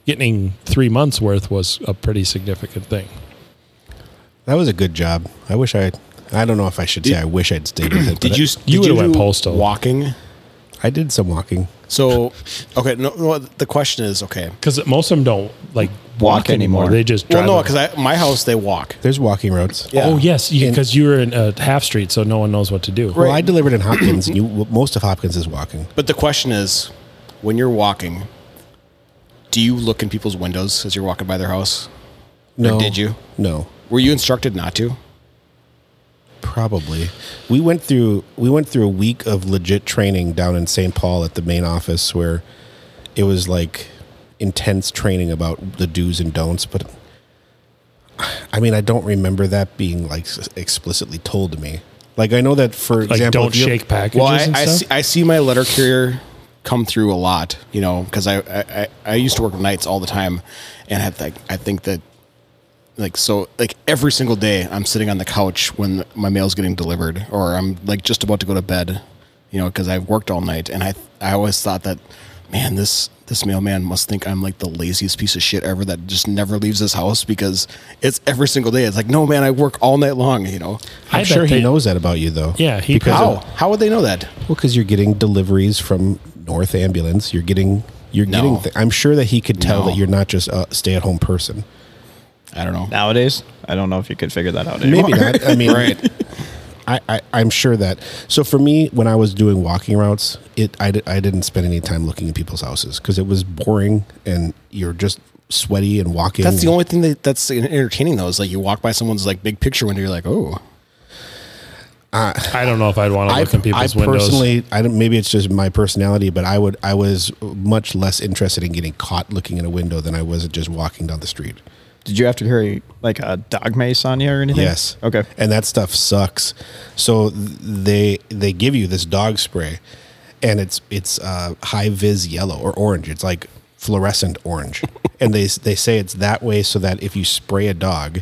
Speaker 1: getting three months worth was a pretty significant thing.
Speaker 3: That was a good job. I wish I. I don't know if I should say I wish I'd stayed with it.
Speaker 2: *clears throat*
Speaker 3: but
Speaker 2: Did you? Did
Speaker 1: would've went
Speaker 2: do
Speaker 1: postal.
Speaker 2: Walking.
Speaker 3: I, I did some walking.
Speaker 2: So, okay. No, no. The question is, okay.
Speaker 1: Because most of them don't like walk,
Speaker 4: Walk
Speaker 1: anymore.
Speaker 4: anymore.
Speaker 1: They just
Speaker 2: Well,
Speaker 1: drive.
Speaker 2: no,
Speaker 1: a-
Speaker 2: because my house they walk.
Speaker 3: There's walking roads.
Speaker 2: Yeah.
Speaker 1: Oh, yes. Because you, were in a half street, so no one knows what to do.
Speaker 3: Well, I delivered
Speaker 2: *clears throat*
Speaker 3: in Hopkins, and you well, most of Hopkins is walking.
Speaker 2: But the question is, when you're walking, do you look in people's windows as you're walking by their house?
Speaker 3: No,
Speaker 2: did you?
Speaker 3: No,
Speaker 2: Were you instructed not to?
Speaker 3: Probably. We went through we went through a week of legit training down in St. Paul at the main office where it was like intense training about the do's and don'ts, but I mean, I don't remember that being like s- explicitly told to me. Like I know that for
Speaker 1: Like
Speaker 3: example,
Speaker 1: don't
Speaker 3: if you-
Speaker 1: shake packages
Speaker 2: Well, I,
Speaker 1: and
Speaker 2: I, see,
Speaker 1: stuff.
Speaker 2: I see my letter carrier come through a lot, you know, because I, I, I, I used to work nights all the time, and I think I think that like so like every single day I'm sitting on the couch when my mail's getting delivered, or I'm like just about to go to bed, you know, because I've worked all night, and I I always thought that, man, this this mailman must think I'm like the laziest piece of shit ever that just never leaves his house because it's every single day. It's like, no, man, I work all night long, you know.
Speaker 1: I
Speaker 3: I'm
Speaker 1: bet
Speaker 3: sure he
Speaker 1: they-
Speaker 3: knows that about you though.
Speaker 1: Yeah, he
Speaker 3: because
Speaker 1: probably-
Speaker 2: How
Speaker 3: of,
Speaker 2: how would they know that?
Speaker 3: well, because you're getting deliveries from North Ambulance. You're getting you're
Speaker 2: No.
Speaker 3: getting. Th- I'm sure that he could tell
Speaker 2: No.
Speaker 3: that you're not just a stay at home person.
Speaker 2: I don't know.
Speaker 4: Nowadays, I don't know if you could figure that out anymore.
Speaker 3: Maybe not. I mean,
Speaker 2: Right.
Speaker 3: *laughs* I, I, I'm sure that. So for me, when I was doing walking routes, it I, di- I didn't spend any time looking at people's houses because it was boring and you're just sweaty and walking.
Speaker 2: That's the only thing that, that's entertaining though. Is like you walk by someone's like big picture window, you're like, oh,
Speaker 1: I don't know if I'd want to
Speaker 3: I,
Speaker 1: look in
Speaker 3: I
Speaker 1: people's windows.
Speaker 3: personally, I don't, maybe it's just my personality, but I would I was much less interested in getting caught looking in a window than I was at just walking down the street.
Speaker 4: *laughs* Did you have to carry like a dog mace on you or anything?
Speaker 3: Yes. *laughs*
Speaker 4: Okay.
Speaker 3: And that stuff sucks. So th- they they give you this dog spray, and it's it's uh, high vis yellow or orange. It's like fluorescent
Speaker 4: *laughs*
Speaker 3: orange, and they s- they say it's that way so that if you spray a dog,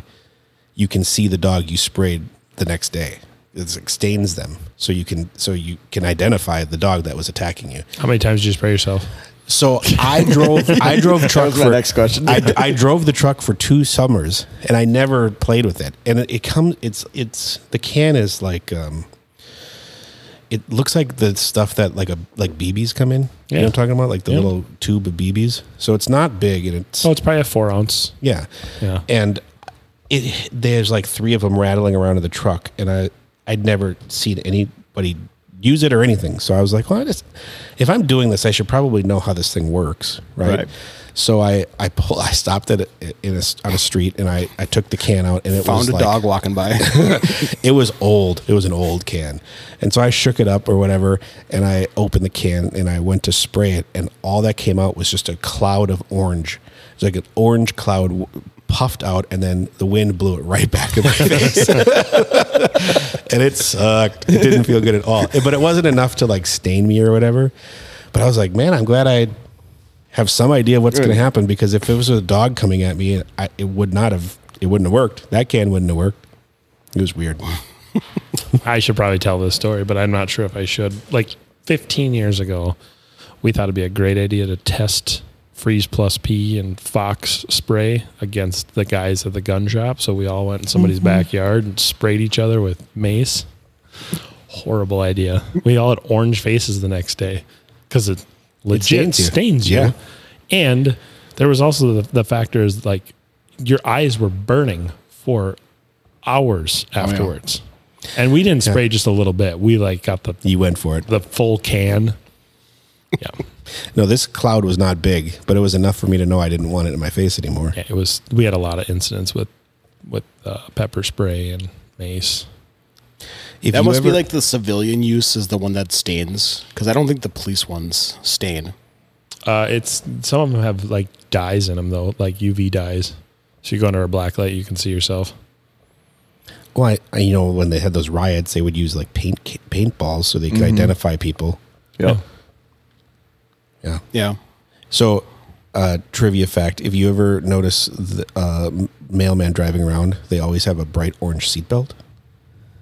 Speaker 3: you can see the dog you sprayed the next day. It's- It stains them, so you can so you can identify the dog that was attacking you.
Speaker 1: How many times did you spray yourself?
Speaker 3: So
Speaker 4: *laughs*
Speaker 3: I drove. I drove truck.
Speaker 4: was my
Speaker 3: for,
Speaker 4: next question.
Speaker 3: I, I drove the truck for two summers, and I never played with it. And it, it comes. It's it's the can is like. um It looks like the stuff that like a like BBs come in. You know what
Speaker 1: Yeah.
Speaker 3: I'm talking about, like the
Speaker 1: Yeah.
Speaker 3: little tube of BBs. So it's not big, and it's
Speaker 1: Oh, it's probably a four ounce.
Speaker 3: yeah.
Speaker 1: Yeah.
Speaker 3: And it there's like three of them rattling around in the truck, and I I'd never seen anybody use it or anything. So I was like, well, I just, if I'm doing this, I should probably know how this thing works, right?
Speaker 4: Right.
Speaker 3: So I I pull I stopped at a, in a, on a street and I I took the can out and it
Speaker 2: found
Speaker 3: was
Speaker 2: a
Speaker 3: like,
Speaker 2: dog walking
Speaker 3: *laughs*
Speaker 2: by. *laughs*
Speaker 3: it was old. It was an old can. And so I shook it up or whatever, and I opened the can and I went to spray it, and all that came out was just a cloud of orange. It's like an orange cloud w- puffed out, and then the wind blew it right back in my *laughs* face. and it sucked. It didn't feel good at all. But it wasn't enough to like stain me or whatever. But I was like, man, I'm glad I have some idea of what's going to happen because if it was a dog coming at me, I, it would not have. It wouldn't have worked. That can wouldn't have worked. It was weird.
Speaker 1: I should probably tell this story, but I'm not sure if I should. Like 15 years ago, we thought it'd be a great idea to test Freeze Plus P and Fox spray against the guys at the gun shop. So we all went in somebody's
Speaker 3: Mm-hmm.
Speaker 1: backyard and sprayed each other with mace. Horrible idea. We all had orange faces the next day because it legit
Speaker 3: stains you.
Speaker 1: stains you.
Speaker 3: Yeah.
Speaker 1: And there was also the, the factor is like your eyes were burning for hours
Speaker 3: Oh,
Speaker 1: afterwards. And we didn't spray just a little bit. We like got the
Speaker 3: You went for it.
Speaker 1: the full can. Yeah.
Speaker 3: No, this cloud was not big, but it was enough for me to know I didn't want it in my face anymore.
Speaker 1: Yeah, it was we had a lot of incidents with with uh, pepper spray and mace.
Speaker 3: If
Speaker 2: that
Speaker 3: you
Speaker 2: must be
Speaker 3: ever-
Speaker 2: like the civilian use is the one that stains because I don't think the police ones stain.
Speaker 1: Uh, it's some of them have like dyes in them though, like UV dyes. So you go under a black light, you can see yourself.
Speaker 3: Well, I, I- you know, when they had those riots, they would use like paint ca- paintballs so they could
Speaker 2: Mm-hmm.
Speaker 3: identify people.
Speaker 4: Yeah.
Speaker 3: Yeah.
Speaker 2: Yeah,
Speaker 3: So, uh, trivia fact: If you ever notice the uh, m- mailman driving around, they always have a bright orange seatbelt,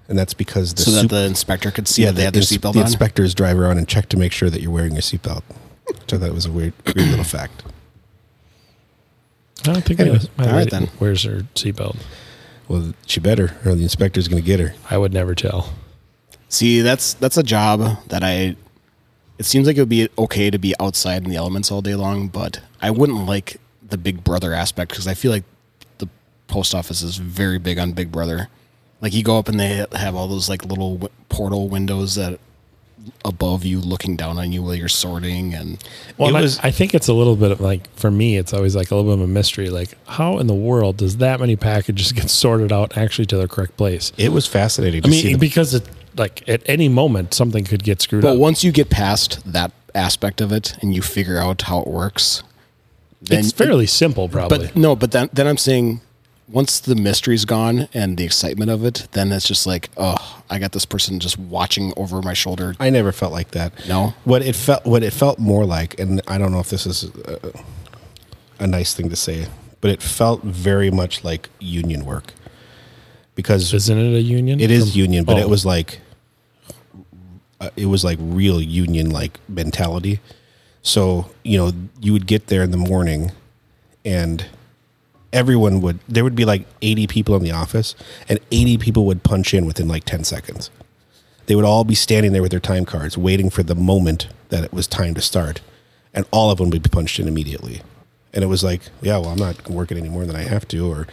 Speaker 3: and that's because the
Speaker 2: so that
Speaker 3: sup-
Speaker 2: the inspector could see that they
Speaker 3: the
Speaker 2: had their
Speaker 3: ins-
Speaker 2: seatbelt
Speaker 3: the
Speaker 2: on.
Speaker 3: inspectors drive around and check to make sure that you're wearing your seatbelt. Which I thought was a weird, weird little fact.
Speaker 1: I don't think
Speaker 3: Anyway,
Speaker 1: my
Speaker 2: all right
Speaker 1: lady
Speaker 2: then.
Speaker 1: wears her seatbelt.
Speaker 3: Well, she better, or the inspector's going to get her.
Speaker 1: I would never tell.
Speaker 2: see, that's that's a job that I. It seems like it would be okay to be outside in the elements all day long, but I wouldn't like the Big Brother aspect because I feel like the post office is very big on Big Brother. Like you go up and they have all those like little w- portal windows that above you looking down on you while you're sorting and
Speaker 1: Well,
Speaker 3: It
Speaker 1: and I-
Speaker 3: was-
Speaker 1: I, think it's a little bit of like for me, it's always like a little bit of a mystery. Like, how in the world does that many packages *laughs* get sorted out actually to the correct place?
Speaker 3: It was fascinating.
Speaker 1: I
Speaker 3: to see
Speaker 1: mean,
Speaker 3: the-
Speaker 1: because it like at any moment something could get screwed
Speaker 2: But
Speaker 1: up.
Speaker 2: once you get past that aspect of it and you figure out how it works, then
Speaker 1: it's fairly simple, probably.
Speaker 2: But no, but then, then I'm saying once the mystery's gone and the excitement of it, then it's just like, oh, I got this person just watching over my shoulder.
Speaker 3: I never felt like that.
Speaker 2: No?
Speaker 3: What it felt what it felt more like, and I don't know if this is a, a nice thing to say, but it felt very much like union work because
Speaker 1: Isn't it a union?
Speaker 3: it is union, but it
Speaker 1: Oh.
Speaker 3: was like uh, it was like real union like mentality. So you know, you would get there in the morning, and everyone would there would be like eighty people in the office, and eighty people would punch in within like ten seconds. They would all be standing there with their time cards, waiting for the moment that it was time to start, and all of them would be punched in immediately. And it was like, yeah, well, I'm not working any more than I have to, or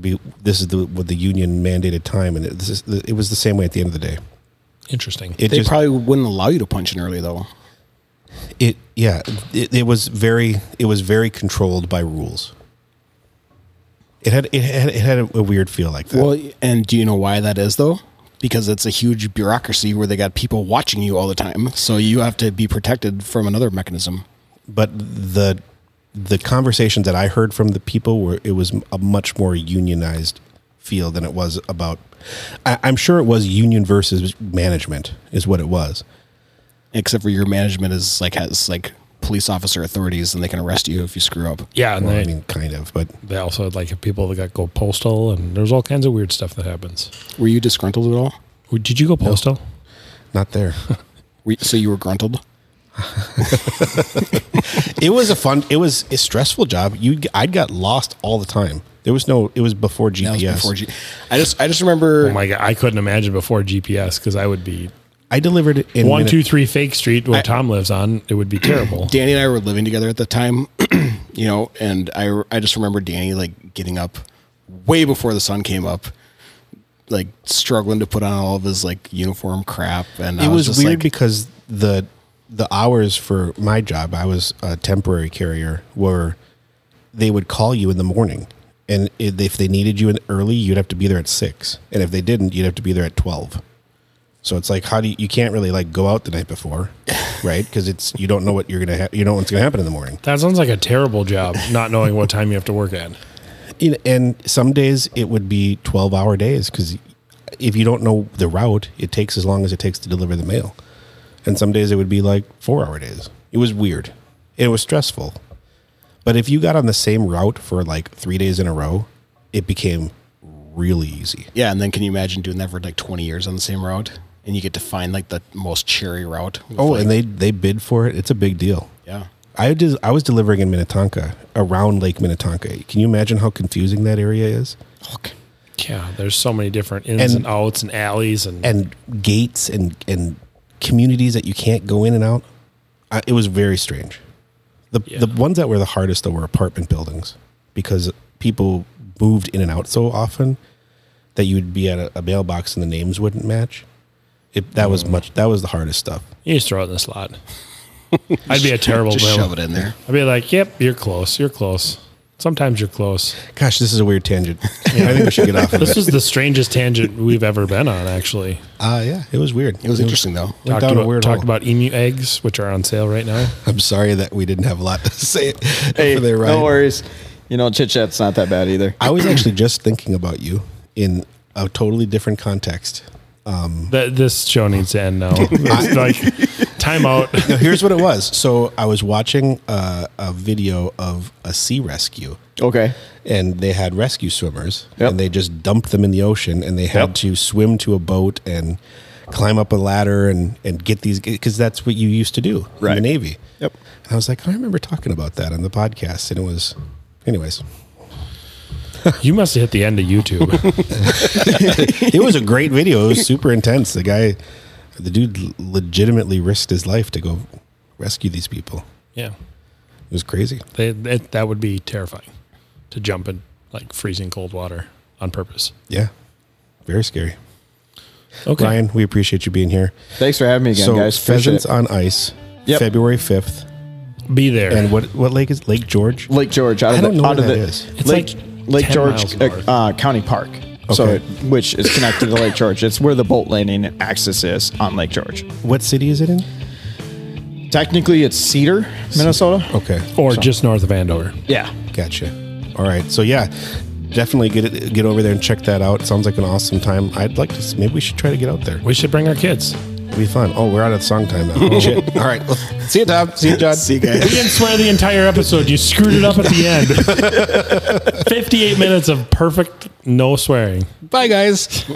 Speaker 3: be, this is the what the union mandated time, and it, this is, it was the same way at the end of the day.
Speaker 1: Interesting.
Speaker 3: It
Speaker 2: They
Speaker 3: just
Speaker 2: probably wouldn't allow you to punch in early though.
Speaker 3: it yeah it, it was very it was very controlled by rules. It had it had it had a, a weird feel like that.
Speaker 2: Well, and do you know why that is though? Because it's a huge bureaucracy where they got people watching you all the time, so you have to be protected from another mechanism.
Speaker 3: but the the conversations that I heard from the people were it was a much more unionized feel than it was about. I, I'm sure it was union versus management is what it was.
Speaker 2: Except for your management is like has like police officer authorities, and they can arrest you if you screw up.
Speaker 1: yeah, and
Speaker 3: Well,
Speaker 1: they,
Speaker 3: I mean, kind of, but
Speaker 1: they also had like people that got go postal, and there's all kinds of weird stuff that happens.
Speaker 2: Were you disgruntled at all?
Speaker 1: Well, Did you go postal?
Speaker 3: not there. *laughs*
Speaker 2: Were you, so you were gruntled.
Speaker 3: it was a fun it was a stressful job you i got lost all the time there was no it was before
Speaker 2: That was
Speaker 3: gps
Speaker 2: before G- I just I just remember
Speaker 1: Oh my god, I couldn't imagine before GPS because I would be
Speaker 3: i delivered it in
Speaker 1: one
Speaker 3: minute-
Speaker 1: two three Fake Street where
Speaker 2: I-
Speaker 1: Tom lives on. It would be
Speaker 3: *clears throat*
Speaker 1: terrible.
Speaker 2: Danny and I were living together at the time, *clears throat* you know, and I I just remember Danny like getting up way before the sun came up, like struggling to put on all of his like uniform crap, and I
Speaker 3: it was,
Speaker 2: just
Speaker 3: weird
Speaker 2: like,
Speaker 3: because the the hours for my job i was a temporary carrier were they would call you in the morning and if if they needed you in early you'd have to be there at six and if they didn't you'd have to be there at 12 so it's like how do you, you can't really like go out the night before right because it's you don't know what you're gonna ha- you don't know what's gonna happen in the morning
Speaker 1: That sounds like a terrible job, not knowing what time you have to work at.
Speaker 3: In, and some days it would be 12 hour days because if you don't know the route, it takes as long as it takes to deliver the mail. And some days it would be like four hour days. It was weird. It was stressful. But if you got on the same route for like three days in a row, it became really easy.
Speaker 2: yeah. And then can you imagine doing that for like twenty years on the same route, and you get to find like the most cherry route? with,
Speaker 3: Oh,
Speaker 2: like-
Speaker 3: and they, they bid for it. It's a big deal.
Speaker 2: yeah.
Speaker 3: I, did, I was delivering in Minnetonka, around Lake Minnetonka. Can you imagine how confusing that area is?
Speaker 1: Yeah, there's so many different ins
Speaker 3: And-
Speaker 1: and, outs and alleys and,
Speaker 3: and gates and and communities that you can't go in and out. I, it was very strange. The the ones that were the hardest though were apartment buildings because people moved in and out so often that you'd be at a, a mailbox and the names wouldn't match. It, that was much. That was the hardest stuff.
Speaker 1: you just throw it in the slot. *laughs* I'd be a terrible
Speaker 2: Just
Speaker 1: mail.
Speaker 2: shove it in there.
Speaker 1: I'd be like, yep, you're close. You're close. Sometimes you're close.
Speaker 3: Gosh, this is a weird tangent.
Speaker 1: *laughs*
Speaker 3: I think we should get off of
Speaker 1: This
Speaker 3: it.
Speaker 1: is the strangest tangent we've ever been on, actually.
Speaker 3: Uh, yeah, it was weird.
Speaker 2: It was interesting though.
Speaker 3: Went
Speaker 1: Talked,
Speaker 3: down a
Speaker 1: about,
Speaker 3: weird
Speaker 1: talked
Speaker 3: hole.
Speaker 1: about emu eggs, which are on sale right now.
Speaker 3: I'm sorry that we didn't have a lot to say.
Speaker 4: Hey,
Speaker 3: over there, Ryan.
Speaker 4: no worries. You know, chit chat's not that bad either.
Speaker 3: I was actually just thinking about you in a totally different context.
Speaker 1: Th- this show needs to
Speaker 2: *laughs*
Speaker 1: end now. It's like, time out.
Speaker 3: No, here's what it was.
Speaker 4: *laughs*
Speaker 3: So I was watching uh, a video of a sea rescue,
Speaker 4: Okay.
Speaker 3: and they had rescue swimmers,
Speaker 4: Yep.
Speaker 3: and they just dumped them in the ocean, and they had
Speaker 4: Yep.
Speaker 3: to swim to a boat and climb up a ladder and and get these because that's what you used to do in the
Speaker 4: Right.
Speaker 3: Navy.
Speaker 4: Yep.
Speaker 3: And I was like, I remember talking about that on the podcast, and it was, anyways,
Speaker 1: You must have hit the end of
Speaker 2: *laughs*
Speaker 1: YouTube.
Speaker 3: *laughs* it was a great video. It was super intense. The guy, the dude, legitimately risked his life to go rescue these people.
Speaker 1: yeah.
Speaker 3: It was crazy.
Speaker 1: They, that that would be terrifying to jump in like freezing cold water on purpose.
Speaker 3: Yeah, very scary.
Speaker 1: Okay.
Speaker 3: Ryan, we appreciate you being here.
Speaker 4: Thanks for having me again,
Speaker 3: so
Speaker 4: guys. Appreciate
Speaker 3: pheasants
Speaker 4: it.
Speaker 3: on ice,
Speaker 4: Yep.
Speaker 3: February fifth,
Speaker 1: Be there.
Speaker 3: and what what lake is Lake George?
Speaker 4: Lake George out of
Speaker 3: I don't
Speaker 4: the,
Speaker 3: know
Speaker 4: out
Speaker 3: where
Speaker 4: of
Speaker 3: that
Speaker 4: the
Speaker 3: is.
Speaker 1: It's
Speaker 4: Lake
Speaker 1: like
Speaker 4: Lake
Speaker 1: 10
Speaker 4: George
Speaker 1: miles
Speaker 4: uh, uh, County Park. So,
Speaker 3: Okay.
Speaker 4: which is connected to Lake George. It's where the boat landing axis is on Lake George.
Speaker 3: What city is it in?
Speaker 4: Technically, it's Cedar, Minnesota.
Speaker 3: Okay,
Speaker 1: or just north of Andover.
Speaker 4: Yeah.
Speaker 3: gotcha. All right, so yeah, definitely get it, get over there and check that out. Sounds like an awesome time. I'd like to. s- Maybe we should try to get out there.
Speaker 1: We should bring our kids.
Speaker 3: It'd be fun. Oh, we're out of song time now. Oh,
Speaker 4: *laughs*
Speaker 3: Shit. All right. Well, see you, Tom. See you, John.
Speaker 2: See you guys.
Speaker 1: We didn't swear the entire episode. You screwed it up at the end. *laughs* 58 minutes of perfect no swearing.
Speaker 3: Bye, guys.